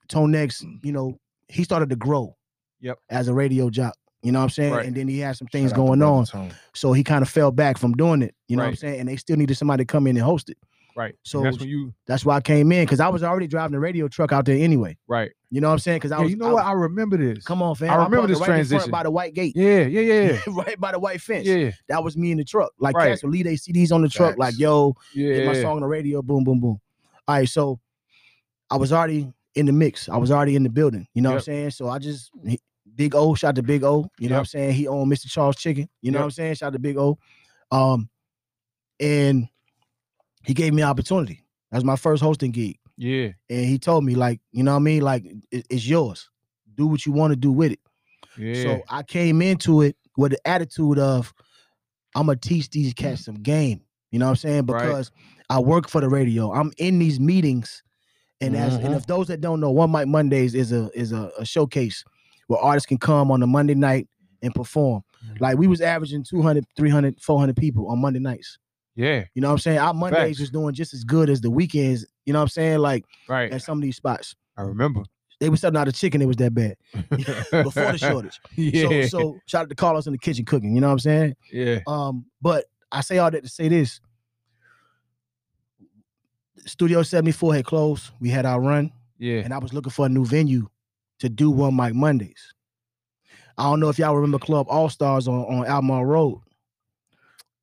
S3: Tonex, you know, he started to grow.
S2: Yep.
S3: As a radio jock. You know what I'm saying?
S2: Right.
S3: And then he had some
S4: Shout
S3: things
S4: out to
S3: going
S4: Brother
S3: on.
S4: Tone.
S3: So he kind of fell back from doing it. You know what I'm
S2: Right.
S3: saying? And they still needed somebody to come in and host it.
S2: Right. So
S3: Oh, So-
S2: that's when you
S3: That's why I came in because I was already driving the radio truck out there anyway.
S2: right.
S3: You know what I'm saying? Because I
S2: Yeah,
S3: was
S2: you know
S3: I
S2: what?
S3: was-
S2: I remember this.
S3: come on, fam.
S2: I remember
S3: parked
S2: this
S3: right in front
S2: transition.
S3: by the white gate.
S2: Yeah, yeah, yeah,
S3: right by the white fence.
S2: yeah,
S3: That was me in the truck. Like
S2: Right.
S3: cats would leave their CDs on the truck, like,
S4: Facts.
S3: yo,
S2: yeah.
S3: Get my song on the radio. Boom, boom, boom. All right, so I was already in the mix. I was already in the building. You know what
S2: Yep.
S3: I'm saying? So I just he- Big O shout out to Big O. You know what I'm
S2: Yep.
S3: saying? He owned Mr. Charles Chicken. You know
S2: Yep.
S3: what I'm saying? Shout out to Big O. Um, and he gave me an opportunity. That was my first hosting gig,
S2: Yeah,
S3: and he told me like, you know what I mean? Like "It- it's yours. Do what you want to do with it.
S2: yeah.
S3: So I came into it with the attitude of I'm gonna teach these cats some game. You know what I'm saying?
S2: Mm. Right.
S3: Because I work for the radio. I'm in these meetings. And as and
S2: Mm-hmm.
S7: Mhm.
S3: if those that don't know, One Mic Mondays is a is a, a showcase where artists can come on a Monday night and perform.
S2: Mm.
S3: Like we was averaging 200, 300, 400 people on Monday nights.
S2: yeah,
S3: You know what I'm saying? Our Mondays
S2: Facts.
S3: was doing just as good as the weekends. You know what I'm saying? Like
S2: right.
S3: at some of these spots.
S2: I remember
S3: They was selling out of chicken, it was that bad before the shortage.
S2: Yeah,
S3: So, so shout out to Carlos in the kitchen cooking. You know what I'm saying?
S2: yeah,
S3: Um, but I say all that to say this: Studio 74 had closed. We had our run,
S2: yeah.
S3: and I was looking for a new venue to do one mic Mondays. I don't know if y'all remember Club All Stars on on Almar Road.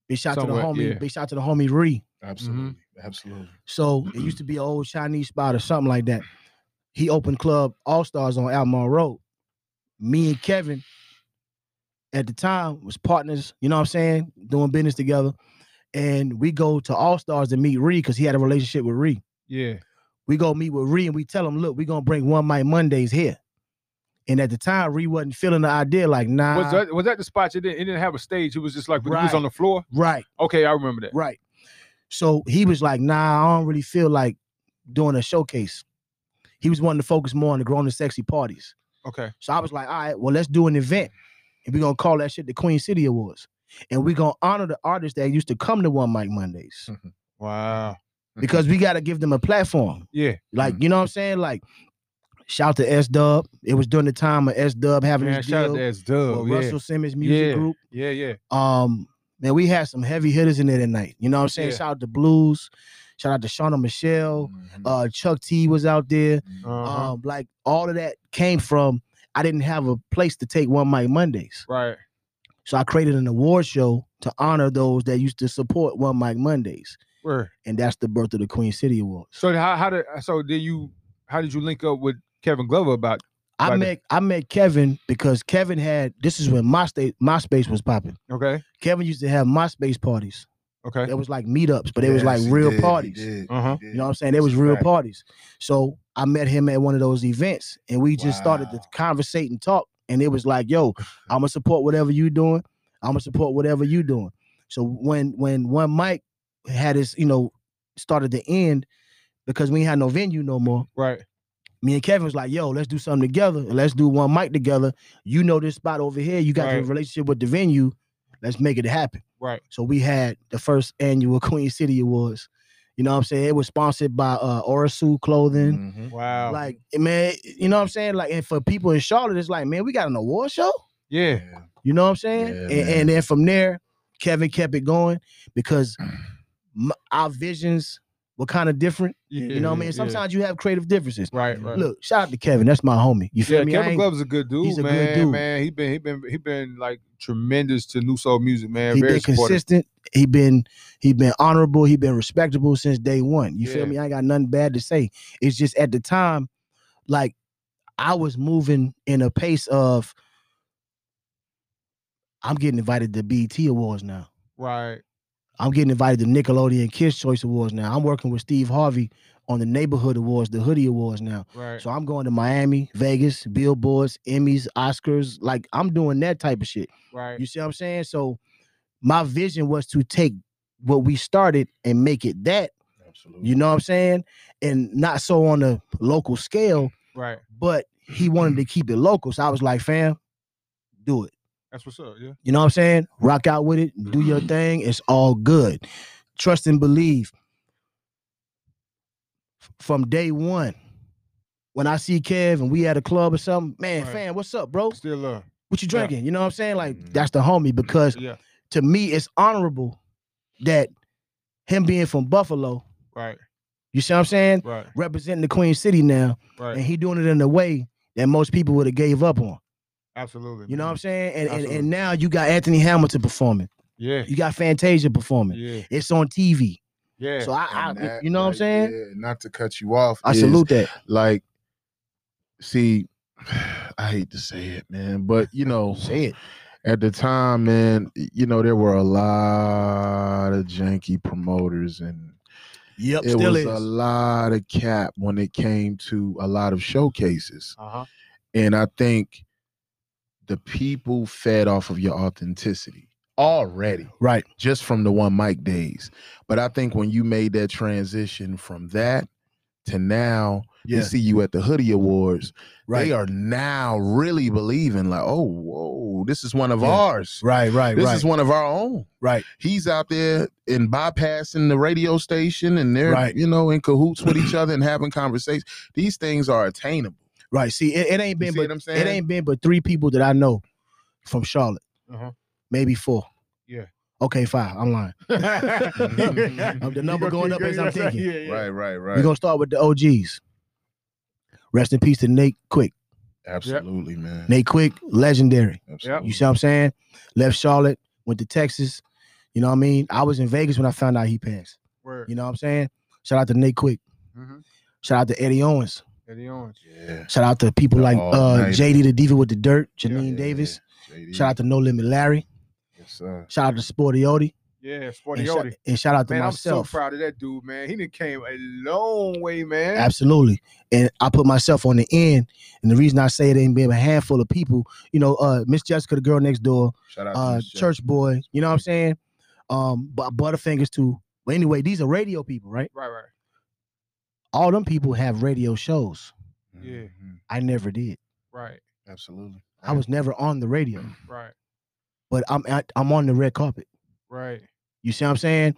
S3: Big shout out to the
S2: Somewhat,
S3: homie.
S2: yeah.
S3: Big shout out to the homie Ree.
S4: Absolutely. Absolutely.
S3: So it used to be an old Chinese spot or something like that. He opened Club All Stars on Almar Road. Me and Kevin at the time was partners, you know what I'm saying, doing business together. And we go to All Stars to meet Ree because he had a relationship with Ree.
S2: Yeah,
S3: We go meet with Ree and we tell him, look, we're gonna bring one mic Mondays here. And at the time, Ree wasn't feeling the idea, like, nah,
S2: was that was that the spot? You didn't, it didn't have a stage. It was just like when you was
S3: Right.
S2: on the floor.
S3: right.
S2: Okay, I remember that.
S3: Right. So he was like, nah, I don't really feel like doing a showcase. He was wanting to focus more on the grown and sexy parties.
S2: Okay,
S3: So I was like, all right, well, let's do an event. And we're gonna call that shit the Queen City Awards. And we're gonna honor the artists that used to come to One Mic Mondays.
S2: Mm-hmm. wow.
S3: Because we gotta give them a platform.
S2: Yeah,
S3: Like, you know what I'm saying? Like, shout to S Dub. It was during the time of S Dub having
S2: man.
S3: his
S2: Shout out
S3: deal
S2: to
S3: with
S2: S Dub. Yeah.
S3: Russell Simmons Music
S2: Yeah.
S3: Group.
S2: yeah, yeah,
S3: Um, man, we had some heavy hitters in there tonight. You know what I'm saying?
S2: Yeah.
S3: Shout out to Blues, shout out to Shauna Michelle,
S4: Mhm.
S3: uh, Chuck T was out there.
S2: Uh-huh.
S3: Um, like all of that came from I didn't have a place to take one mic Mondays.
S2: right.
S3: So I created an award show to honor those that used to support one mic Mondays.
S2: Where?
S3: And that's the birth of the Queen City Awards.
S2: So how how did so did you how did you link up with Kevin Glover about?
S3: I
S2: Right.
S3: met I met Kevin because Kevin had this is when my state MySpace was popping.
S2: Okay,
S3: Kevin used to have MySpace parties.
S2: okay.
S3: It was like meetups, but it was
S4: Yes,
S3: like
S4: he
S3: real
S4: did, he
S3: parties.
S4: did, he
S2: Uh-huh.
S4: did.
S3: You know what I'm saying? It was
S4: That's a
S3: real
S4: fact.
S3: parties. So I met him at one of those events and we just started to
S4: Wow.
S3: conversate and talk. And it was like, yo, I'ma support whatever you doing. I'ma support whatever you doing. So when when one Mike had his, you know, started to end because we ain't had no venue no more.
S2: Right.
S3: Me and Kevin was like, yo, let's do something together. and Let's do one mic together. You know this spot over here. You got your
S2: Right.
S3: relationship with the venue. Let's make it happen.
S2: Right.
S3: So we had the first annual Queen City Awards. You know what I'm saying? It was sponsored by uh Orasu clothing.
S4: Mhm.
S2: Mm, Wow.
S3: Mm-hmm. Like eh, man, you know what I'm saying? Like and for people in Charlotte, it's like, man, we got an award show.
S2: yeah.
S4: Yeah.
S3: You know what I'm saying?
S4: Yeah,
S3: and,
S4: man.
S3: and then from there, Kevin kept it going because m our visions were kind of different.
S2: yeah.
S3: You know what I mean?
S2: yeah.
S3: Sometimes you have creative differences.
S2: Right. Right.
S3: Look, shout out to Kevin. That's my homie. You feel
S2: Yeah,
S3: me? I
S2: Kevin
S3: ain't-
S2: Glover's a good dude,
S3: he's a good
S2: man.
S3: dude.
S2: Man, he been he been he been like tremendous to new soul music, man.
S3: he
S2: Very
S3: been
S2: supportive.
S3: consistent. He been he been honorable. He been respectable since day one. You
S2: Yeah.
S3: feel me? I ain't got nothing bad to say. It's just at the time, like I was moving in a pace of I'm getting invited to BET Awards now.
S2: Right.
S3: I'm getting invited to Nickelodeon Kids Choice Awards now. I'm working with Steve Harvey on the Neighborhood Awards, the Hoodie Awards now.
S2: Right.
S3: So I'm going to Miami, Vegas, Billboards, Emmys, Oscars. Like I'm doing that type of shit.
S2: right.
S3: You see what I'm saying? So my vision was to take what we started and make it that.
S4: Absolutely.
S3: You know what I'm saying? And not so on a local scale,
S2: right.
S3: but he wanted to keep it local. So I was like, fam, do it.
S2: That's what's up. Yeah.
S3: You know what I'm saying? Rock out with it, do your thing. It's all good. Trust and believe. F- From day one, when I see Kev and we at a club or something, man,
S2: Right.
S3: fam, what's up, bro?
S2: Still love.
S3: What you
S2: Yeah. Mm-hmm.
S3: drinking? You know what I'm saying? Like
S4: Mhm.
S3: that's the homie because
S2: Yeah.
S3: to me it's honorable that him being from Buffalo,
S2: Right.
S3: you see what I'm saying?
S2: Right.
S3: Representing the Queen City now, and
S2: Right.
S3: he doing it in a way that most people would have gave up on.
S2: Absolutely.
S3: You know what I'm
S2: man.
S3: saying? And, and
S2: Absolutely.
S3: and now you got Anthony Hamilton performing.
S2: Yeah.
S3: You got Fantasia performing.
S2: Yeah.
S3: It's on TV.
S2: Yeah.
S3: So I, I
S4: And that
S3: you know what I'm
S4: right
S3: saying?
S4: there, not to cut you off.
S3: I
S4: is,
S3: salute that.
S4: Like, see, I hate to say it, man, but you know,
S3: Say it.
S4: at the time, man, you know, there were a lot of janky promoters and
S3: Yep,
S4: it was a lot of cap when it came to a lot of showcases.
S2: uh-huh.
S4: And I think the people fed off of your authenticity already
S3: Right.
S4: just from the one mic days. But I think when you made that transition from that to now,
S3: Yeah.
S4: you see you at the Hoodie Awards.
S3: Right.
S4: They are now really believing, like, oh, whoa, this is one of
S3: Yeah.
S4: ours.
S3: Right, right,
S4: This
S3: right.
S4: is one of our own.
S3: right.
S4: He's out there and bypassing the radio station, and they're
S3: Right.
S4: you know in cahoots with each other and having conversations. These things are attainable.
S3: Right. See, it, it ain't
S4: You
S3: been
S4: see
S3: but
S4: what I'm saying?
S3: it ain't been but three people that I know from Charlotte.
S2: Uh-huh.
S3: Maybe four.
S2: Yeah.
S3: Okay, five. I'm lying.
S2: I'm
S3: the number going up as I'm thinking.
S2: Yeah, yeah.
S4: Right, right, right.
S3: We're gonna start with the OGs. Rest in peace to Nate Quick.
S4: Absolutely, man.
S3: Nate Quick, legendary.
S4: Absolutely.
S3: You see what I'm saying? Left Charlotte, went to Texas. You know what I mean? I was in Vegas when I found out he passed.
S2: Word.
S3: You know what I'm saying? Shout out to Nate Quick.
S2: Mhm.
S3: Shout out to Eddie Owens.
S2: Eddie Owens.
S4: Yeah.
S3: Shout out to people
S4: The
S3: like uh,
S4: all-nighter.
S3: JD the Diva with the Dirt, Janine
S4: Yeah,
S3: Davis.
S4: JD.
S3: Shout out to No Limit Larry.
S4: Yes, sir.
S3: Shout out to Sporty Odie.
S2: Yeah, Sporty
S3: And, shout-
S2: Odie.
S3: and shout out to
S2: Man, I'm so
S3: myself.
S2: proud of that dude, man. He done came a long way, man.
S3: Absolutely. And I put myself on the end. And the reason I say it ain't been a handful of people, you know, uh, Miss Jessica, the girl next door,
S4: Shout out
S3: uh,
S4: Miss J.
S3: Church Boy, you know what I'm saying? Um, but Butterfingers too. But anyway, these are radio people, right?
S2: Right, right.
S3: all them people have radio shows.
S2: Yeah.
S4: Mhm.
S3: I never did.
S2: Right,
S4: Absolutely.
S3: I was never on the radio,
S2: right,
S3: but I'm at, I'm on the red carpet.
S2: right.
S3: You see what I'm saying?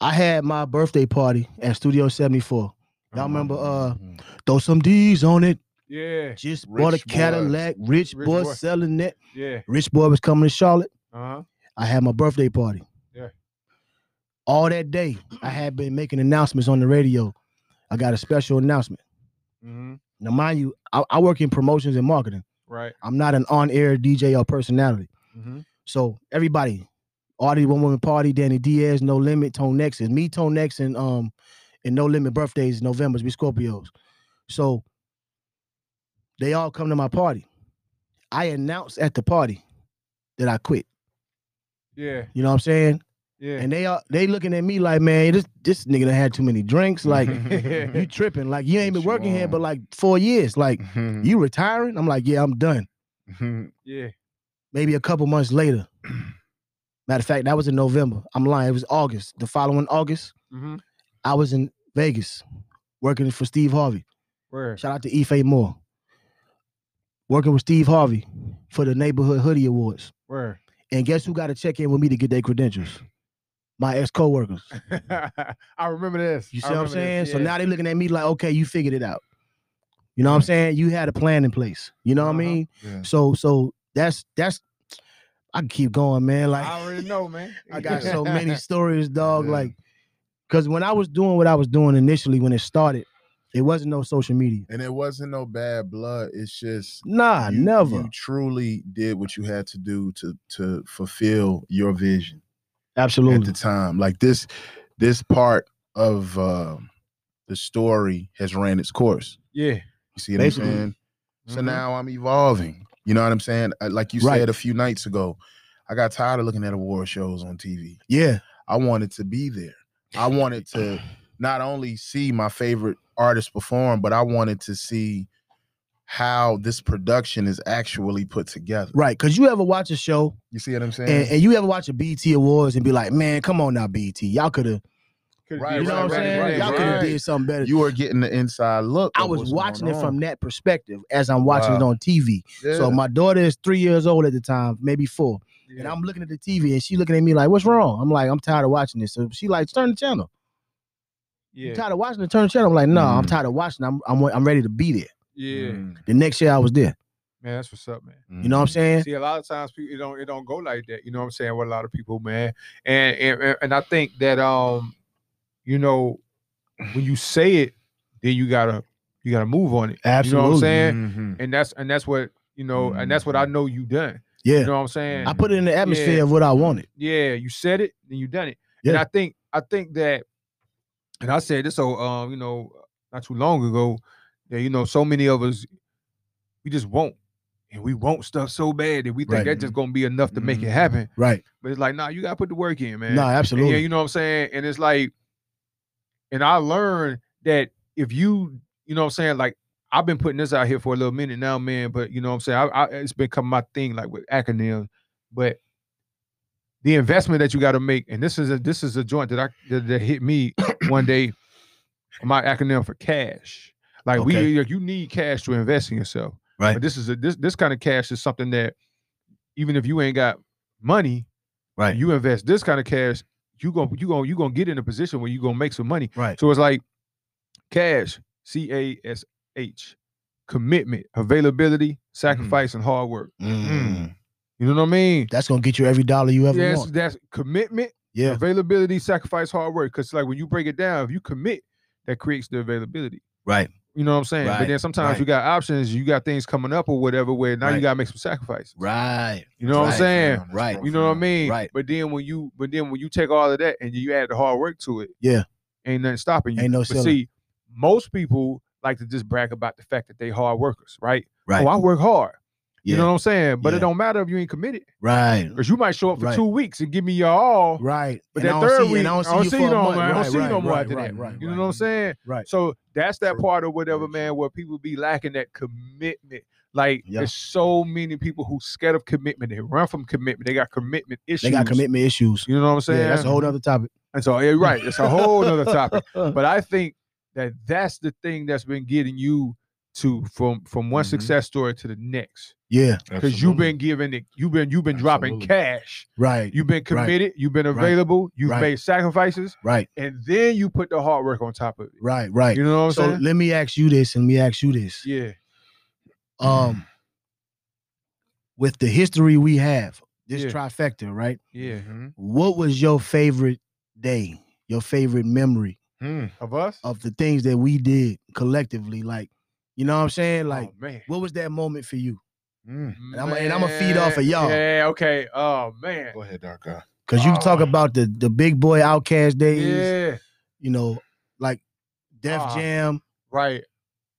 S3: I had my birthday party at Studio 74. Y'all remember uh
S4: Mhm.
S3: throw some D's on it.
S2: Yeah,
S3: Just bought a
S4: Rich boy.
S3: Cadillac. Rich,
S2: Rich
S3: boy,
S2: boy.
S3: selling it.
S2: yeah.
S3: Rich boy was coming to Charlotte.
S2: Uh huh.
S3: I had my birthday party.
S2: Yeah.
S3: All that day, I had been making announcements on the radio. I got a special announcement.
S2: Mm-hmm.
S3: Now, mind you, I, I work in promotions and marketing.
S2: Right.
S3: I'm not an on-air DJ or personality.
S2: Mm-hmm.
S3: So everybody, Audie One Woman Party, Danny Diaz, No Limit, Tone Next is me, Tone Next, and um, and No Limit birthdays, November's, we Scorpios. So they all come to my party. I announced at the party that I quit.
S2: Yeah,
S3: You know what I'm saying?
S2: yeah.
S3: And they are they looking at me like, man, this this nigga done had too many drinks. Like you tripping? Like you ain't been
S4: What Mm-hmm. you
S3: working here
S4: on? Mm-hmm.
S3: but like four years. Like you retiring? I'm like, yeah, I'm done.
S2: yeah.
S3: maybe a couple months later. Matter of fact, that was in November. I'm lying. It was August. The following August,
S2: Mm-hmm.
S3: I was in Vegas working for Steve Harvey.
S2: Where?
S3: Shout out to Ife Moore. Working with Steve Harvey for the Neighborhood Hoodie Awards.
S2: Where?
S3: And guess who got to check in with me to get their credentials? My ex coworkers.
S2: I remember this.
S3: You
S2: I
S3: see what
S2: remember
S3: I'm
S2: this,
S3: saying? So
S2: yeah.
S3: now they looking at me like, okay, you figured it out. You know what I'm
S4: Right.
S3: saying? You had a plan in place. You know what
S2: Uh-huh.
S3: I mean?
S4: Yeah.
S3: So so that's that's I can keep going, man. Like
S2: I already know, man.
S3: I got so many stories, dog.
S4: Yeah.
S3: Like, because when I was doing what I was doing initially when it started, it wasn't no social media.
S4: And it wasn't no bad blood. It's just
S3: Nah,
S4: you-
S3: never.
S4: You truly did what you had to do to to fulfill your vision at
S3: Absolutely.
S4: the time. Like this, this part of uh, the story has ran its course.
S2: Yeah.
S4: You see what I'm
S3: Basically. Mm-hmm.
S4: saying? So
S2: Mhm.
S4: now I'm evolving. You know what I'm saying? Uh, Like you
S3: Right.
S4: said a few nights ago, I got tired of looking at award shows on TV.
S3: yeah.
S4: I wanted to be there. I wanted to not only see my favorite artist perform, but I wanted to see how this production is actually put together.
S3: Right. Cause you ever watch a show
S4: You see what I'm saying?
S3: and, and you ever watch a BT Awards and be like, man, come on now, BT. Y'all could have
S2: Could've
S4: Right,
S2: did
S3: you know
S4: right,
S3: what I'm
S4: right,
S3: saying?
S4: right,
S3: Y'all could have
S4: right.
S3: did something better.
S4: You are getting the inside look.
S3: I
S4: of
S3: was
S4: what's
S3: watching
S4: going
S3: it
S4: on.
S3: from that perspective as I'm watching it
S4: Wow.
S3: on TV.
S4: Yeah.
S3: So my daughter is three years old at the time, maybe four. And
S2: Yeah.
S3: I'm looking at the TV and she looking at me like, what's wrong? I'm like, I'm tired of watching this. So she like, turn the channel. You
S2: Yeah. Mm-hmm.
S3: tired of watching the turn the channel? I'm like, no, I'm
S4: Mm.
S3: tired of watching. I'm, I'm I'm ready to be there.
S2: Yeah. Man,
S4: Mm,
S3: The next year I was there.
S2: that's what's up, man.
S3: You know what I'm saying?
S2: See, a lot of times people it don't it don't go like that. You know what I'm saying? With a lot of people, man. And and and- and I think that um, you know, when you say it, then you gotta you gotta move on it. You know what I'm saying?
S4: mhm.
S2: And that's and that's what you know, and that's what I know you done. You
S3: Yeah.
S2: know what I'm saying?
S3: I put it in the atmosphere of what I wanted.
S2: Yeah, you said it, then you done it. And
S3: Yeah.
S2: I think I think that, and I said this so um, you know, not too long ago, that you know, so many of us we just won't. And we want stuff so bad that we think
S3: Right.
S2: that's just gonna be enough to make it
S4: Mhm.
S2: happen.
S3: Right.
S2: But it's like, nah, you gotta put the work in, man.
S3: No,
S2: And yeah,
S3: absolutely.
S2: you know what I'm saying? And it's like, and I learned that if you, you know what I'm saying, like I've been putting this out here for a little minute now, man, but you know what I'm saying? I, I it's become my thing, like with acronyms, but the investment that you got to make, and this is a this is a joint that I that, that hit me one day. My acronym for cash, like we,
S3: Okay.
S2: like you need cash to invest in yourself.
S3: Right.
S2: But this is a this this kind of cash is something that even if you ain't got money,
S3: Right.
S2: You invest this kind of cash, you gonna you gonna you gonna get in a position where you gonna make some money.
S3: Right.
S2: So it's like cash, C A S H, commitment, availability, sacrifice, and hard work.
S3: Mm-hmm. Mm.
S2: You know what I mean?
S3: That's gonna get you every dollar you ever
S2: Yes,
S3: want.
S2: that's commitment,
S3: Yeah.
S2: availability, sacrifice, hard work. Because like when you break it down, if you commit, that creates the availability.
S3: Right.
S2: You know what I'm saying? But
S3: Right,
S2: then sometimes
S3: right.
S2: you got options, you got things coming up or whatever. Where now you
S3: Right.
S2: gotta make some sacrifices.
S3: Right.
S2: You know what I'm
S3: Right,
S2: saying?
S4: Damn, that's
S3: Right.
S4: profound.
S2: You know what I mean?
S3: Right.
S2: But then when you but then when you take all of that and you add the hard work to it,
S3: Yeah.
S2: ain't nothing stopping you.
S3: Ain't no
S2: but
S3: ceiling.
S2: see, most people like to just brag about the fact that they hard workers, right?
S3: Right.
S2: Oh, I work hard. You know
S3: Yeah.
S2: what I'm saying? But it
S3: Yeah.
S2: don't matter if you ain't committed,
S3: Right.
S2: because you might show up for
S3: Right.
S2: two weeks and give me your all.
S3: Right.
S2: But
S3: And
S2: that
S3: I don't
S2: third
S3: see-
S2: week,
S3: and
S2: I don't see,
S3: for
S2: you no
S3: a
S2: more.
S3: month.
S2: I don't
S3: Right,
S2: see you
S3: right,
S2: no more
S3: right,
S2: after
S3: right,
S2: that.
S3: right,
S2: you know
S3: right.
S2: what I'm saying?
S3: Right.
S2: So that's that
S4: True.
S2: part of whatever,
S4: Very true.
S2: man, where people be lacking that commitment. Like
S3: Yeah.
S2: there's so many people who scared of commitment. They run from commitment. They got commitment issues.
S3: They got commitment issues.
S2: You know what I'm saying?
S3: Yeah, that's a whole other topic.
S2: And so, yeah, right, it's a whole other topic. But I think that that's the thing that's been getting you to from from one
S3: Mm-hmm.
S4: Mhm.
S2: success story to the next
S3: yeah,
S2: because you've
S4: Absolutely.
S2: been giving it. You've been you've been dropping
S4: Absolutely.
S2: cash.
S3: right,
S2: You've been
S3: Right.
S2: committed. You've been
S3: Right.
S2: available. You've
S3: Right.
S2: made sacrifices,
S3: right,
S2: and then you put the hard work on top of it.
S3: right, right.
S2: You know what I'm
S3: so
S2: saying?
S3: let me ask you this, and let me ask you this.
S2: Yeah.
S3: Um, with the history we have, this
S2: Yeah.
S3: trifecta, right?
S2: Yeah. mm-hmm.
S4: Mhm.
S3: What was your favorite day? Your favorite memory
S4: Mm.
S2: Of us?
S3: of the things that we did collectively? Like, you know what I'm saying? Like,
S2: oh, man.
S3: what was that moment for you?
S4: Mm.
S3: I'ma- and I'ma feed off of
S2: Man.
S3: y'all.
S2: Yeah, okay. Oh man.
S4: Go ahead, Dark Eye.
S3: Because you can talk
S2: Oh.
S3: about the the big boy outcast days,
S2: Yeah.
S3: you know, like Def
S2: Ah.
S3: Jam.
S2: Right.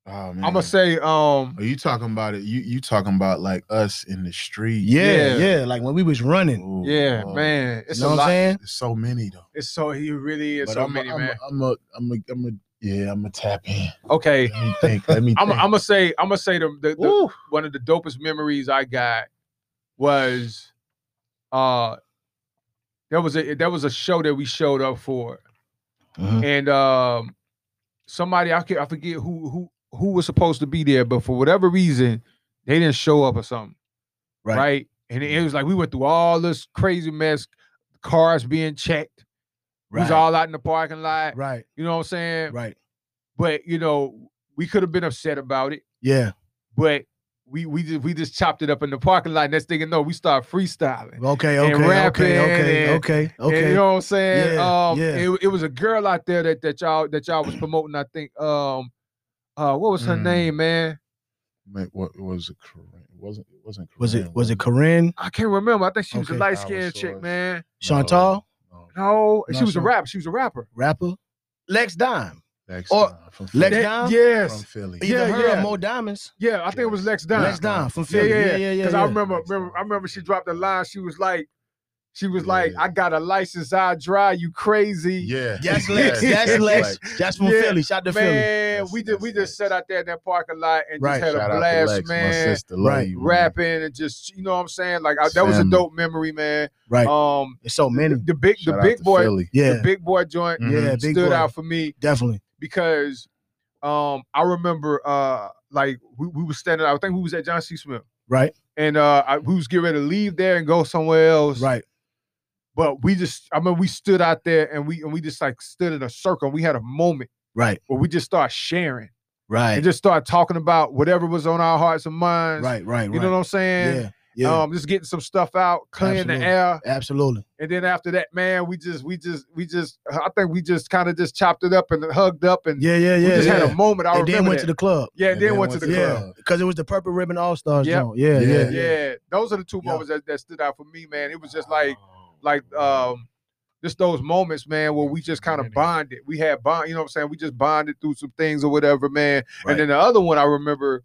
S4: Oh man.
S2: I'ma say um
S4: Are you talking about it? You you talking about like us in the street?
S3: Yeah,
S2: Yeah.
S3: yeah, like when we was running.
S4: Ooh,
S2: Yeah,
S4: Lord.
S2: man. It's
S3: You
S2: a
S3: know what I'm
S2: lot.
S3: saying?
S4: There's so many though.
S2: It's so he really is
S4: But
S2: so
S4: I'm a-
S2: many,
S4: I'm
S2: man.
S4: A, I'm a I'm a I'm a yeah. I'm a tap in.
S2: okay.
S4: Let me think. Let me.
S2: I'm
S4: think.
S2: I'm gonna say I'm gonna say the, the, the
S3: Ooh.
S2: one of the dopest memories I got was uh there was a there was a show that we showed up for
S3: Mhm.
S2: and um somebody I can I forget who who who was supposed to be there but for whatever reason they didn't show up or something right,
S3: Right. Mm-hmm.
S2: and it, it was like we went through all this crazy mess cars being checked we was
S3: Right.
S2: all out in the parking lot
S3: Right,
S2: you know what I'm saying
S3: right.
S2: but you know we could have been upset about it
S3: Yeah.
S2: but we we just we just chopped it up in the parking lot. Next thing you know, we start freestyling.
S3: Okay,
S2: and
S3: okay,
S2: rapping
S3: okay, okay,
S2: and-
S3: okay,
S2: Okay.
S3: okay.
S2: you know what I'm saying?
S3: Yeah,
S2: um
S3: yeah.
S2: It, it was a girl out there that that y'all that y'all was promoting, I think. Um uh what was her
S4: Mm.
S2: name, man?
S4: Wait, what was it? Korean? It wasn't. It wasn't.
S3: was
S4: Korean,
S3: it was it Corinne?
S2: I can't remember. I think she was a
S3: Okay.
S2: light skinned chick,
S4: Allosaurus.
S2: man.
S3: Chantal?
S4: No, no.
S2: No, she
S3: Not
S2: was a
S3: sure.
S2: rapper. She was a rapper.
S3: Rapper? Lex Dime.
S4: Lex
S3: Or-
S4: Dime from
S3: Lex
S4: Philly.
S2: That-
S3: Dime?
S4: from
S2: yes.
S4: Philly.
S3: Either
S2: Yeah,
S3: her
S2: yeah.
S3: or Mo Diamonds.
S2: Yeah, I think it was Lex Dime.
S3: Lex Dime from
S2: Yeah,
S3: Philly.
S2: yeah,
S3: yeah, yeah.
S2: Because
S3: yeah.
S2: I remember, remember, I remember she dropped a line. She was like, She was like,
S4: Yeah.
S2: I got a license, I drive, you crazy.
S4: Yeah.
S3: That's Lex. That's Lex. That's from
S2: Yeah,
S3: Philly. Shout to Philly.
S2: Man,
S4: That's-
S2: we just we
S4: that's
S2: just sat out there in that parking lot and
S3: Right.
S2: just had
S4: Shout
S2: a
S4: out
S2: blast,
S4: to Lex, my
S2: man.
S4: sister. Love
S3: Right.
S4: you, man.
S2: Rapping and just you know what I'm saying. Like I, that was a
S4: Family.
S2: dope memory, man.
S3: Right.
S2: Um,
S3: It's so many.
S2: the big
S4: Shout
S2: the
S4: out
S2: big
S4: to
S2: boy,
S4: Philly.
S2: the
S3: Yeah.
S2: big boy joint
S4: Mhm.
S3: Yeah. Big
S2: stood
S3: boy.
S2: out for me
S3: Definitely.
S2: because um I remember uh like we, we was standing. I think we was at John C. Smith
S3: Right.
S2: and uh I, we was getting ready to leave there and go somewhere else.
S3: Right.
S2: But we just I mean we stood out there and we and we just like stood in a circle. and We had a moment
S3: Right.
S2: where we just started sharing. and
S3: Right.
S2: just start talking about whatever was on our hearts and minds.
S3: Right. Right. Right.
S2: You know what I'm saying?
S3: Yeah. Yeah.
S2: Um, just getting some stuff out, clearing
S3: Absolutely.
S2: the air,
S3: Absolutely.
S2: and then after that, man, we just, we just, we just, I think we just kind of just chopped it up and hugged up, and
S3: Yeah. Yeah.
S2: we
S3: Yeah.
S2: just had
S3: yeah.
S2: a moment. I
S3: and then
S2: remember
S3: went
S2: that.
S3: to the club.
S2: yeah, and then, went to the club.
S3: Yeah. Because it was the Purple Ribbon All Stars.
S2: Yep.
S3: Yeah. Yeah.
S4: Yeah.
S3: Yeah.
S2: Yeah. those are the two
S3: Yeah. Oh,
S2: moments that, that stood out for me, man. It was just like, like, um, just those moments, man, where we just kind of bonded. We had bond, you know what I'm saying? We just bonded through some things or whatever, man.
S3: Right.
S2: And then the other one I remember,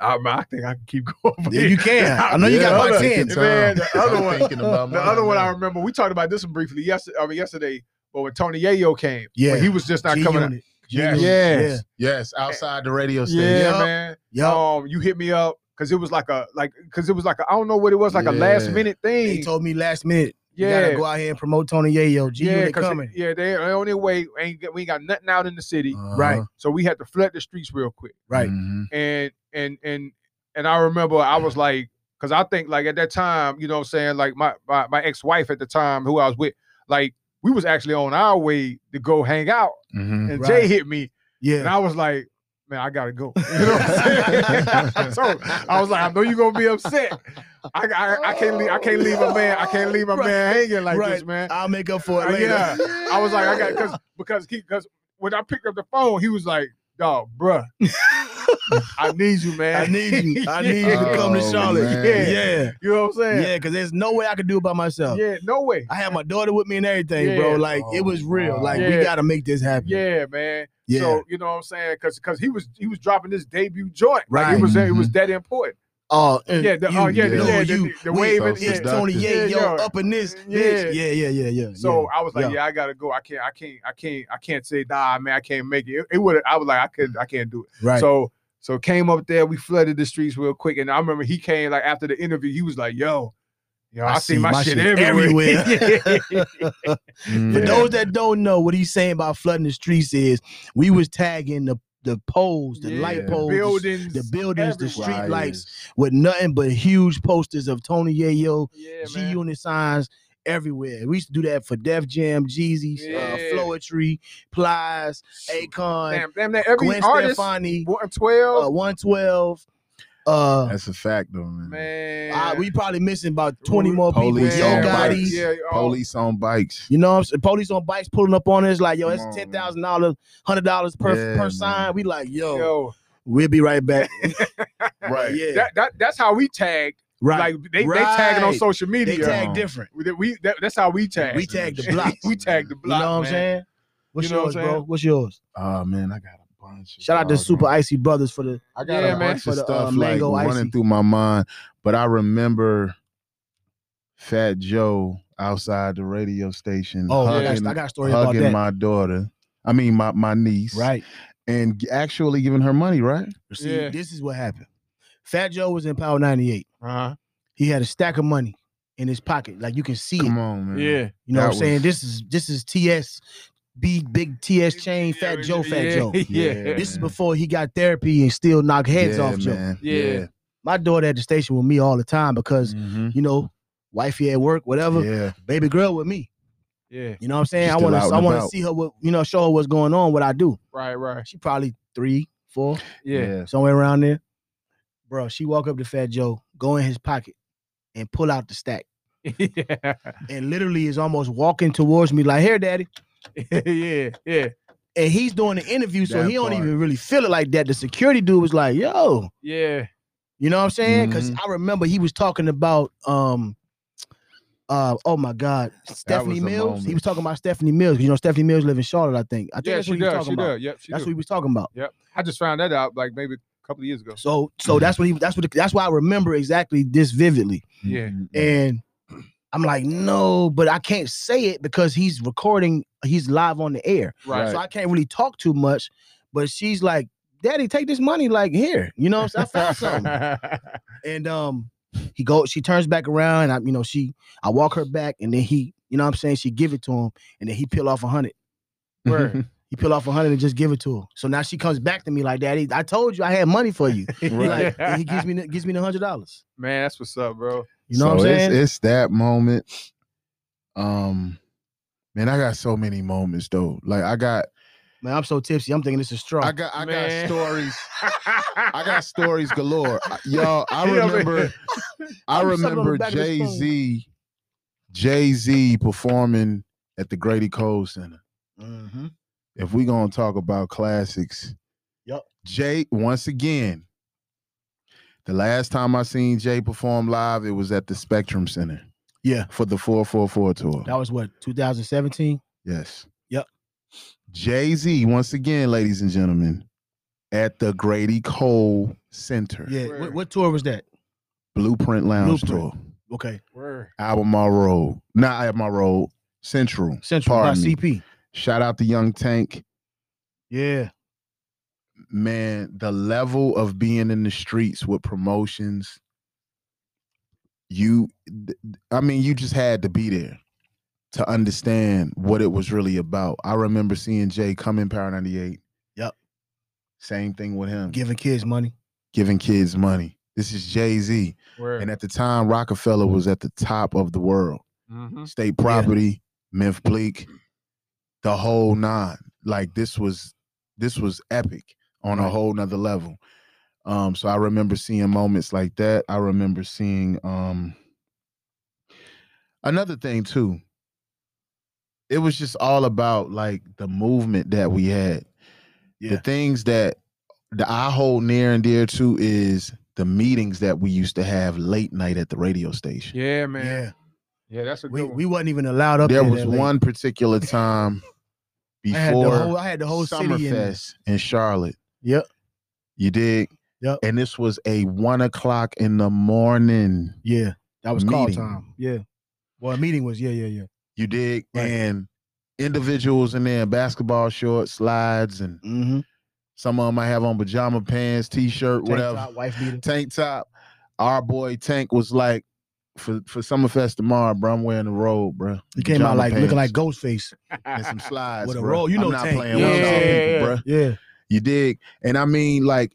S2: I, I think I can keep going.
S3: Yeah, You can. I know you
S2: Yeah,
S3: got about
S2: hold
S4: Take your
S3: ten.
S2: on.
S4: time,
S2: Man, the
S4: 'cause
S2: other
S4: I'm
S2: one-
S4: thinking about
S2: The
S4: mine
S2: other one
S4: now.
S2: I remember, we talked about this one briefly yesterday. I mean, yesterday, but when Tony Yayo came,
S3: Yeah.
S2: when he was just not coming. out.
S3: G-Unit.
S4: Yes.
S2: Yes.
S4: Yes. Outside the radio
S2: Yeah,
S4: station.
S2: man.
S3: Yeah. Yup.
S2: Um, you hit me up because it was like a like because it was like a, I don't know what it was like a last
S4: Yeah.
S2: minute
S3: They
S2: thing.
S3: told me last minute. You
S2: yeah,
S3: gotta go out here and promote Tony Yayo. G
S2: yeah,
S3: Unit
S2: 'cause it-
S3: coming.
S2: yeah. They, they on their way. Ain't get- we ain't got nothing out in the city,
S4: Uh-huh.
S3: Right.
S2: so we had to flood the streets real quick.
S3: Right.
S4: Mhm.
S2: And and and and I remember I was like, because I think like at that time, you know, what I'm saying like my my, my ex wife at the time who I was with, like we was actually on our way to go hang out, and
S4: Mhm.
S3: Mm, Right.
S2: Jay hit me. And
S3: Yeah.
S2: I was like, man, I gotta go. You know what I'm saying? I, told her, I was like, I know you're gonna be upset. I, I, I can't leave. I can't leave a man. I can't leave my
S3: Right.
S2: man hanging like this,
S3: Right.
S2: man.
S3: I'll make up for
S2: Uh,
S3: it later.
S2: yeah. I was like, I got because because he because when I picked up the phone, he was like, dog, bruh, I need you, man.
S3: I need you. I need you to come to
S4: Oh,
S3: Charlotte.
S4: man.
S3: Yeah.
S2: You know what I'm saying?
S3: Yeah. Yeah. Cause there's no way I could do it by myself.
S2: Yeah, no way.
S3: I had my daughter with me and everything, bro.
S2: Yeah.
S3: Like it was real. Like
S2: Yeah.
S3: we gotta make this happen.
S2: Yeah, man.
S3: Yeah.
S2: So you know what I'm saying? Cause cause he was he was dropping this debut joint. Like,
S3: Right. Mm-hmm.
S2: it was it was that important.
S3: Oh, and
S2: Yeah, the-
S3: you,
S2: oh, yeah,
S4: the-
S3: you,
S2: yeah, the-
S3: you,
S2: the
S3: we-
S2: wave
S4: and-
S3: yeah,
S4: yeah.
S3: Tony, yeah,
S2: Yeah,
S3: yo,
S2: yeah.
S3: up in this,
S2: Yeah.
S3: this. yeah, yeah, yeah, yeah.
S2: So
S3: yeah.
S2: I was like, yeah. I gotta go. I can't, I can't, I can't, I can't say, nah, man, I can't make it. It, would. I was like, I could, I can't do it.
S3: right,
S2: So, so came up there. We flooded the streets real quick, and I remember he came like after the interview. He was like, yo, you know, I, see my, shit, everywhere.
S3: everywhere. For
S4: Mhm.
S3: those that don't know, what he's saying about flooding the streets is we was tagging the the poles, the light
S4: Yeah.
S3: poles, the-
S2: buildings,
S3: the buildings, the
S2: everywhere.
S3: street
S4: Flyers.
S3: lights with nothing but huge posters of Tony Yayo,
S2: yeah,
S3: G
S2: man.
S3: Unit signs everywhere. We used to do that for Def Jam, Jeezy, uh,
S2: Yeah.
S3: Floetry, Plies, Akon,
S2: Damn, damn, that every
S3: Gwen
S2: artist,
S3: Stefani,
S2: one
S3: uh,
S2: twelve,
S3: 112. Uh,
S4: That's a fact, though, man.
S2: man.
S3: I- uh, we probably missing about 20 more people.
S4: Police
S3: Yo
S4: on
S3: Gotti.
S4: bikes.
S2: oh,
S4: Police on bikes.
S3: You know what I'm saying? Police on bikes pulling up on us like, yo,
S4: Come
S3: it's
S4: on,
S3: ten thousand dollars, hundred dollars per
S4: Yeah,
S3: per
S4: man.
S3: sign. We like, yo,
S2: yo,
S3: we'll be right back.
S4: Right.
S3: yeah.
S2: that, that that's how we tagged.
S3: right.
S2: Like they, they tagging on
S3: Right.
S2: social
S3: they
S2: media.
S3: tag
S4: um,
S3: different.
S2: That we that, that's how we tag.
S3: We tag the block.
S2: we tag the
S3: You
S2: block.
S3: know what I'm
S2: man.
S3: saying? What's
S2: know what I'm
S3: yours, bro?
S2: saying?
S3: What's yours?
S4: Oh man, I got a bunch. of-
S3: Shout out to
S4: Hold
S3: Super
S4: on.
S3: Icy Brothers for the
S4: I got
S2: Yeah,
S4: a
S2: man.
S4: bunch
S3: For
S4: of
S3: the, uh,
S4: stuff like
S3: mango icy.
S4: running through my mind, but I remember Fat Joe outside the radio station.
S3: Oh, I,
S4: hugging,
S3: got, I got a story about
S4: hugging
S3: that.
S4: my daughter. I mean, my my niece,
S3: right.
S4: And g- actually giving her money, right?
S3: See,
S2: Yeah.
S3: this is what happened. Fat Joe was in Power 98.
S2: Uh-huh.
S3: He had a stack of money in his pocket. Like you can see it.
S4: Come on,
S3: Mm.
S4: man.
S3: You know what
S4: That
S3: I'm saying?
S4: was-
S3: This is this is TS big big TS chain Fat Joe Fat
S2: yeah,
S3: Joe.
S2: Yeah.
S4: Yeah.
S3: This is before he got therapy and still knock heads
S4: yeah,
S3: off Joe.
S4: man.
S2: Yeah.
S3: My daughter at the station with me all the time because
S4: Mhm.
S3: you know, wifey at work, whatever,
S4: Yeah.
S3: baby girl with me.
S2: Yeah.
S3: You know what I'm saying?
S4: She's
S3: I
S4: still
S3: want to
S4: out and
S3: I want to
S4: about.
S3: see her what you know, show her what's going on, what I do.
S2: Right, right.
S3: She probably three, four,
S2: Yeah.
S3: somewhere around there. Bro, she walk up to Fat Joe, go in his pocket, and pull out the stack.
S2: Yeah.
S3: And literally is almost walking towards me like, here, daddy.
S2: yeah. Yeah.
S3: and he's doing the interview, so
S4: That
S3: he don't
S4: part.
S3: even really feel it like that. The security dude was like, "Yo,
S2: Yeah.
S3: you know what I'm saying?" Because
S4: Mhm.
S2: Mm-hmm.
S3: I remember he was talking about, um, uh, oh my God, Stephanie
S4: was a
S3: Mills. He was
S4: moment.
S3: talking about Stephanie Mills. You know, Stephanie Mills live in Charlotte, I think. I think
S2: Yeah,
S3: that's
S2: she
S3: what he was
S2: does.
S3: talking
S2: She
S3: about.
S2: does. Yep. She
S3: That's
S2: does.
S3: what he was talking about.
S2: I just found that out like maybe a couple of years ago.
S4: Mm-hmm.
S3: So, so that's what he. That's what. That's why I remember exactly this vividly.
S2: Yeah.
S4: Mhm.
S3: And I'm like, no, but I can't say it because he's recording, he's live on the air.
S2: Right.
S3: So I can't really talk too much. But she's like, Daddy, take this money, like here. You know, so I found something. And um, he goes, she turns back around, and I, you know, she I walk her back, and then he, you know what I'm saying, she give it to him, and then he peel off a hundred.
S2: Word.
S3: He peel off a hundred and just give it to her. So now she comes back to me like, Daddy, I told you I had money for you.
S2: Right.
S3: Like, and he gives me the- gives me the hundred dollars.
S2: Man, that's what's up, bro.
S3: You know what I'm
S4: So
S3: saying?
S4: It's, it's that moment. Um, man, I got so many moments though. Like I got,
S3: Man, I'm so tipsy. I'm thinking this is straw.
S4: I got, I
S2: Man.
S4: got stories.
S2: I
S4: I got stories galore, I- y'all. I
S2: Yeah, man.
S4: remember, I
S3: I'm sucking on the
S4: remember
S3: back of this
S4: Jay
S3: phone.
S4: Z, Jay Z performing at the Grady Cole Center.
S3: Mhm.
S4: If we gonna talk about classics,
S3: Yup.
S4: Jay once again. The last time I seen Jay perform live, it was at the Spectrum Center
S3: Yeah.
S4: for the 444 tour.
S3: That was what 2017.
S4: Yes.
S3: Yep.
S4: Jay Z, once again, ladies and gentlemen, at the Grady Cole Center.
S3: Yeah.
S2: Word.
S3: What, what tour was that?
S4: Blueprint Lounge
S3: Blueprint.
S4: Tour.
S3: Okay,
S2: Word.
S4: Albemarle Road. Not Albemarle Road. Central.
S3: Central by
S4: Pardon me.
S3: CP.
S4: Shout out to Young Tank.
S3: Yeah.
S4: Man, the level of being in the streets with promotions. You th- I mean, you just had to be there to understand what it was really about. I remember seeing Jay come in Power 98.
S3: Yup.
S4: Same thing with him.
S3: Giving kids money.
S4: giving kids money. This is Jay Z.
S2: Word.
S4: And at the time, Rockefeller was at the top of the world.
S3: Mm-hmm.
S2: Mhm.
S4: State property, Memph Bleak, the whole nine. Like this was this was epic on a
S3: Right.
S4: whole nother level. Um, so I remember seeing moments like that. I remember seeing um another thing too. It was just all about like the movement that we had the
S3: Yeah.
S4: things that that I hold near and dear to is the meetings that we used to have late night at the radio station.
S2: Yeah, man.
S3: Yeah.
S2: Yeah, that's a good
S3: We,
S2: one.
S3: we wasn't even allowed up
S4: there
S3: there
S4: was
S3: that late.
S4: one particular time
S3: I had the
S4: before
S3: whole, I had the whole city in there.
S4: Summerfest in, Charlotte.
S3: Yep.
S4: You dig?
S3: Yep.
S4: And this was a one o'clock in the morning.
S3: Yeah, that was call
S4: meeting.
S3: time. Yeah. Well, meeting was yeah, yeah, yeah.
S4: You dig?
S3: Right.
S4: And individuals in there, in basketball shorts, slides, and
S3: Mm-hmm.
S4: some of them might have on pajama pants, t-shirt, whatever.
S3: wife beater.
S4: tank top. Our boy Tank was like, for for Summerfest tomorrow, bro. I'm wearing the robe, bro.
S3: He came out
S4: Pajama
S3: like looking like
S4: pants
S3: Ghostface.
S4: and some slides
S3: with a
S4: bro.
S3: robe. You know
S4: I'm not
S3: Tank.
S4: playing
S2: Yeah,
S4: with y'all
S2: yeah, yeah.
S4: people, bro.
S3: Yeah.
S4: You dig? And I mean, like,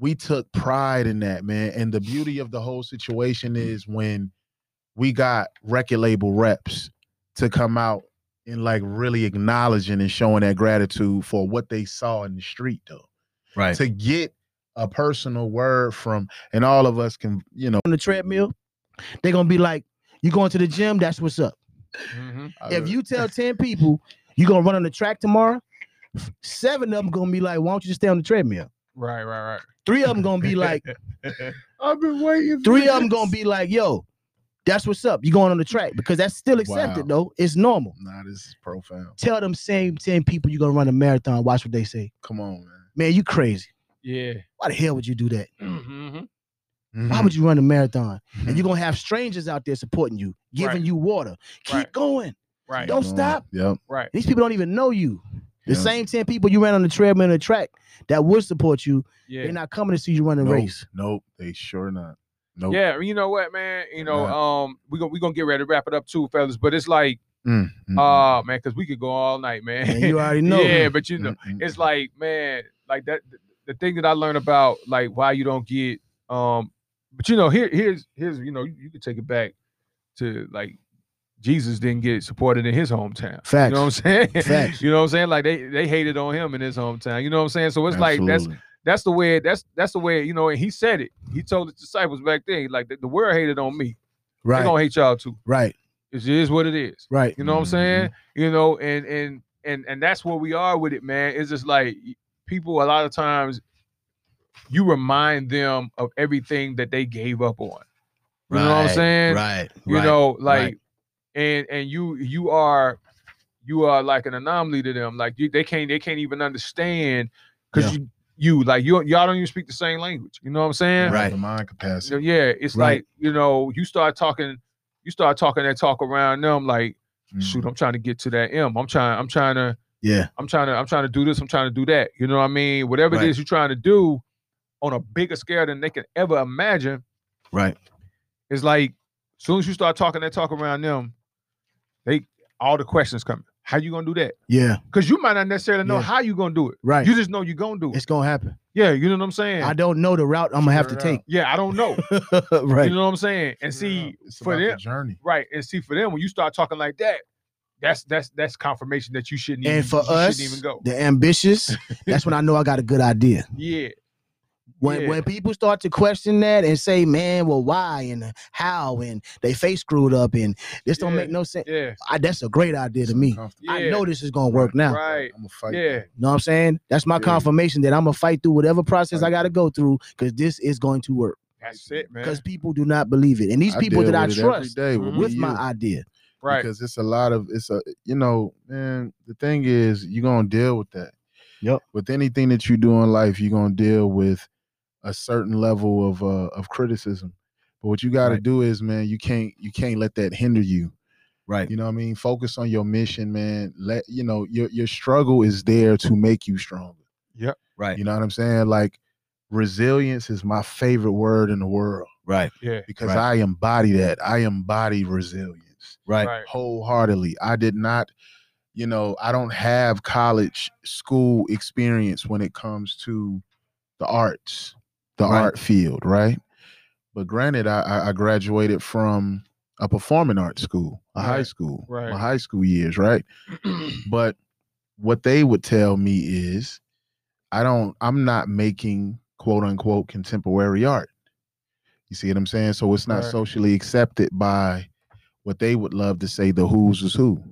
S4: we took pride in that, man. And the beauty of the whole situation is when we got record label reps to come out and like really acknowledging and showing that gratitude for what they saw in the street, though.
S3: Right.
S4: To get a personal word from, and all of us can, you know.
S3: On the treadmill, they're gonna be like, "You going to the gym? That's what's up."
S2: Mhm.
S4: uh,
S3: If you tell ten people you gonna run on the track tomorrow, seven of them gonna be like, "Why don't you just stay on the treadmill?"
S2: Right, right, right.
S3: Three of them gonna be like,
S4: I've been waiting. for
S3: three of them gonna
S4: this.
S3: be like, "Yo, that's what's up. You going on the track because that's still accepted though. It's normal."
S4: Nah, this is profound.
S3: Tell them same ten people you gonna run a marathon. Watch what they say.
S4: Come on, man.
S3: Man, you crazy.
S2: yeah.
S3: Why the hell would you do that?
S2: Mhm.
S3: Why would you run a marathon? And you're gonna have strangers out there supporting you, giving
S2: Mm-hmm. Right.
S3: you water. Keep
S2: Right.
S3: going.
S2: Right.
S3: Don't stop.
S4: Mm-hmm. Yep.
S2: Right.
S3: These people don't even know you. The
S4: Yeah.
S3: same 10 people you ran on the treadmill and the track that would support you,
S2: Yeah.
S3: they're not coming to see you run a
S4: Nope.
S3: race.
S4: Nope. They sure not. Nope.
S2: Yeah, you know what, man? You know,
S4: Right.
S2: um, we gonna we gonna get ready to wrap it up too, fellas. But it's like,
S4: Mm, mm, mm,
S2: uh, man, because we could go all night, man.
S3: And you already know.
S2: yeah, but you know,
S4: mm, mm,
S2: it's
S4: mm.
S2: like, man, like that. th- The thing that I learned about, like, why you don't get, um, but you know, here, here's, here's, you know, you, you can take it back to like Jesus didn't get supported in his hometown.
S3: Facts.
S2: You know what I'm saying?
S3: Facts.
S2: you know what I'm saying? Like they, they hated on him in his hometown. You know what I'm saying? So it's like that's
S4: Absolutely.
S2: that's the way that's that's the way you know. And he said it. He told his disciples back then, like the, the world hated on me. They
S3: Right.
S2: gonna hate y'all too.
S3: Right.
S2: It is what it is.
S3: Right.
S2: You know what I'm saying?
S3: Mm-hmm.
S2: You know, and and and and that's where we are with it, man. It's just like y- people a lot of times you remind them of everything that they gave up on. You know what I'm saying?
S3: Right.
S2: You
S3: right.
S2: know, like
S3: right.
S2: and and you you are you are like an anomaly to them. Like you, they can't they can't even understand because
S3: Yeah.
S2: you you like you y'all don't even speak the same language. You know what I'm saying?
S3: Right.
S4: The mind
S2: So,
S4: capacity.
S2: yeah, it's
S3: Right.
S2: like you know, you start talking You start talking that talk around them, like,
S4: Mm.
S2: shoot, I'm trying to get to that M. I'm trying, I'm trying to,
S3: Yeah.
S2: I'm trying to, I'm trying to do this, I'm trying to do that. You know what I mean? Whatever
S3: Right.
S2: it is you're trying to do on a bigger scale than they can ever imagine.
S3: Right.
S2: It's like as soon as you start talking that talk around them, they all the questions coming. How you gonna do that?
S3: Yeah.
S2: Because you might not necessarily know
S3: Yeah.
S2: how you gonna do it.
S3: Right.
S2: You just know you gonna do it.
S3: it's gonna happen.
S2: yeah, you know what I'm saying.
S3: I don't know the route I'm gonna have to take.
S2: yeah, I don't know.
S3: right.
S2: You know what I'm saying. And see,
S4: It's
S2: for
S4: about the
S2: them-
S4: journey.
S2: right, and see for them when you start talking like that, that's that's that's confirmation that you shouldn't.
S3: and
S2: even,
S3: for
S2: you
S3: us,
S2: shouldn't even go.
S3: the ambitious, that's when I know I got a good idea.
S2: yeah,
S3: When
S2: Yeah.
S3: when people start to question that and say, "Man, well, why and how and they face screwed up and this don't
S2: Yeah.
S3: make no sense,"
S2: yeah,
S3: I, that's a great idea to
S4: It's
S3: me.
S4: uncomfortable.
S2: yeah.
S3: I know this is gonna work now.
S2: Right.
S4: I'm gonna fight.
S2: Yeah.
S3: You know what I'm saying? That's my
S4: Yeah.
S3: confirmation that I'm gonna fight through whatever process I
S4: Right.
S3: gotta go through because this is going to work.
S2: That's it, man.
S3: Because people do not believe it, and these
S4: I
S3: people
S4: deal
S3: that I
S4: with it every
S3: trust
S4: day
S2: Mm-hmm.
S4: with,
S3: with
S4: me,
S3: my
S4: you.
S3: idea,
S2: Right.
S4: because it's a lot of it's a you know man the thing is you're gonna deal with that
S3: Yep.
S4: with anything that you do in life you're gonna deal with a certain level of uh of criticism but what you got to
S3: Right.
S4: do is man you can't you can't let that hinder you
S3: right?
S4: you know what i mean focus on your mission man let you know your your struggle is there to make you stronger
S3: Right,
S4: you know what i'm saying like resilience is my favorite word in the world
S3: right,
S2: Yeah.
S4: because
S3: Right.
S4: i embody that i embody resilience
S3: right,
S2: Right.
S4: wholeheartedly. I did not, you know, I don't have college school experience when it comes to the arts, the
S3: Right.
S4: art field, right? But granted, I- I, I graduated from a performing arts school, a high
S2: Right.
S4: school,
S2: Right.
S4: my high school years, right? but what they would tell me is, I don't, I'm not making quote unquote contemporary art. You see what I'm saying? So it's not
S2: Right.
S4: socially accepted by what they would love to say the who's is who.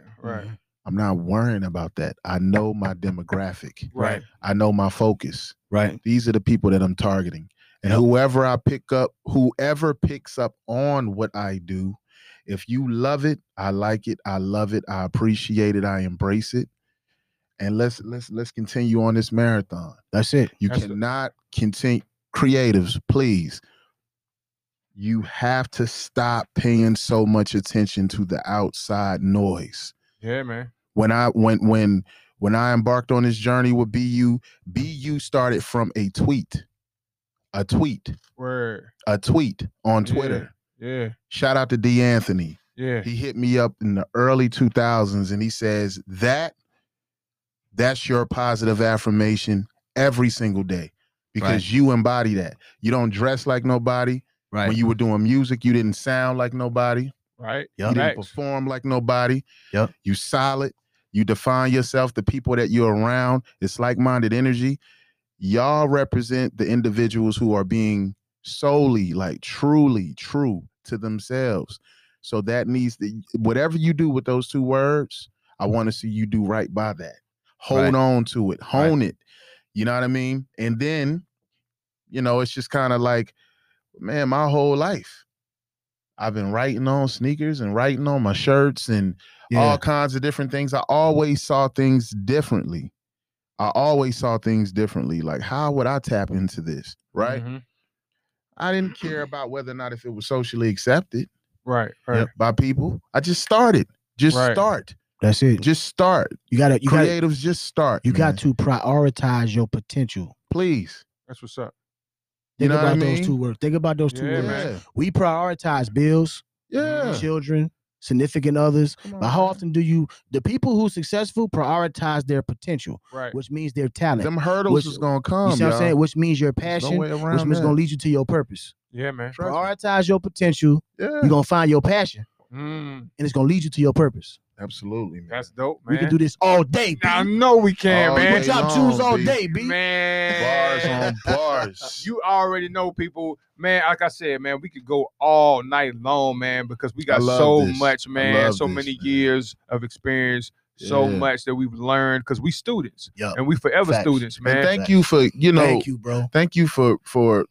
S2: Right. Right.
S3: mm-hmm,
S4: I'm not worrying about that. I know my demographic.
S2: Right.
S4: I know my focus.
S3: right,
S4: These are the people that I'm targeting. And whoever I pick up, whoever picks up on what I do, if you love it, I like it, I love it, I appreciate it, I embrace it. And let's let's let's continue on this marathon.
S3: That's it.
S4: You
S2: That's the-
S4: cannot continue. Creatives, please. You have to stop paying so much attention to the outside noise.
S2: Yeah, man.
S4: When I when when when I embarked on this journey with BU, BU started from a tweet, a tweet,
S2: Word.
S4: a tweet on
S2: Yeah.
S4: Twitter.
S2: Yeah.
S4: Shout out to D. Anthony.
S2: Yeah.
S4: He hit me up in the early 2000s and he says, That, that's your positive affirmation every single day because
S3: Right.
S4: you embody that. You don't dress like nobody.
S3: Right.
S4: When you were doing music, you didn't sound like nobody.
S2: Right.
S3: Yeah.
S4: You didn't
S2: Facts.
S4: perform like nobody.
S3: Yep.
S4: You solid. You define yourself, the people that you're around. It's like minded energy. Y'all represent the individuals who are being solely, like truly true to themselves. So that needs the whatever you do with those two words, I want to see you do right by that. Hold
S3: Right.
S4: on to it, hone it. You know what I mean? And then, you know, it's just kind of like, man, my whole life. I've been writing on sneakers and writing on my shirts and all kinds of different things. I always saw things differently. I always saw things differently. Like, how would I tap into this?
S3: Mm-hmm.
S4: Right.
S2: Mhm.
S4: I didn't care about whether or not if it was socially accepted
S2: Right. Right.
S4: by people. I just started. Just
S2: Right.
S4: start.
S3: That's it.
S4: Just start.
S3: You gotta, you gotta,
S4: Creatives, just start.
S3: you
S4: man.
S3: got to prioritize your potential.
S4: please.
S2: That's what's up.
S4: You
S3: Think
S4: know what I
S3: about
S4: mean?
S3: those two words. Think about those two
S2: Yeah,
S3: words.
S2: man.
S3: We prioritize bills,
S4: Yeah. yeah.
S3: children, significant others.
S4: Come on,
S3: But how
S4: man.
S3: often do you the people who successful prioritize their potential,
S2: Right.
S3: which means their talent?
S4: Them hurdles
S3: Which-
S4: is gonna come.
S3: you see what
S4: y'all.
S3: I'm saying? Which means your
S4: There's no
S3: passion,
S4: way around
S3: which means
S4: that.
S3: gonna lead you to your purpose.
S2: Yeah, man.
S4: Trust me.
S3: Prioritize your potential.
S4: Yeah.
S3: You're gonna find your passion,
S2: Mm,
S3: and it's gonna lead you to your purpose.
S4: Absolutely, man.
S2: that's dope, man.
S3: We can do this all day. B.
S2: I know we can,
S4: All
S2: man.
S3: we
S4: day
S3: drop
S4: long,
S3: tunes all
S4: B.
S3: day, B.
S4: bars
S2: Man,
S4: on bars.
S2: you already know, people. Man, like I said, man, we could go all night long, man, because we
S4: I
S2: got
S4: love
S2: so
S4: this.
S2: much,
S4: I
S2: man,
S4: love
S2: so
S4: this,
S2: many
S4: man.
S2: years of experience, so
S4: Yeah.
S2: much that we've learned because we students
S3: Yup.
S2: and we forever
S3: Facts.
S2: students, man.
S4: and thank you for you know
S3: Thank you, bro.
S4: thank you for for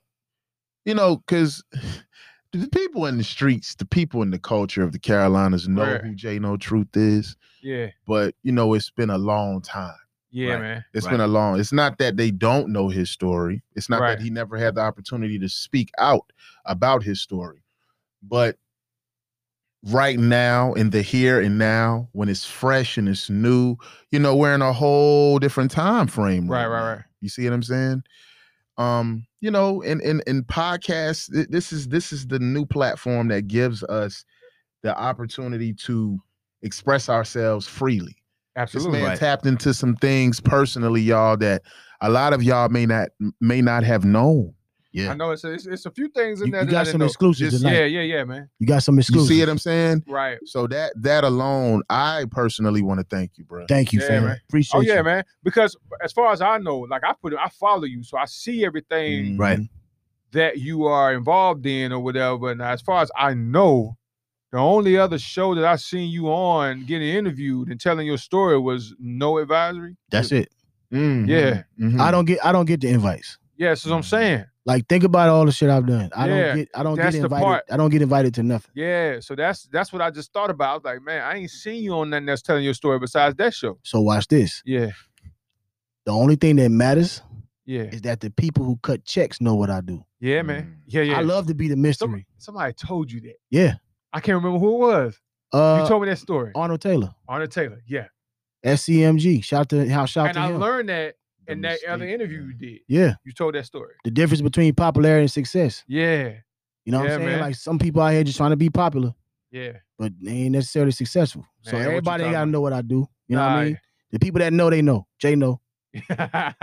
S4: you know because the people in the streets the people in the culture of the carolinas know
S2: Right.
S4: who j no truth is
S2: yeah,
S4: but you know it's been a long time
S2: yeah,
S3: Right.
S2: man.
S4: It's
S3: Right.
S4: been a long it's not that they don't know his story it's not
S2: Right.
S4: that he never had the opportunity to speak out about his story but right now in the here and now when it's fresh and it's new you know we're in a whole different time frame
S2: Right,
S4: now.
S2: right, right.
S4: you see what i'm saying um you know and and and podcasts th- this is this is the new platform that gives us the opportunity to express ourselves freely
S2: Absolutely.
S4: this man
S2: Right.
S4: tapped into some things personally y'all that a lot of y'all may not may not have known
S2: I
S4: yeah
S2: know it's a, it's, it's a few things in
S3: You,
S2: there
S3: you
S2: that I
S3: got
S2: didn't
S3: some
S2: know.
S3: exclusives
S4: Just-
S3: tonight.
S2: Yeah, yeah, yeah, man.
S3: You got some
S4: you
S3: exclusives.
S4: see what i'm saying
S2: Right.
S4: so that that alone i personally want to thank you bro
S3: Thank you,
S2: Yeah,
S3: fam.
S2: man.
S3: Appreciate
S2: oh yeah,
S3: you.
S2: man. Because as far as I know, like I put, I follow you, so I see everything
S4: Mhm.
S3: Right.
S2: that you are involved in or whatever. And as far as I know, the only other show that I seen you on getting interviewed and telling your story was No Advisory.
S3: That's it.
S4: Mhm.
S2: Yeah.
S4: Mhm.
S3: I don't get I don't get the invites.
S2: Yeah, that's what
S3: Mm-hmm.
S2: I'm saying.
S3: Like think about all the shit I've done. I
S2: Yeah,
S3: don't get I don't
S2: that's
S3: get
S2: the
S3: invited.
S2: part.
S3: I don't get invited to nothing.
S2: Yeah, so that's that's what I just thought about. I was like, man, I ain't seen you on nothing that's telling your story besides that show.
S3: So watch this.
S2: Yeah,
S3: The only thing that matters
S2: yeah,
S3: is that the people who cut checks know what I do.
S2: yeah, man. Yeah, yeah.
S3: Mm-hmm. I love to be the
S2: Some-
S3: mystery.
S2: somebody told you that.
S3: Yeah.
S2: I can't remember who it was.
S3: Uh
S2: you told me that story.
S3: Arnold Taylor.
S2: Arna Taylor. Yeah.
S3: SCMG. Shout out to how shout out
S2: and
S3: to
S2: I
S3: him.
S2: learned that
S4: The
S2: in that other
S4: mistake,
S2: interview you
S4: man.
S2: did.
S3: yeah.
S2: You told that story.
S3: The difference between popularity and success.
S2: Yeah.
S3: You know what
S2: Yeah,
S3: I'm saying?
S2: man.
S3: Like some people out here just trying to be popular,
S2: Yeah.
S3: but they ain't necessarily successful. so
S2: Man, what you
S3: everybody
S2: talking
S3: ain't gotta
S2: about?
S3: know what I do. You know what
S2: Nah,
S3: I mean? The people that know they know. Jay know.
S2: That's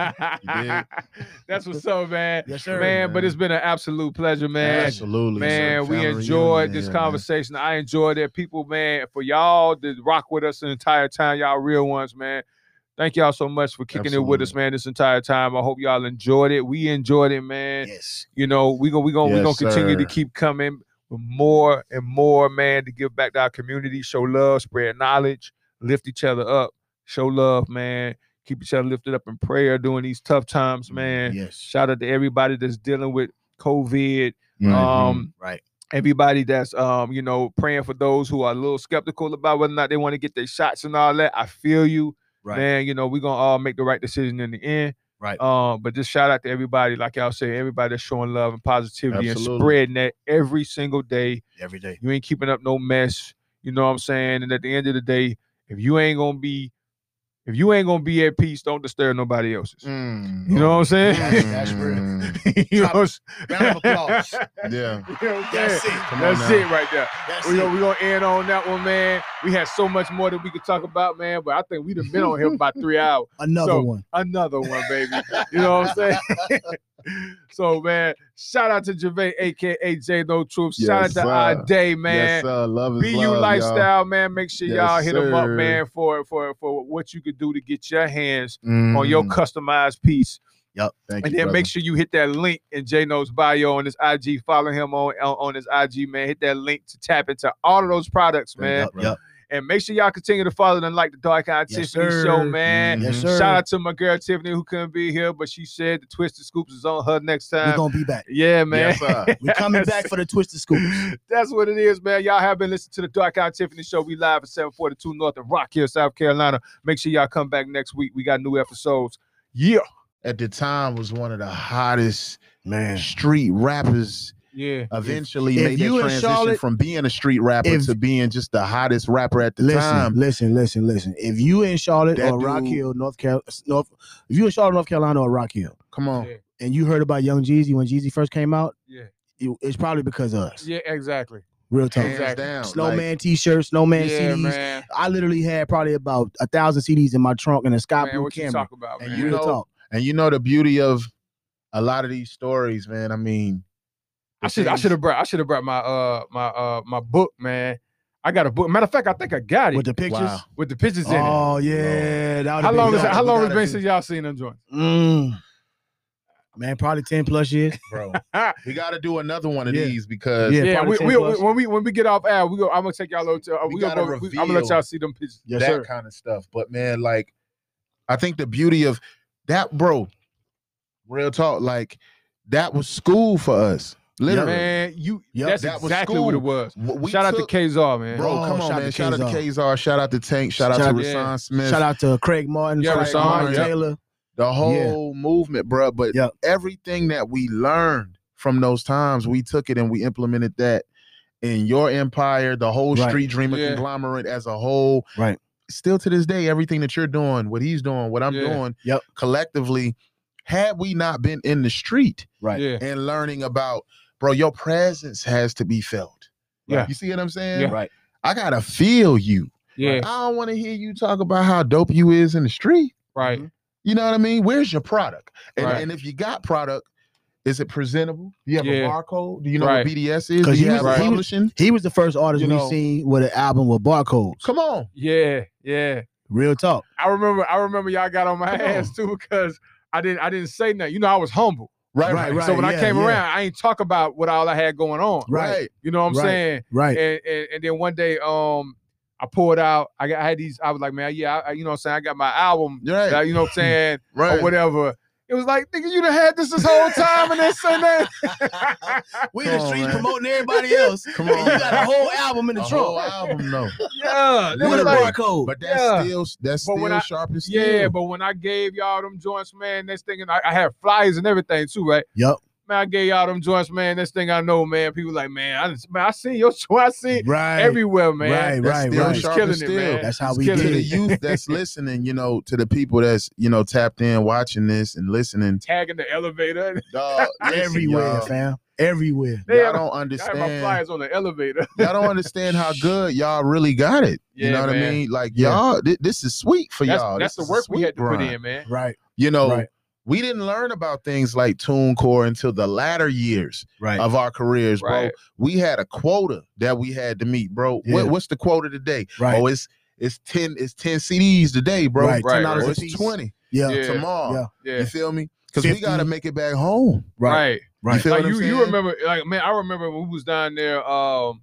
S2: what's up, man.
S3: Yes,
S2: man,
S3: sir.
S2: but it's been an absolute pleasure, man.
S4: absolutely
S2: Man,
S4: sir.
S2: we
S4: Family
S2: enjoyed
S4: reunion,
S2: this
S4: yeah, man.
S2: conversation. I enjoyed it. People, man, for y'all to rock with us the entire time, y'all real ones, man. Thank y'all so much for kicking it with us,
S4: Absolutely.
S2: man, this entire time. I hope y'all enjoyed it. We enjoyed it, man.
S3: Yes.
S2: You know, we gonna we gonna we gonna
S4: Yes,
S2: continue to
S4: sir.
S2: keep coming with more and more, man, to give back to our community, show love, spread knowledge, lift each other up, show love, man. Keep each other lifted up in prayer during these tough times, man.
S3: Yes.
S2: Shout out to everybody that's dealing with COVID.
S4: Mhm.
S2: Um,
S3: Right.
S2: Everybody that's um, you know, praying for those who are a little skeptical about whether or not they want to get their shots and all that. I feel you.
S3: Right.
S2: Man, you know, we're gonna all make the right decision in the end.
S3: Right.
S2: Um, but just shout out to everybody, like y'all say, everybody that's showing love and positivity and
S4: Absolutely.
S2: spreading that every single day.
S3: Every day.
S2: You ain't keeping up no mess. You know what I'm saying? And at the end of the day, if you ain't gonna be if you ain't gonna be at peace, don't disturb nobody else's.
S4: Mm.
S2: You know what I'm saying?
S3: Mm. Mm-hmm. That's real.
S4: Mm.
S2: you know what I'm
S3: Round of applause.
S4: yeah
S2: you know what I'm
S3: That's
S2: saying?
S3: it.
S4: Come on
S2: That's
S4: now.
S2: it right there.
S3: That's
S2: We're
S3: it.
S2: gonna, we gonna end on that one, man. We had so much more that we could talk about, man, but I think we done been on here for about three hours.
S3: Another
S2: So-
S3: one.
S2: Another one, baby. You know what I'm saying? so, man, shout out to Gervais, aka J No Truth. Shout
S4: Yes,
S2: out to
S4: sir.
S2: our day,
S4: yes
S2: man.
S4: sir love is
S2: BU
S4: love, y'all.
S2: lifestyle, man. Make sure
S4: Yes,
S2: y'all hit them up,
S4: sir.
S2: man, for for for what you could do to get your hands on
S4: Mm.
S2: your customized piece.
S4: Thank
S2: And
S4: you,
S2: then
S4: brother.
S2: make sure you hit that link in J No's bio on his IG. Follow him on, on on his IG, man. Hit that link to tap into all of those products, man.
S3: Yup, yup.
S2: And make sure y'all continue to follow and like the Dark Eye
S3: Yes,
S2: Tiffany show,
S3: sir.
S2: man.
S3: Yes,
S4: Mhm.
S3: sir.
S2: Shout out to my girl Tiffany who couldn't be here, but she said the Twisted Scoops is on her next
S3: We're
S2: time.
S3: gonna be back.
S2: Yeah, man.
S4: yes sir
S3: We're coming back for the Twisted Scoop.
S2: That's what it is, man. Y'all have been listening to the Dark Eye Tiffany Show. We live at 742 North in Rock Hill, South Carolina. Make sure y'all come back next week. We got new episodes. Yeah.
S4: at the time was one of the hottest
S3: Man.
S4: street rappers
S2: Yeah.
S4: eventually
S3: if
S4: made
S3: you
S4: that
S3: in
S4: transition
S3: Charlotte-
S4: from being a street rapper
S3: if-
S4: to being just the hottest rapper at the
S3: Listen,
S4: time.
S3: listen, listen, listen. If you in Charlotte
S4: That
S3: or Rock
S4: dude-
S3: Hill, North Carolina, North, if you in Charlotte, North Carolina or Rock Hill,
S4: Come on.
S2: Yeah.
S3: and you heard about Young Jeezy when Jeezy first came out,
S2: Yeah.
S3: you- it's probably because of us.
S2: Yeah, exactly.
S3: Real talk.
S4: Hands
S2: Exactly.
S4: down.
S3: Snowman T-shirts, Snowman
S2: yeah,
S3: CDs.
S2: man.
S3: I literally had probably about a thousand CDs in my trunk and a sky
S2: man,
S3: blue
S2: what you
S3: camera.
S2: talk about,
S4: And
S2: man?
S4: you
S3: Real
S4: know-
S3: talk.
S4: and you know the beauty of a lot of these stories, man. I mean,
S2: I should I should have brought I should have brought my uh my uh my book, man. I got a book. Matter of fact, I think I got it
S3: With
S2: with
S3: the pictures.
S4: Wow.
S2: the, pictures in it.
S3: Oh yeah. That
S2: How long
S4: we
S2: is it?
S4: gotta-
S2: How
S4: we
S2: long has
S4: gotta
S2: it been
S4: do-
S2: since y'all seen them joints?
S3: Mm. Man, probably 10 plus years.
S4: bro, we got to do another one of
S3: Yeah.
S4: these because
S3: Yeah,
S2: Yeah,
S3: probably
S2: we,
S3: 10
S2: we,
S3: plus.
S2: when we when we get off air, we go. I'm gonna take y'all over to. Uh,
S4: We
S2: we gonna
S4: gotta
S2: go, we, I'm gonna let
S4: reveal
S2: y'all see them pictures.
S3: Yes,
S4: that
S3: sir.
S4: kind of stuff. But man, like, I think the beauty of that, bro. Real talk, like that was school for us. Literally,
S2: man, you.
S3: Yup,
S2: that's
S4: that was
S2: exactly what it was.
S4: W- we
S2: Shout out
S4: took-
S2: to Kzar, man.
S4: Bro,
S3: Oh,
S4: come
S3: shout
S4: on,
S3: out
S4: man.
S3: to
S4: Shout out to
S3: Kzar.
S4: Kzar. Shout out to Tank. Shout,
S3: Shout
S4: out
S3: out-
S4: to
S2: yeah.
S4: Rasan Smith.
S3: Shout out to Craig Martin,
S2: Yeah,
S3: Craig
S2: Rashawn,
S3: Martin
S2: yeah.
S3: Taylor.
S4: the whole movement, bro. But
S3: Yep.
S4: everything that we learned from those times, we took it and we implemented that in your empire, the whole
S3: Right.
S4: street dreamer
S2: Yeah.
S4: conglomerate as a whole.
S3: Right.
S4: Still to this day, everything that you're doing, what he's doing, what I'm
S2: Yeah.
S4: doing,
S3: Yep.
S4: collectively, had we not been in the street
S3: Right.
S2: Yeah.
S4: and learning about, bro, your presence has to be felt.
S2: Yeah.
S4: You see what I'm saying?
S2: Yeah.
S3: Right.
S4: I gotta feel you.
S2: Yeah.
S4: I don't want to hear you talk about how dope you is in the street.
S2: Right.
S3: Mm-hmm.
S4: You know what I mean? Where's your product? And,
S2: Right.
S4: and if you got product, is it presentable? Do you have
S2: Yeah.
S4: a barcode? Do you know
S2: Right.
S4: what BDS is? Do
S3: 'Cause
S4: you
S3: he
S4: have
S2: was- he was-
S4: publishing?
S3: He was the first artist
S4: You
S3: we've
S4: know-
S3: seen with an album with barcodes.
S4: Come on.
S2: Yeah. Yeah.
S3: Real talk.
S2: I remember. I remember y'all got on my
S4: Come on.
S2: ass too because I didn't. I didn't say nothing. You know, I was humble.
S4: Right,
S3: Right,
S4: right,
S3: right.
S2: so when I
S3: yeah,
S2: came
S3: yeah.
S2: around, I ain't talk about what all I had going on.
S4: right.
S3: Right.
S2: You know what I'm
S3: Right.
S2: saying?
S3: Right.
S2: and, and and then one day um I poured out I got I had these I was like man yeah I, you know what I'm saying I got my album
S4: Right.
S2: that- you know what I'm saying
S4: Right.
S2: or whatever it was like nigga you done had this this whole time and this and that
S3: We
S4: in the Come on, streets man.
S3: promoting everybody else.
S4: Come on. man.
S3: whole album in
S4: A whole album, no.
S2: yeah it
S4: With
S2: was
S4: a
S2: like-
S3: barcode.
S4: But that's
S2: Yeah.
S4: still that's
S2: But
S4: still
S2: when I-
S4: sharp as steel.
S2: yeah but when I gave y'all them joints man next thing and I, I had flyers and everything too right
S3: Yup.
S2: man I gave y'all them joints man next thing I know man people like man I just, man I seen your joint I seen
S3: Right.
S2: everywhere man
S3: Right.
S4: that's
S3: Right.
S4: still
S2: Y'all
S3: Right.
S2: just
S4: sharp
S2: killing
S4: as
S2: it
S4: steel.
S2: man
S3: That's how
S2: Just
S3: we
S2: killing
S4: to
S3: did
S4: the
S2: it.
S4: youth that's listening, you know, to the people that's you know tapped in, watching this and listening,
S2: tagging the elevator
S4: dog, listen,
S3: Everywhere,
S4: y'all.
S3: fam. Everywhere.
S2: they
S4: Y'all
S2: had,
S4: don't
S2: I had my
S4: understand.
S2: flyers on the elevator
S4: Y'all don't understand how good y'all really got it.
S2: Yeah,
S4: you know what
S2: man.
S4: I mean? Like
S3: Yeah.
S4: y'all, thi- this is sweet for
S2: that's,
S4: y'all.
S2: that's the
S4: This is a
S2: work we
S4: sweet
S2: had to put
S4: grind.
S2: in, man.
S3: Right.
S4: You know,
S3: Right.
S4: we didn't learn about things like TuneCore until the latter years
S3: Right.
S4: of our careers, bro.
S2: Right.
S4: We had a quota that we had to meet, bro. What-
S3: Yeah.
S4: what's the quota today?
S3: Right.
S4: Oh, it's it's ten it's ten CDs today, bro.
S3: Right.
S2: Right,
S4: Or
S3: $10
S4: it's
S3: a piece.
S4: twenty
S3: Yeah.
S2: Yeah.
S4: tomorrow.
S3: Yeah.
S2: Yeah.
S4: You feel me? Because we
S3: 50.
S4: gotta make it back home.
S3: Right.
S2: Right.
S4: You
S3: Right.
S4: feel
S2: Like
S4: what
S2: Oh, you,
S4: I'm
S2: you
S4: saying?
S2: remember, like man, I remember when we was down there. Um,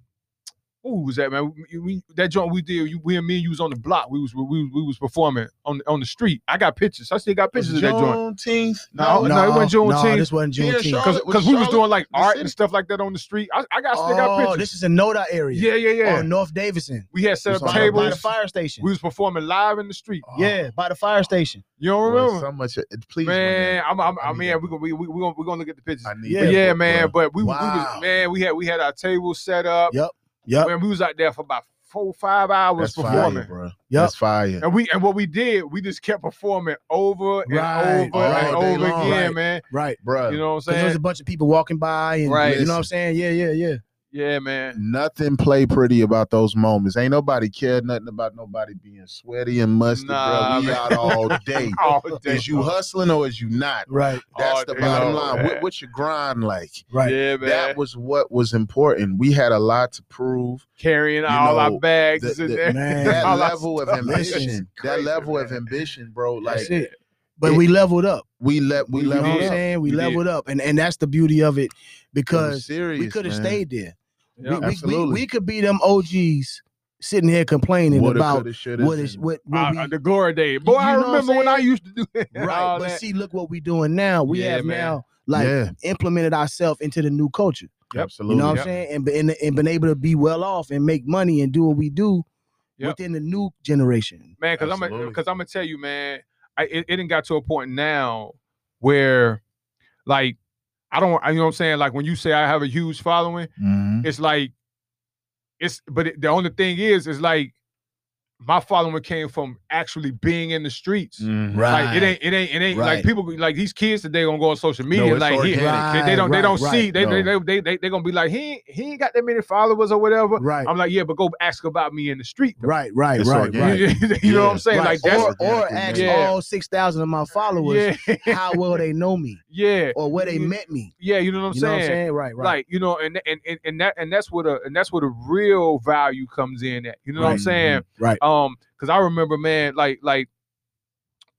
S2: who was that man? We, we- that joint we did. You, we and me and you was on the block. We was we, we, we was performing on on the street. I got pictures. I still got
S4: Was
S2: pictures of that joint.
S4: Juneteenth.
S2: No, no, it wasn't Juneteenth.
S3: No, this wasn't
S4: Yeah,
S3: Juneteenth.
S4: Charlotte
S2: Cause,
S4: was
S2: 'cause we was
S4: Charlotte,
S2: doing like
S4: the
S2: art
S4: city.
S2: and stuff like that on the street. I, I got still got
S3: Oh,
S2: pictures.
S3: this is a Noda area.
S2: yeah, yeah, yeah.
S3: Oh, North Davidson.
S2: we had set
S4: It's
S2: up
S4: on the-
S3: By
S4: Oh,
S3: the, by the
S2: tables.
S3: fire station.
S2: We was performing live in the street.
S3: yeah, by the fire station.
S2: You don't
S4: Boy,
S2: remember,
S4: so much. Please,
S2: man? I'm, I'm,
S4: I
S2: I
S4: need
S2: mean,
S4: that
S2: we gonna we we we gonna we gonna look at the pictures.
S4: I need
S3: Yeah,
S2: But
S4: that
S2: yeah,
S4: book,
S2: man.
S4: bro.
S2: But we, we
S4: Wow.
S2: was man, we had we had our table set up.
S3: Yep, yep.
S2: Man, we was out there for about four five hours
S4: That's fire,
S2: performing.
S4: bro.
S3: Yep.
S4: That's fire.
S2: and we and what we did, we just kept performing over and
S3: Right,
S2: over and
S4: all day
S2: over
S4: long.
S2: again,
S3: Right.
S2: man.
S3: Right.
S4: Bro,
S2: You know what I'm
S3: Because there was a
S2: saying?
S3: bunch of people walking by and
S2: Right.
S3: you know what I'm saying? Yeah, yeah, yeah.
S2: Yeah, man.
S4: nothing play pretty about those moments. Ain't nobody care nothing about nobody being sweaty and musty,
S2: Nah,
S4: bro. We
S2: man.
S4: out all day.
S2: All day.
S4: is you
S2: long.
S4: hustling or is you not?
S3: Right.
S4: That's
S2: All
S4: the
S2: day long,
S4: bottom line. What,
S2: man.
S4: what's your grind like?
S3: Right.
S2: Yeah, man.
S4: That was what was important. We had a lot to prove.
S2: Carrying
S4: you
S2: all
S4: know,
S2: our bags
S4: the-
S2: in
S4: the-
S2: there.
S3: man,
S4: That
S2: All our
S4: level of
S2: stuff.
S4: ambition, that
S2: crazy,
S4: level of
S2: man.
S4: ambition, bro. Like
S3: That's it. But we leveled up.
S4: we let we
S3: You know what
S4: leveled
S3: I'm
S4: up.
S3: saying?
S2: We
S3: We,
S2: did.
S3: leveled up. And and that's the beauty of it because we
S4: serious,
S3: could have
S4: man.
S3: stayed
S2: Yeah.
S3: there. We- we, we,
S4: Absolutely.
S3: we could be them OGs sitting here complaining
S4: Woulda,
S3: about
S4: coulda, shoulda,
S3: what is
S4: shoulda.
S3: what, what
S2: Ah,
S3: we,
S2: the glory day. Boy, I
S3: you know what I'm
S2: remember when I
S3: saying?
S2: used to do it.
S3: right.
S2: All
S3: But
S2: that.
S3: see, look what we doing now. We
S2: Yeah,
S3: have
S2: man.
S3: now like
S4: Yeah.
S3: implemented ourselves into the new culture.
S2: Yep.
S4: Absolutely.
S3: You know what I'm
S2: Yep.
S3: saying? And, be- and and been able to be well off and make money and do what we do
S2: Yep.
S3: within the new generation.
S2: man. Because I'm
S4: Absolutely.
S2: because I'm gonna tell you, man. I it, it didn't got to a point now where, like, I don't. I- You know what I'm saying? Like when you say I have a huge following,
S4: Mhm.
S2: it's like, it's. But it, the only thing is, is like, my following came from actually being in the streets.
S4: Mhm.
S2: Like it ain't, it ain't, it ain't like
S3: Right.
S2: people like these kids today gonna go on social media
S4: it's
S2: and like he,
S4: organic.
S2: they, they don't, they
S3: Right,
S2: don't
S3: right,
S2: see, they, they, they,
S4: no.
S2: they, they, they gonna be like he, ain't- he ain't got that many followers or whatever.
S3: Right.
S2: I'm like, yeah, but go ask about me in the street. though."
S3: Right, right,
S4: It's
S3: right,
S4: organic.
S3: right.
S2: You, know what I'm saying?
S3: Right.
S2: Like that's
S3: or, or
S4: organic,
S3: ask
S2: man. Yeah.
S3: all six thousand of my followers
S2: yeah,
S3: how well they know me
S2: yeah,
S3: or where they
S2: You-
S3: met me.
S2: yeah. You know what I'm
S3: you know
S2: saying?
S3: what I'm saying? Right, right.
S2: Like you know, and and and, and that and that's where the and that's where the real value comes in. At you know what I'm
S3: Right.
S2: saying?
S3: Mm-hmm. Right.
S2: Um, because I remember, man, like like,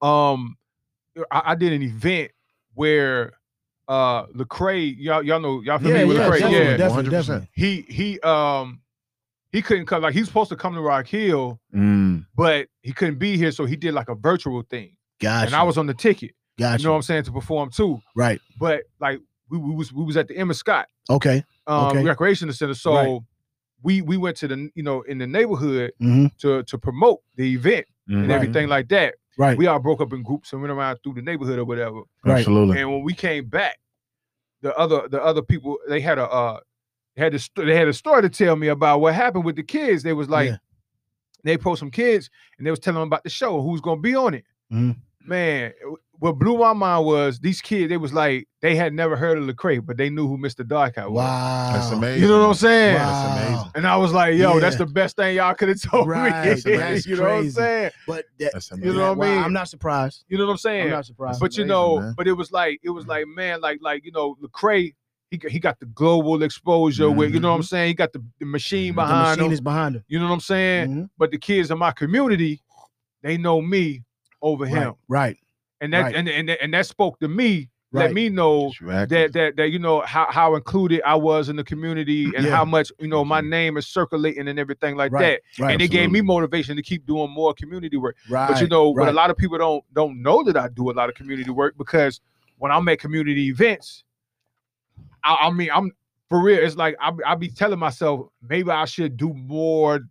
S2: um, I, I did an event where uh Lecrae, y'all y'all know y'all familiar with
S4: yeah,
S2: Lecrae,
S4: definitely,
S2: yeah.
S4: definitely.
S2: He he um he couldn't come like he was supposed to come to Rock Hill,
S4: Mm.
S2: but he couldn't be here, so he did like a virtual thing,
S3: Gotcha.
S2: and I was on the ticket.
S3: gotcha.
S2: You know what I'm saying to perform too.
S3: right.
S2: But like we, we was we was at the Emma Scott
S3: Okay.
S2: um
S3: Okay.
S2: recreational center, so
S3: Right.
S2: we we went to the you know in the neighborhood
S3: hmm
S2: to to promote the event and
S4: Mhm.
S2: everything like that.
S3: Right.
S2: We all broke up in groups and went around through the neighborhood or whatever.
S3: right.
S4: Absolutely.
S2: And when we came back, the other the other people they had a uh had this, they had a story to tell me about what happened with the kids. They was like,
S3: Yeah.
S2: they post some kids and they was telling them about the show, who's gonna be on it.
S3: Mhm.
S2: Man, w- what blew my mind was these kids. They was like they had never heard of Lecrae, but they knew who Mr. Darkout was.
S3: Wow.
S4: That's amazing.
S2: You know what I'm saying?
S4: That's
S3: Wow.
S4: amazing.
S2: And I was like, yo, that's
S3: Yeah.
S2: the best thing y'all could have told
S3: Right,
S2: me.
S3: that's
S2: you know what I'm
S3: crazy.
S2: saying?
S3: But that,
S4: That's
S2: You
S4: amazing.
S2: know what I
S3: wow,
S2: mean?
S3: I'm not surprised.
S2: You know what I'm saying?
S3: I'm not surprised.
S2: but you
S4: amazing,
S2: know,
S4: man.
S2: but it was like it
S3: Mm-hmm.
S2: was like man, like like you know, Lecrae, he got- he got the global exposure with you know what I'm saying. He got the, the machine
S4: Mhm. The
S3: Mm-hmm. the
S2: behind
S3: machine
S2: him.
S3: is behind him.
S2: you know what I'm saying?
S3: Mhm.
S2: But the kids in my community, they know me over him,
S3: Right. Right.
S2: and that
S3: right.
S2: and, and and that spoke to me. Let
S3: Right.
S2: me know
S4: It's your actors.
S2: that that that you know how how included I was in the community and
S3: Yeah.
S2: how much you know my
S4: Mhm.
S2: name is circulating and everything like
S3: Right,
S2: that.
S3: Right.
S2: and it gave me motivation to keep doing more community work.
S3: right.
S2: But you know, but
S3: right.
S2: a lot of people don't don't know that I do a lot of community work because when I'm at community events, I, I mean, I'm for real. It's like I I be telling myself maybe I should do more,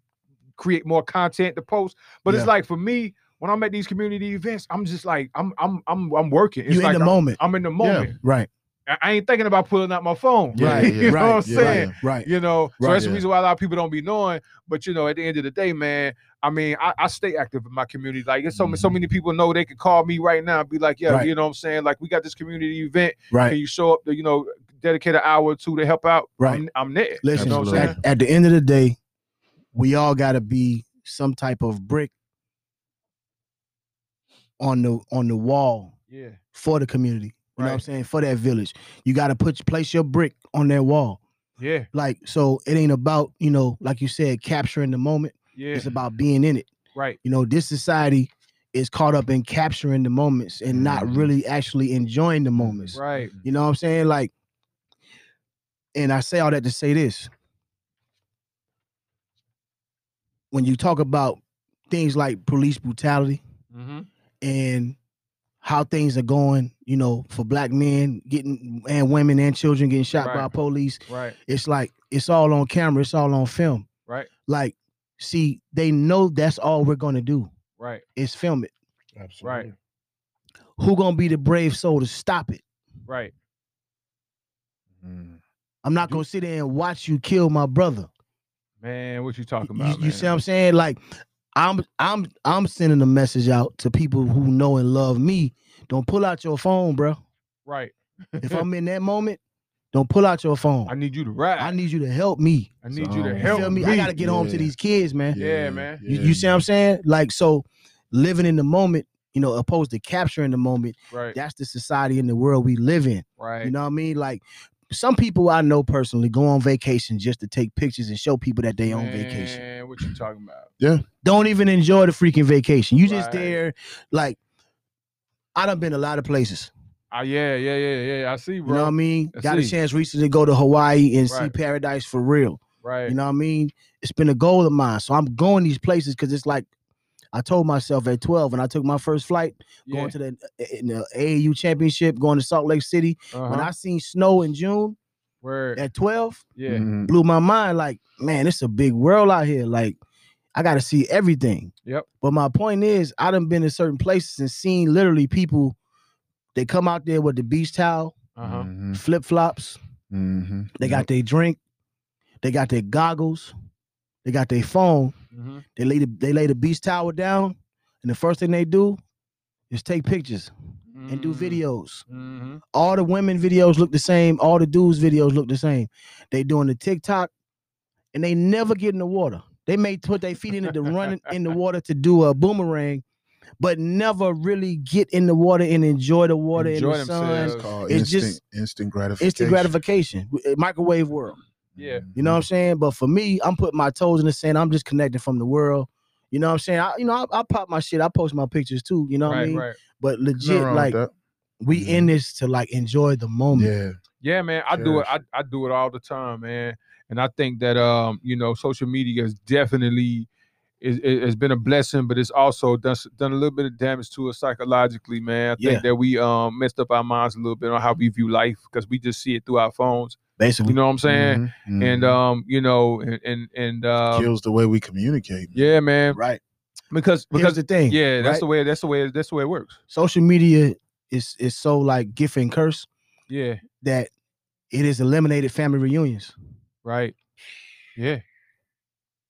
S2: create more content to post. But
S3: Yeah.
S2: it's like for me when I'm at these community events, I'm just like I'm I'm I'm I'm working. It's
S3: you in
S2: like
S3: the
S2: I'm,
S3: moment.
S2: I'm in the moment.
S3: Right.
S2: I- I ain't thinking about pulling out my phone.
S4: Yeah,
S3: Right.
S4: yeah,
S2: you know
S3: right,
S2: what I'm
S4: yeah,
S2: saying?
S4: yeah.
S3: Right.
S2: You know, so
S3: Right.
S2: that's
S4: Yeah.
S2: the reason why a lot of people don't be knowing. But you know, at the end of the day, man, I mean, I, I stay active in my community. Like, it's so ma- so
S4: Mhm.
S2: many people know they can call me right now and be like, "Yeah,
S3: Mm-hmm. Right.
S2: you know what I'm saying? Like, we got this community event. Can
S3: Right.
S2: you show up? To, you know, dedicate an hour or two to help out?
S3: Right.
S2: I'm, I'm there.
S3: Listen,
S2: you know what I'm
S4: Absolutely.
S2: saying?
S3: at, at the end of the day, we all gotta be some type of brick on the on the wall
S2: Yeah,
S3: for the community. You know what I'm
S2: Right.
S3: saying? For that village. You gotta put place your brick on that wall.
S2: yeah,
S3: Like so it ain't about, you know, like you said, capturing the moment.
S2: yeah.
S3: It's about being in it.
S2: Right.
S3: You know, this society is caught up in capturing the moments and not
S2: Mm-hmm.
S4: Mhm.
S3: really actually enjoying the moments.
S2: Right.
S3: You know what I'm saying? Like, and I say all that to say this. When you talk about things like police brutality
S2: Mm-hmm.
S3: and how things are going, you know, for black men getting and women and children getting shot by
S2: Right.
S3: police,
S2: Right.
S3: it's like it's all on camera, it's all on film.
S2: Right.
S3: Like, see, they know that's all we're gonna do
S2: Right.
S3: is film it.
S2: Right.
S3: Who gonna be the brave soul to stop it?
S2: Right.
S4: Mm.
S3: I'm not gonna sit there and watch you kill my brother.
S2: Man, what you talking
S3: You-
S2: about?
S3: You,
S2: man?
S3: see what I'm saying? Like, I'm I'm I'm sending a message out to people who know and love me. Don't pull out your phone, bro.
S2: right.
S3: If I'm in that moment, don't pull out your phone.
S2: I need you to ride.
S3: I need you to help me.
S2: I need
S4: So,
S2: you to
S3: You
S4: you
S2: help
S3: feel me? I gotta get home to
S4: Oh, Yeah.
S3: these kids, man.
S2: Yeah, man.
S3: You, you see what I'm saying? Like, so living in the moment, you know, opposed to capturing the moment,
S2: Right.
S3: that's the society in the world we live in.
S2: Right.
S3: You know what I mean? Like some people I know personally go on vacation just to take pictures and show people that they on vacation.
S2: Man, what you talking about?
S3: don't even enjoy the freaking vacation. You just
S2: Right.
S3: there, like I done been a lot of places.
S2: Ah, yeah, yeah, yeah, yeah. I see,
S3: You
S2: bro.
S3: know what I mean?
S2: I
S3: Got a
S2: see.
S3: chance recently to go to Hawaii and see
S2: Right.
S3: paradise for real.
S2: Right.
S3: You know what I mean? It's been a goal of mine. So I'm going these places because it's like I told myself at 12 when I took my first flight
S2: yeah.
S3: going to the, in the AAU championship, going to Salt Lake City. When
S2: uh-huh.
S3: I seen snow in June
S2: Word.
S3: at 12,
S2: yeah.
S4: Mhm.
S3: blew my mind. Like, man, it's a big world out here. Like, I got to see everything.
S2: Yep.
S3: But my point is, I done been in certain places and seen literally people. They come out there with the beach towel,
S2: Uh-huh.
S4: Mhm.
S3: flip flops.
S4: Mhm.
S3: They
S4: Yep.
S3: got their drink. They got their goggles. They got their phone.
S2: Mm-hmm.
S3: They lay the they lay the beach towel down, and the first thing they do is take pictures and
S2: Mm.
S3: do videos.
S2: Mm-hmm.
S3: All the women videos look the same. All the dudes videos look the same. They doing the TikTok, and they never get in the water. They may put their feet in it to run in the water to do a boomerang, but never really get in the water and enjoy the water
S2: Enjoy
S3: in the sun.
S2: themselves.
S4: It's called
S3: It's
S4: instant,
S3: just-
S4: instant gratification.
S3: Instant gratification, w- uh, microwave world.
S2: Yeah.
S3: You know what I'm saying? But for me, I'm putting my toes in the sand. I'm just connecting from the world. You know what I'm saying? I, you know, I, I pop my shit. I post my pictures too. You know what
S2: right,
S3: I mean?
S2: right.
S3: But
S4: Nothing
S3: legit,
S4: wrong with
S3: like
S4: that.
S3: we in this to like enjoy the moment.
S4: Yeah.
S2: mm-hmm. Yeah, man. I do it. I, I do it all the time, man. And I think that um, you know, social media is definitely is it, has been a blessing, but it's also done s- done a little bit of damage to us psychologically, man. I
S3: Yeah.
S2: think that we um messed up our minds a little bit on how we view life because we just see it through our phones.
S3: Basically,
S2: You know what I'm saying?
S4: Mhm. Mhm.
S3: Mm-hmm.
S2: And um, you know, and and, and um,
S4: kills the way we communicate. man.
S2: yeah, man.
S3: right?
S2: Because
S3: Because
S2: because
S3: the thing,
S2: yeah, that's
S3: right?
S2: the way that's the way that's the way it works.
S3: social media is is so like gift and curse
S2: Yeah.
S3: that it has eliminated family reunions.
S2: right? Yeah,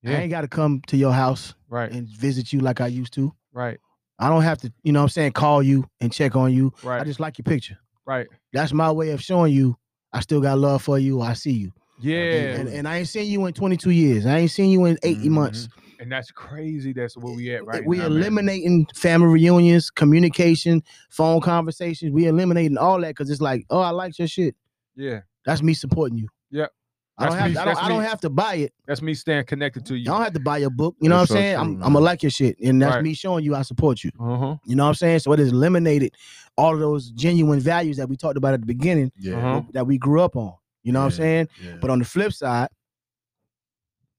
S3: I
S2: yeah,
S3: ain't got to come to your house
S2: right,
S3: and visit you like I used to.
S2: right,
S3: I don't have to, you know what I'm saying, call you and check on you. I
S2: right,
S3: just like your picture.
S2: right.
S3: That's my way of showing you I still got love for you. I see you.
S2: Yeah,
S3: And, and I ain't seen you in 22 years. I ain't seen you in 80 months.
S2: and that's crazy. That's where we at right
S3: we
S2: now. man.
S3: eliminating family reunions, communication, phone conversations. We eliminating all that because it's like, oh, I like your shit.
S2: Yeah,
S3: That's me supporting you.
S2: Yep.
S3: I don't,
S2: That's
S3: have,
S2: me-
S3: I,
S2: that's
S3: don't, I don't
S2: me.
S3: have to buy it.
S2: that's me staying connected to
S3: I
S2: you.
S3: don't have to buy your book. You know
S4: That's
S3: what I'm
S4: so
S3: saying?
S4: true,
S3: I'm,
S4: man.
S3: I'm gonna like your shit, and that's
S2: Right.
S3: me showing you I support you.
S2: Uh huh.
S3: You know what I'm saying? So it has eliminated all of those genuine values that we talked about at the beginning
S4: Yeah.
S2: Uh-huh.
S3: that we grew up on. You know what I'm
S4: Yeah.
S3: saying?
S4: yeah.
S3: But on the flip side,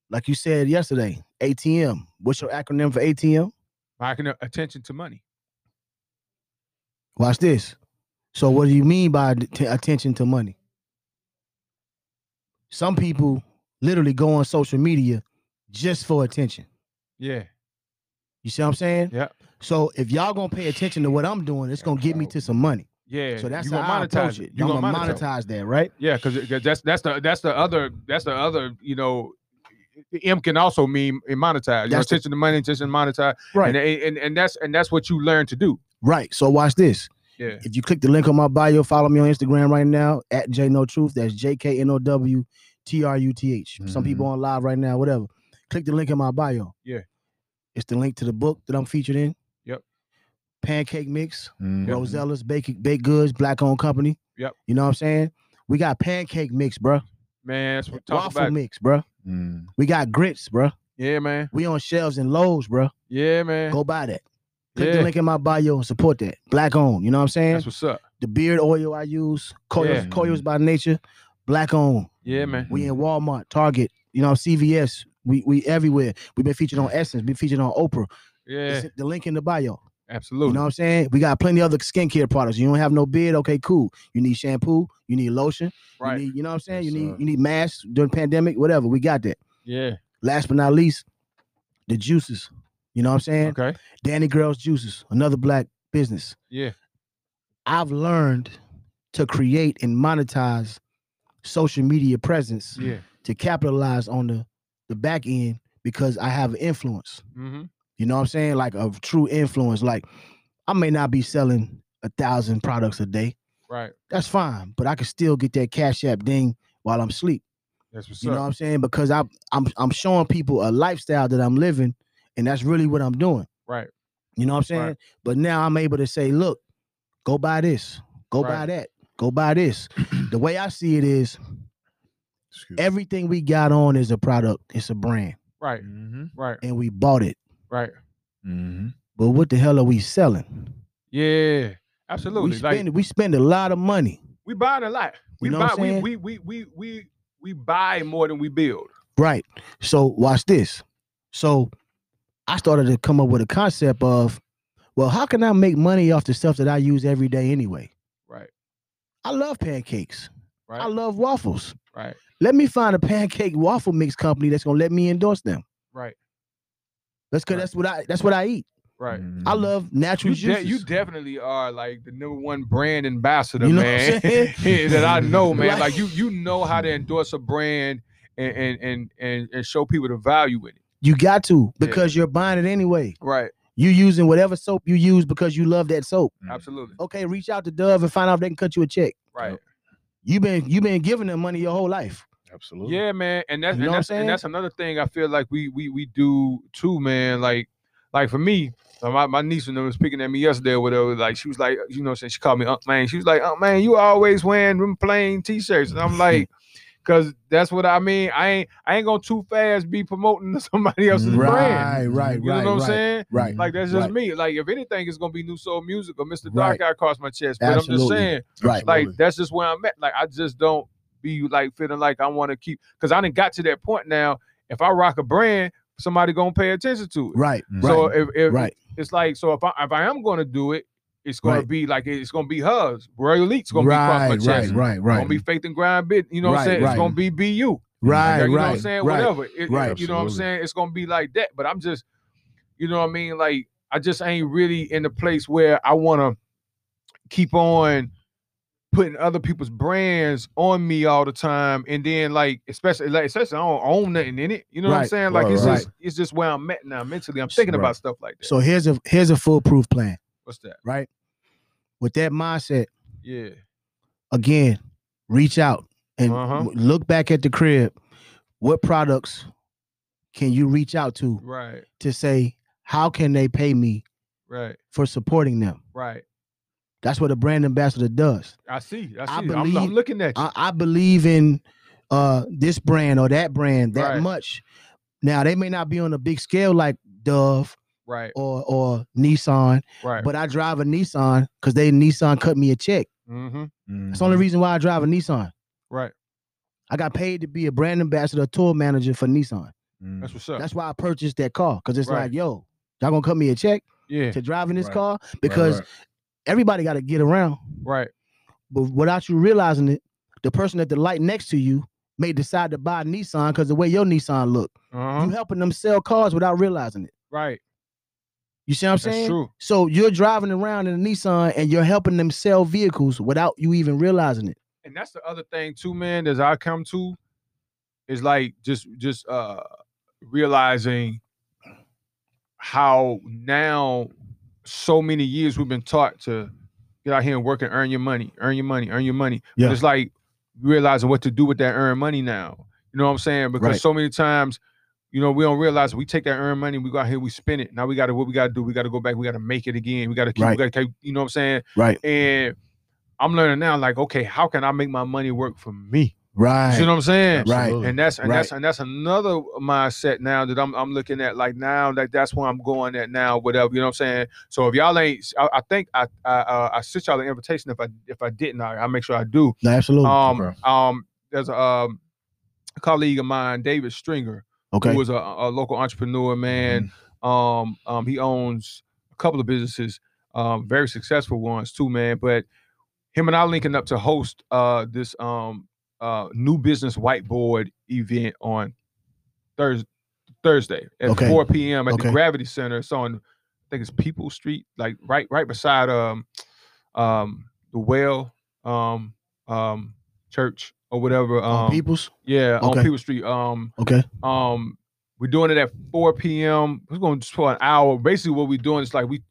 S3: like you said yesterday, ATM. What's your acronym for ATM?
S2: I can attention to money.
S3: Watch this. So what do you mean by att- attention to money? Some people literally go on social media just for attention.
S2: Yeah,
S3: You see what I'm saying?
S2: Yep.
S3: So if y'all gonna pay attention to what I'm doing, it's gonna get me to some money.
S2: yeah.
S3: So that's
S2: you
S3: how
S2: gonna
S3: I approach
S2: monetize
S3: it.
S2: You gonna,
S3: I'm gonna
S2: monetize? it.
S3: monetize that, right?
S2: Yeah, because that's that's the that's the other that's the other you know. M can also mean and monetize. You know,
S3: That's the-
S2: attention to money, attention to monetize,
S3: Right.
S2: and, and and that's and that's what you learn to do.
S3: Right. So watch this.
S2: Yeah.
S3: If you click the link on my bio, follow me on Instagram right now at J No Truth. That's J K N O W T R U T H. Some people on live right now, whatever. Click the link in my bio.
S2: Mm-hmm. Yeah.
S3: It's the link to the book that I'm featured in.
S2: Yep.
S3: Pancake Mix,
S4: Mhm.
S3: Rosella's Bake Baked Goods, Black Owned Company.
S2: Yep.
S3: You know what I'm saying? We got pancake mix, bruh.
S2: Man, that's what talk
S3: Waffle
S2: about.
S3: mix, bruh.
S4: Mhm.
S3: We got grits, bruh.
S2: Yeah, man.
S3: We on shelves and Lowe's, bruh.
S2: Yeah, man.
S3: Go buy that. Click the
S2: yeah,
S3: link in my bio and support that. Black owned. You know what I'm saying?
S2: that's what's up.
S3: the beard oil I use, coils,
S2: Yeah.
S3: coils by nature, black on.
S2: Yeah, man.
S3: We in Walmart, Target, you know, CVS. We we everywhere. We've been featured on Essence, been featured on Oprah.
S2: Yeah,
S3: It's in- the link in the bio.
S2: absolutely.
S3: You know what I'm saying? We got plenty of other skincare products. You don't have no beard, okay, cool. You need shampoo, you need lotion,
S2: right.
S3: you need, you know what I'm saying?
S4: Yes,
S3: you need
S4: sir.
S3: you need masks during pandemic, whatever. We got that.
S2: yeah.
S3: Last but not least, the juices. You know what I'm saying?
S2: Okay.
S3: Danny Girls Juices, another black business.
S2: Yeah.
S3: I've learned to create and monetize social media presence
S2: Yeah.
S3: to capitalize on the the back end because I have influence.
S2: Mm-hmm.
S3: You know what I'm saying? Like a true influence. Like I may not be selling a thousand products a day.
S2: Right.
S3: That's fine, but I can still get that cash app ding while I'm asleep.
S2: That's what's
S3: You know what
S2: up.
S3: I'm saying? Because I I'm I'm showing people a lifestyle that I'm living, and that's really what I'm doing.
S2: Right.
S3: You know what I'm saying?
S2: Right.
S3: But now I'm able to say, look, go buy this, go buy
S2: Right.
S3: that, go buy this. the way I see it is
S4: Excuse-
S3: everything we got on is a product, it's a brand,
S2: Right.
S4: Mhm.
S2: Right.
S3: and we bought it.
S2: Right.
S4: Mhm.
S3: But what the hell are we selling?
S2: Yeah. Absolutely.
S3: We
S2: like
S3: spend we spend a lot of money.
S2: we buying a lot. We
S3: You know what
S2: buy
S3: I'm
S2: we,
S3: saying?
S2: we we we we we buy more than we build.
S3: Right. So watch this. So I started to come up with a concept of, well, how can I make money off the stuff that I use every day anyway?
S2: Right.
S3: I love pancakes.
S2: Right.
S3: I love waffles.
S2: right.
S3: Let me find a pancake waffle mix company that's gonna let me endorse them.
S2: Right.
S3: Mm-hmm. That's cause
S2: Right.
S3: that's what I that's what I eat.
S2: Right.
S3: I
S4: Mhm.
S3: love natural
S2: You,
S3: juices.
S2: de- you definitely are like the number one brand ambassador,
S3: You know what I'm
S2: man.
S3: saying?
S2: that I know, man.
S3: Right.
S2: Like you, you know how to endorse a brand and and and and, and show people the value in it.
S3: You got to
S2: Yeah.
S3: because you're buying it anyway.
S2: Right.
S3: You using whatever soap you use because you love that soap.
S2: Mm.
S4: Mhm.
S2: Absolutely.
S3: Okay, reach out to Dove and find out if they can cut you a check.
S2: Right.
S3: You've been you been giving them money your whole life.
S4: Absolutely.
S2: Yeah, man. And that's
S3: You know
S2: and
S3: what I'm
S2: that's
S3: saying?
S2: and that's another thing I feel like we we we do too, man. Like like for me, uh, my, my niece when they was speaking at me yesterday or whatever, like she was like, you know, what I'm saying she called me Unc Man. She was like, Unc Man, you always wearing them plain t-shirts. And I'm like, cause that's what I mean. I ain't I ain't gonna too fast be promoting somebody else's brand.
S3: right,
S2: You know what I'm saying?
S3: right.
S2: Like that's just
S3: Right.
S2: me. Like if anything, it's gonna be new soul music or Mr.
S3: Right.
S2: Dark Eye across my chest. But I'm just
S3: Absolutely.
S2: saying,
S3: Right.
S2: like
S4: Absolutely.
S2: that's just where I'm at. Like I just don't be like feeling like I want to keep because I didn't got to that point now. If I rock a brand, somebody gonna pay attention to it.
S3: Right.
S2: So
S3: Right.
S2: if, if
S3: right.
S2: it's like so if I if I am gonna do it, it's gonna
S3: Right.
S2: be like it's gonna be hers. Royal Elite's gonna
S3: right,
S2: be across my
S3: right,
S2: chest.
S3: right, right,
S2: Gonna be faith and grind bit. You know what
S3: Right,
S2: I'm saying?
S3: right.
S2: It's gonna be BU.
S3: right,
S2: Like, you know
S3: right,
S2: what I'm saying?
S3: right.
S2: Whatever. It-
S3: right.
S2: You know what I'm
S4: Absolutely.
S2: saying? It's gonna be like that. But I'm just, you know what I mean? Like I just ain't really in the place where I wanna keep on putting other people's brands on me all the time, and then like especially like especially I don't own nothing in it. You know what I'm
S3: Right.
S2: saying? Like
S4: Right,
S2: it's
S4: right.
S2: just it's just where I'm at now mentally. I'm thinking
S4: Right.
S2: about stuff like that.
S3: So here's a here's a foolproof plan,
S2: what's that?
S3: right? With that mindset,
S2: Yeah,
S3: again, reach out and
S2: Uh-huh.
S3: w- look back at the crib. What products can you reach out to
S2: right,
S3: to say how can they pay me
S2: right,
S3: for supporting them?
S2: right.
S3: That's what a brand ambassador does.
S2: I see. I see.
S3: I
S2: I'm- I'm,
S3: believe-
S2: looking at you.
S3: I, I believe in uh this brand or that brand that
S2: Right.
S3: much. Now they may not be on a big scale like Dove
S2: right,
S3: or or Nissan,
S2: right.
S3: but I drive a Nissan because they Nissan cut me a check.
S2: mm-hmm.
S3: That's the only reason why I drive a Nissan.
S2: Right.
S3: I got paid to be a brand ambassador, a tour manager for Nissan.
S2: That's what's up.
S3: That's why I purchased that car because it's
S2: Right.
S3: like, yo, y'all gonna cut me a check
S2: yeah.
S3: to driving this
S4: Right.
S3: car because everybody got to get around.
S2: Right.
S3: But without you realizing it, the person at the light next to you may decide to buy a Nissan because the way your Nissan look,
S2: Uh-huh.
S3: you helping them sell cars without realizing it.
S2: Right.
S3: You see what I'm
S2: That's
S3: saying?
S2: true.
S3: So you're driving around in a Nissan and you're helping them sell vehicles without you even realizing it.
S2: and that's the other thing too, man. As I come to, is like just just uh realizing how now so many years we've been taught to get out here and work and earn your money, earn your money, earn your money. But
S3: Yeah.
S2: it's like realizing what to do with that earned money now. You know what I'm saying? Because
S3: Right.
S2: so many times, you know, we don't realize we take that earned money, we go out here, we spend it. Now we got to what we got to do. We got to go back. We got to make it again. We got to keep. We
S3: Right.
S2: got to keep. You know what I'm saying?
S3: Right.
S2: And I'm learning now, like, okay, how can I make my money work for me? You
S3: Right.
S2: see what I'm saying?
S3: Right.
S2: And that's and that's
S3: Right.
S2: and that's another mindset now that I'm I'm looking at like now like that's where I'm going at now whatever you know what I'm saying. So if y'all ain't, I, I think I I, uh, I sent y'all an invitation. If I if I didn't, I I make sure I do.
S3: No, absolutely.
S2: Um
S4: okay.
S2: um, there's a, um, a colleague of mine, David Stringer,
S3: okay. Mm-hmm.
S2: who was a, a local entrepreneur, man. Um, um, he owns a couple of businesses, um, very successful ones too, man. But him and I linking up to host uh, this um, uh, new business whiteboard event on Thursday. Thursday at
S3: Okay.
S2: 4 p.m. at the
S3: Okay.
S2: Gravity Center. It's on, I think it's People Street, like right, right beside um, um, the Well um, um, Church or whatever. Um,
S3: Peoples.
S2: yeah, on
S3: okay.
S2: People Street. Um,
S3: Okay.
S2: um, we're doing it at 4 p.m. We're going just for an hour. Basically, what we're doing is like we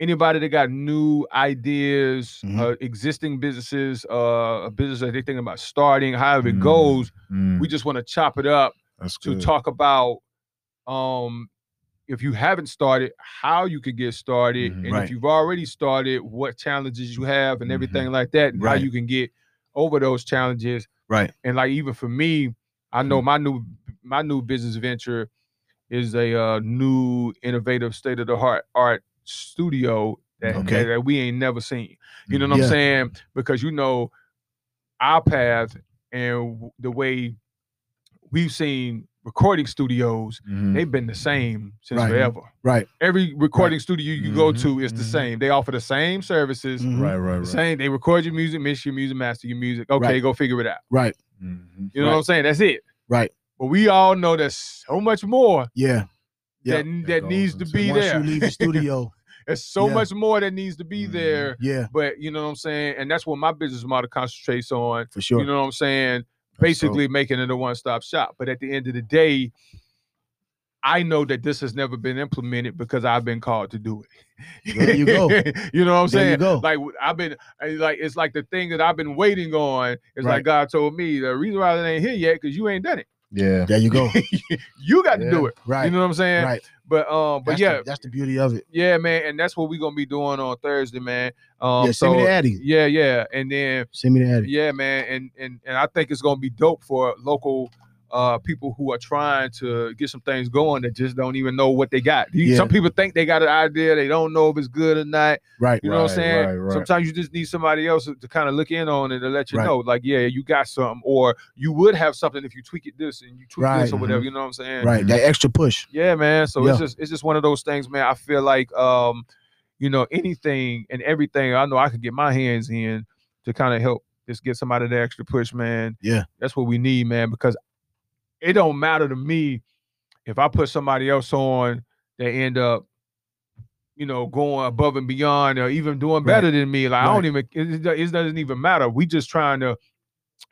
S2: anybody that got new ideas,
S3: Mhm.
S2: uh, existing businesses, uh, a business that they're thinking about starting, however
S3: Mm-hmm.
S2: it
S4: Mm.
S2: goes,
S4: Mm,
S2: we just want to chop it up
S4: that's
S2: to
S4: good.
S2: talk about um if you haven't started, how you could get started,
S4: Mhm.
S2: and if
S3: Mm-hmm. Right. Mm-hmm.
S2: you've already started, what challenges you have, and
S4: Mhm.
S2: everything like that, and
S3: Right.
S2: how you can get over those challenges
S3: Right.
S2: and like even for me i
S3: Mm-hmm.
S2: know my new my new business venture is a uh, new innovative state of the heart art studio that,
S3: Okay.
S2: that, that we ain't never seen you know what i'm
S3: Yeah.
S2: saying because you know our path and w- the way we've seen recording studios
S4: Mhm.
S2: they've been the same since
S3: Right.
S2: forever
S3: Mm-hmm. Right. Mm-hmm.
S2: every recording studio you go
S4: Mhm,
S2: to is the
S4: mhm.
S2: same they offer the same services
S3: Mhm.
S4: Right, right,
S2: the
S4: right.
S2: Mm-hmm. same they record your music mix your music master your music okay
S3: Right.
S2: go figure it out
S3: Right.
S4: Mhm.
S2: you know what I'm saying? That's it.
S3: Right.
S2: But we all know there's so much more
S3: Yeah. Yeah.
S2: that
S4: That
S2: that
S4: goes
S2: needs to
S4: into
S2: be
S3: Once
S2: there.
S3: you leave the studio,
S2: there's so
S3: yeah. Mm-hmm.
S2: much more that needs to be
S4: Mhm.
S2: there.
S3: yeah,
S2: But you know what I'm saying? And that's what my business model concentrates on.
S3: for sure.
S2: You know what I'm saying?
S4: That's
S2: Basically making it a one-stop shop. But at the end of the day, I know that this has never been implemented because I've been called to do it.
S3: There you go.
S2: you know what I'm
S3: there
S2: saying?
S3: you go.
S2: like w- I've been I- like it's like the thing that I've been waiting on. It's like
S3: Right.
S2: God told me the reason why it ain't here yet because you ain't done it.
S4: Yeah.
S3: there you go.
S2: You got to do
S4: Yeah,
S2: it.
S3: Right.
S2: You know what I'm saying?
S3: right.
S2: But um, but
S3: That's
S2: yeah,
S3: the, that's the beauty of it.
S2: yeah, man, and that's what we're gonna be doing on Thursday, man. Um,
S3: yeah, send
S2: so
S3: me the Addy.
S2: yeah, yeah, and then
S3: Send me the Addy.
S2: yeah, man, and and and I think it's gonna be dope for local. Uh, people who are trying to get some things going that just don't even know what they got. You-
S3: Yeah.
S2: Some people think they got an idea, they don't know if it's good or not.
S3: Right.
S2: You know what I'm
S4: Right,
S2: saying?
S4: right, right.
S2: Sometimes you just need somebody else to, to kind of look in on it and let you
S3: Right.
S2: know, like, yeah, you got something, or you would have something if you tweak it this and you tweak this
S3: Right, mm-hmm.
S2: or whatever.
S4: mhm.
S2: You know what I'm saying?
S3: Right. That extra push.
S2: Yeah, man. So it's
S3: Yeah.
S2: just it's just one of those things, man. I feel like um, you know, anything and everything I know I could get my hands in to kind of help just get somebody the extra push, man.
S3: Yeah.
S2: That's what we need, man, because it don't matter to me if I put somebody else on, they end up you know, going above and beyond or even doing better than me. Like I don't even it, it it doesn't even matter. We just trying to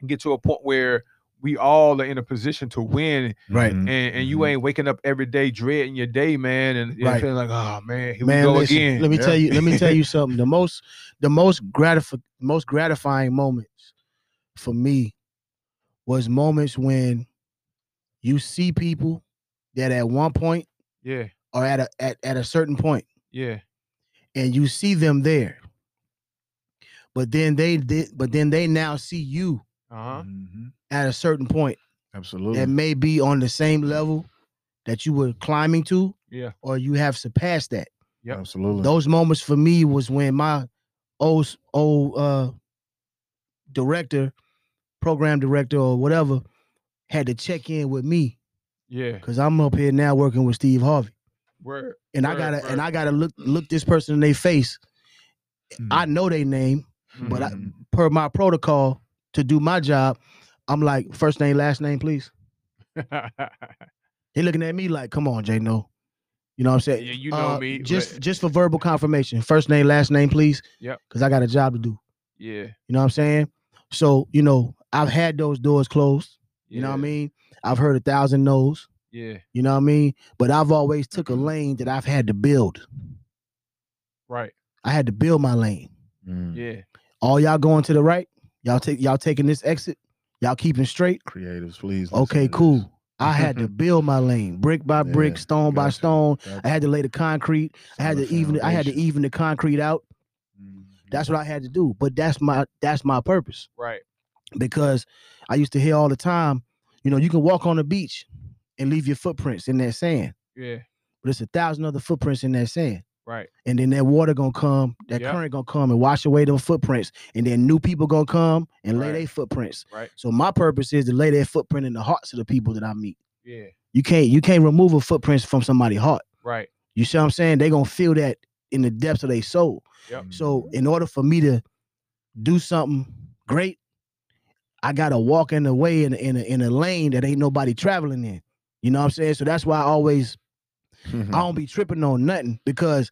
S2: get to a point where we all are in a position to win
S3: Right.
S2: and, and you
S4: Mhm.
S2: ain't waking up every day dreading your day, man, and, and
S3: Mm-hmm. Right.
S2: feeling like, oh man, here
S3: Man,
S2: we go
S3: listen,
S2: again.
S3: let me
S2: Yeah.
S3: tell you, let me tell you something. The most the most gratif- most gratifying moments for me was moments when you see people that at one point
S2: yeah,
S3: or at a at, at a certain point
S2: yeah,
S3: and you see them there. But then they did but then they now see you Uh-huh.
S2: uh huh,
S3: at a certain point
S4: Absolutely.
S2: Mm.
S3: that may be on the same level that you were climbing to
S2: yeah,
S3: or you have surpassed that.
S2: Yep.
S4: Absolutely.
S3: Those moments for me was when my old s- old uh director, program director or whatever, had to check in with me
S2: yeah.
S3: because I'm up here now working with Steve Harvey,
S2: Word.
S3: and I
S2: Right,
S3: gotta and
S2: right. Hmm.
S3: I gotta look look this person in their face. I know their name but I-
S4: Mhm.
S3: per my protocol to do my job. I'm like first name last name please.
S2: Mm-hmm.
S3: They looking at me like, come on, Jay, no. You know what I'm saying? Uh,
S2: Yeah, you know me,
S3: Just
S2: but-
S3: just for verbal confirmation, first name last name please.
S2: Yep.
S3: Because I got a job to do.
S2: yeah,
S3: You know what I'm saying? So, you know, I've had those doors closed. You know what I
S2: yeah,
S3: mean? I've heard a thousand no's.
S2: Yeah,
S3: You know what I mean? But I've always took a lane that I've had to build.
S2: right.
S3: I had to build my lane.
S4: Mm.
S2: Yeah,
S3: All y'all going to the right? Y'all take y'all taking this exit? Y'all keeping straight?
S4: Creatives, please. listen to
S3: Okay,
S4: this.
S3: cool. I had to build my lane, brick by brick,
S4: Yeah,
S3: stone by
S4: gotcha.
S3: stone.
S4: Got
S3: I had to lay the concrete. I had
S4: Solid
S3: to even I had to
S4: foundation.
S3: even the concrete out.
S4: Mhm.
S2: Mm-hmm.
S3: That's what I had to do. But that's my that's my purpose.
S2: right.
S3: because I used to hear all the time, you know, you can walk on the beach and leave your footprints in that sand,
S2: Yeah,
S3: but it's a thousand other footprints in that sand.
S2: right.
S3: And then that water gonna come, that
S2: Yep.
S3: current gonna come and wash away them footprints. And then new people gonna come and lay
S2: Right.
S3: their footprints.
S2: Right.
S3: So my purpose is to lay their footprint in the hearts of the people that I meet.
S2: Yeah,
S3: You can't you can't remove a footprints from somebody's heart.
S2: right.
S3: You see what I'm saying? They gonna feel that in the depths of their soul.
S2: Yep.
S3: So in order for me to do something great, I gotta walk in the way in a, in a, in a lane that ain't nobody traveling in. You know what I'm saying? So that's why I always I don't be tripping on nothing because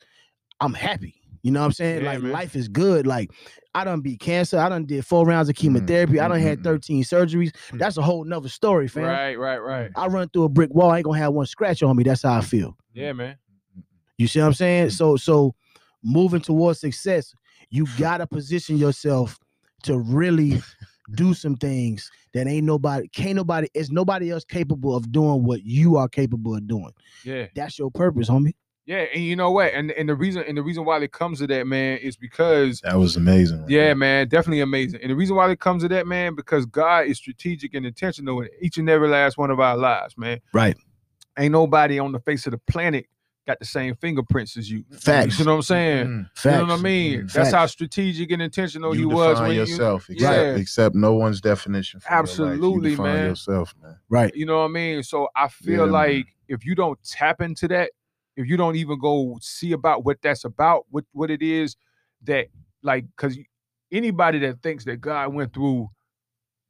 S3: I'm happy. You know what I'm saying?
S2: Yeah,
S3: like
S2: man.
S3: life is good. Like I done beat cancer. I done did four rounds of
S2: Mm-hmm.
S3: chemotherapy. I done
S4: mm,
S3: had
S4: mm.
S3: 13 surgeries. That's a whole nother story, fam.
S2: Right, right, right.
S3: I run through a brick wall. I ain't gonna have one scratch on me. That's how I feel.
S2: Yeah, man.
S3: You see what I'm saying? So so moving towards success, you gotta position yourself to really do some things that ain't nobody can't nobody is nobody else capable of doing what you are capable of doing.
S2: Yeah.
S3: That's your purpose, homie.
S2: Yeah, and you know what? And and the reason and the reason why it comes to that, man, is because
S4: That was amazing. right
S2: yeah,
S4: there.
S2: man, definitely amazing. And the reason why it comes to that, man, because God is strategic and intentional in each and every last one of our lives, man.
S3: Right.
S2: Ain't nobody on the face of the planet got the same fingerprints as you.
S3: Facts.
S2: You know what I'm saying?
S4: Mm.
S3: Facts.
S2: You know what I mean?
S4: Mm.
S2: That's how
S3: Facts.
S2: strategic and intentional
S4: You
S2: he was
S4: define
S2: when you,
S4: yourself,
S2: yeah.
S4: except, except no one's definition. For your life. You
S2: Absolutely,
S4: define
S2: man.
S4: Yourself, man.
S3: Right.
S2: you know what I mean? So I
S4: Yeah,
S2: feel
S4: man.
S2: like if you don't tap into that, if you don't even go see about what that's about, what what it is that like cuz anybody that thinks that God went through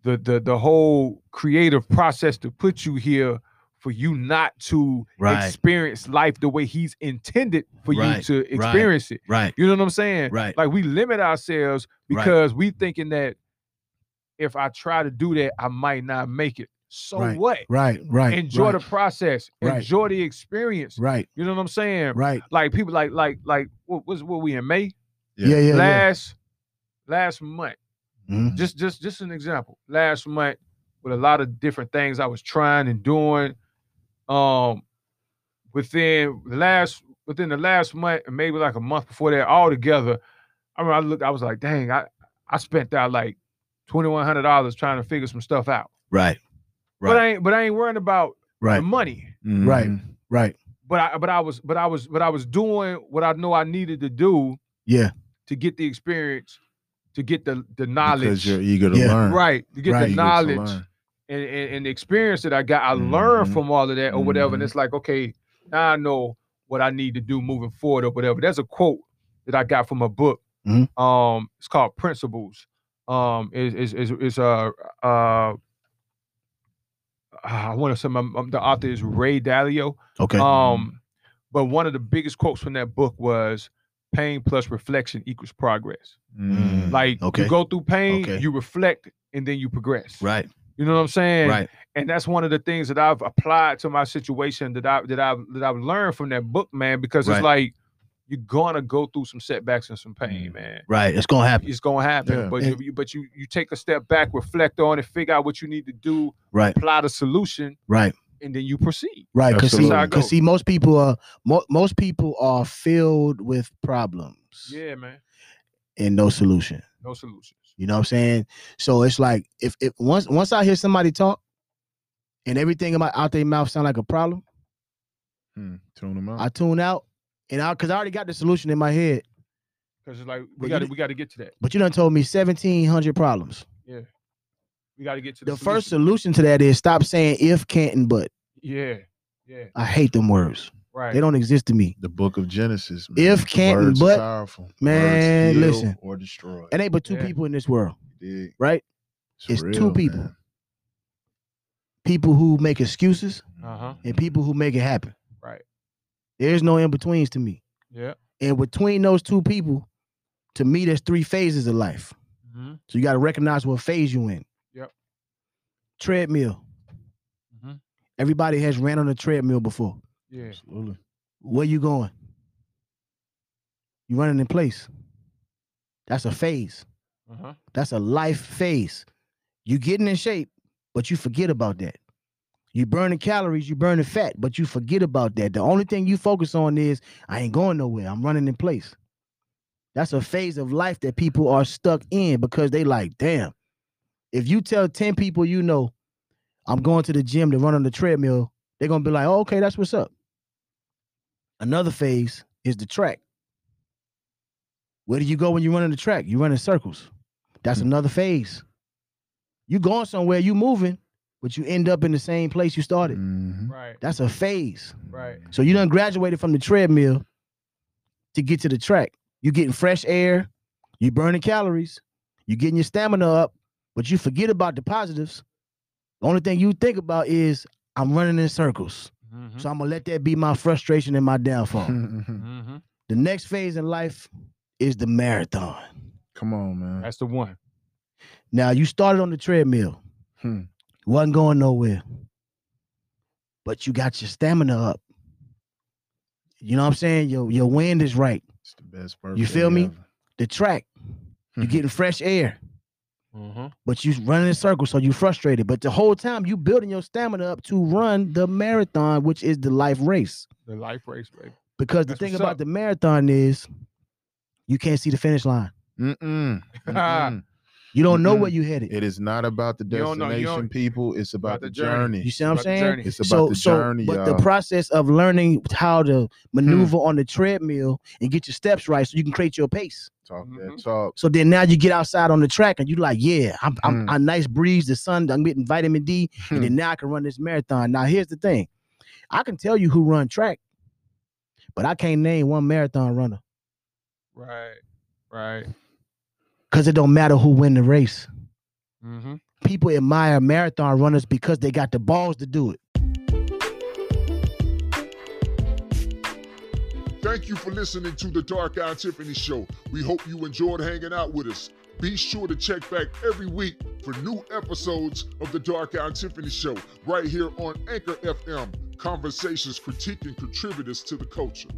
S2: the the the whole creative process to put you here for you not to
S3: Right.
S2: experience life the way he's intended for you
S3: Right,
S2: to experience it.
S3: Right.
S2: You know what I'm saying?
S3: Right.
S2: Like we limit ourselves
S3: Right.
S2: because we thinking that if I try to do that, I might not make it. So
S3: Right.
S2: what?
S3: Right. Right.
S2: Enjoy the
S3: right,
S2: process.
S3: Right.
S2: Enjoy the experience.
S3: Right.
S2: You know what I'm saying?
S3: Right.
S2: Like people like like like what was what we in May
S3: Yeah,
S4: Yeah.
S3: yeah. yeah.
S2: last last month.
S3: Mhm.
S2: Just just just an example. Last month with a lot of different things I was trying and doing. Um, within the last within the last month, and maybe like a month before that, all together, I mean, I looked. I was like, dang, I I spent out like twenty one hundred dollars trying to figure some stuff out.
S3: Right.
S2: But
S3: Right.
S2: I ain't but I ain't worrying about the
S3: Right. Mm-hmm.
S2: money.
S4: Mhm.
S3: Right. Right.
S2: but I but I was but I was but I was doing what I know I needed to do
S3: Yeah.
S2: to get the experience, to get the the knowledge,
S4: Because you're eager to
S3: Yeah.
S4: learn.
S2: right? To get
S3: Right.
S2: the
S4: Eager to
S2: knowledge
S4: learn.
S2: and, and and the experience that I got, I learned
S4: Mhm.
S3: Mm-hmm.
S2: from all of that or whatever. And
S4: Mhm.
S2: it's like, okay, now I know what I need to do moving forward or whatever. There's a quote that I got from a book.
S3: Mhm.
S2: Um, it's called Principles. Um, is is is is uh uh. I want to say my, um, the author is Ray Dalio
S3: Okay.
S2: um But one of the biggest quotes from that book was pain plus reflection equals progress.
S3: Mm-hmm.
S4: Mm,
S2: Like
S3: Okay.
S2: you go through pain,
S4: Okay.
S2: you reflect, and then you progress.
S3: Right.
S2: You know what I'm saying?
S3: Right.
S2: And that's one of the things that I've applied to my situation that I that I've that I've learned from that book, man, because
S3: Right.
S2: it's like you're gonna go through some setbacks and some pain, man.
S3: Right. It's gonna happen.
S2: It's gonna happen,
S4: Yeah.
S2: but
S3: Mm. And-
S2: you, you but you you take a step back, reflect on it, figure out what you need to do,
S3: Right.
S2: apply the solution,
S3: Right.
S2: and then you proceed.
S3: Right. Cause see,
S4: Absolutely.
S2: That's how it
S3: cause see, most people are mo- most people are filled with problems
S2: Yeah, man.
S3: and no solution.
S2: No solutions.
S3: You know what I'm saying? So it's like if if once once I hear somebody talk and everything about out their mouth sound like a problem,
S4: mm, tune them out.
S3: I tune out and I cause I already got the solution in my head.
S2: Because it's like
S3: But
S2: we
S3: you
S2: got to
S3: di-
S2: we got to get to that.
S3: But you done told me 1,700 problems.
S2: We got to get to
S3: The
S2: the,
S3: first solution to that is stop saying if, can't, and but.
S2: Yeah, yeah,
S3: I hate them words.
S2: right.
S3: They don't exist to me.
S4: the Book of Genesis. man.
S3: If can't,
S4: Words
S3: but-
S4: powerful.
S3: Man,
S4: Words heal
S3: listen.
S4: or destroy.
S3: It ain't but two
S2: Yeah.
S3: people in this world,
S4: You dig?
S3: right? It's two people.
S4: man.
S3: People who make excuses
S2: Uh-huh.
S3: and people who make it happen.
S2: Right.
S3: There's no in betweens to me.
S2: Yeah.
S3: And between those two people, to me, there's three phases of life.
S2: Mm-hmm.
S3: So you got to recognize what phase you in.
S2: Yep.
S3: Treadmill.
S2: Mhm.
S3: Everybody has ran on a treadmill before.
S2: Yeah.
S4: Absolutely.
S3: Where you going? You running in place. That's a phase.
S2: Uh-huh.
S3: That's a life phase. You getting in shape, but you forget about that. You burning calories, you burning fat, but you forget about that. The only thing you focus on is I ain't going nowhere. I'm running in place. That's a phase of life that people are stuck in because they like, damn. If you tell 10 people you know, I'm going to the gym to run on the treadmill, they're gonna be like, oh, okay, that's what's up. Another phase is the track. Where do you go when you run on the track? You run in circles. That's another phase. You going somewhere, you moving, but you end up in the same place you started.
S4: Mhm.
S2: Right.
S3: That's a phase.
S2: Right.
S3: So you done graduated from the treadmill to get to the track. You getting fresh air, you burning calories, you getting your stamina up, but you forget about the positives. The only thing you think about is I'm running in circles.
S2: Mm-hmm.
S3: So I'm gonna let that be my frustration and my
S4: Hmm.
S3: downfall.
S2: Mm-hmm.
S3: the next phase in life is the marathon.
S4: Come on, man.
S2: That's the one.
S3: Now you started on the treadmill.
S4: Hmm.
S3: Wasn't going nowhere. But you got your stamina up. You know what I'm saying? Your your wind is right.
S4: it's the best birthday.
S3: feel me?
S4: ever.
S3: The track. You're
S4: Hmm.
S3: getting fresh air.
S2: Mm-hmm.
S3: But you running in circles, so you frustrated. But the whole time you building your stamina up to run the marathon, which is the life race.
S2: The life race, baby.
S3: Because
S2: That's
S3: the thing
S2: what's
S3: about
S2: up.
S3: the marathon is you can't see the finish line.
S4: Mm-mm. Mm-mm.
S3: You don't know where
S4: Mhm.
S3: you headed.
S4: It is not about the
S2: You don't
S4: destination,
S2: know- you don't-
S4: people. It's about, the,
S2: the
S4: journey.
S2: journey.
S3: you see what I'm
S2: About the
S3: saying?
S2: journey.
S4: It's about
S3: so,
S4: the
S3: so,
S4: journey,
S3: but the
S4: y'all. Hmm.
S3: process of learning how to maneuver on the treadmill and get your steps right, so you can create your pace.
S4: talk that
S2: Mhm.
S4: talk.
S3: So then now you get outside on the track and you like, yeah, I'm, I'm
S4: Hmm.
S3: a nice breeze, the sun, I'm getting vitamin D,
S4: Hmm.
S3: and then now I can run this marathon. Now here's the thing, I can tell you who run track, but I can't name one marathon runner
S2: Right. Right.
S3: because it don't matter who win the race.
S2: Mm-hmm.
S3: People admire marathon runners because they got the balls to do it.
S1: Thank you for listening to the Dark Eye Tiffany Show. We hope you enjoyed hanging out with us. Be sure to check back every week for new episodes of the Dark Eye Tiffany Show right here on Anchor FM. Conversations, critique, and contributors to the culture.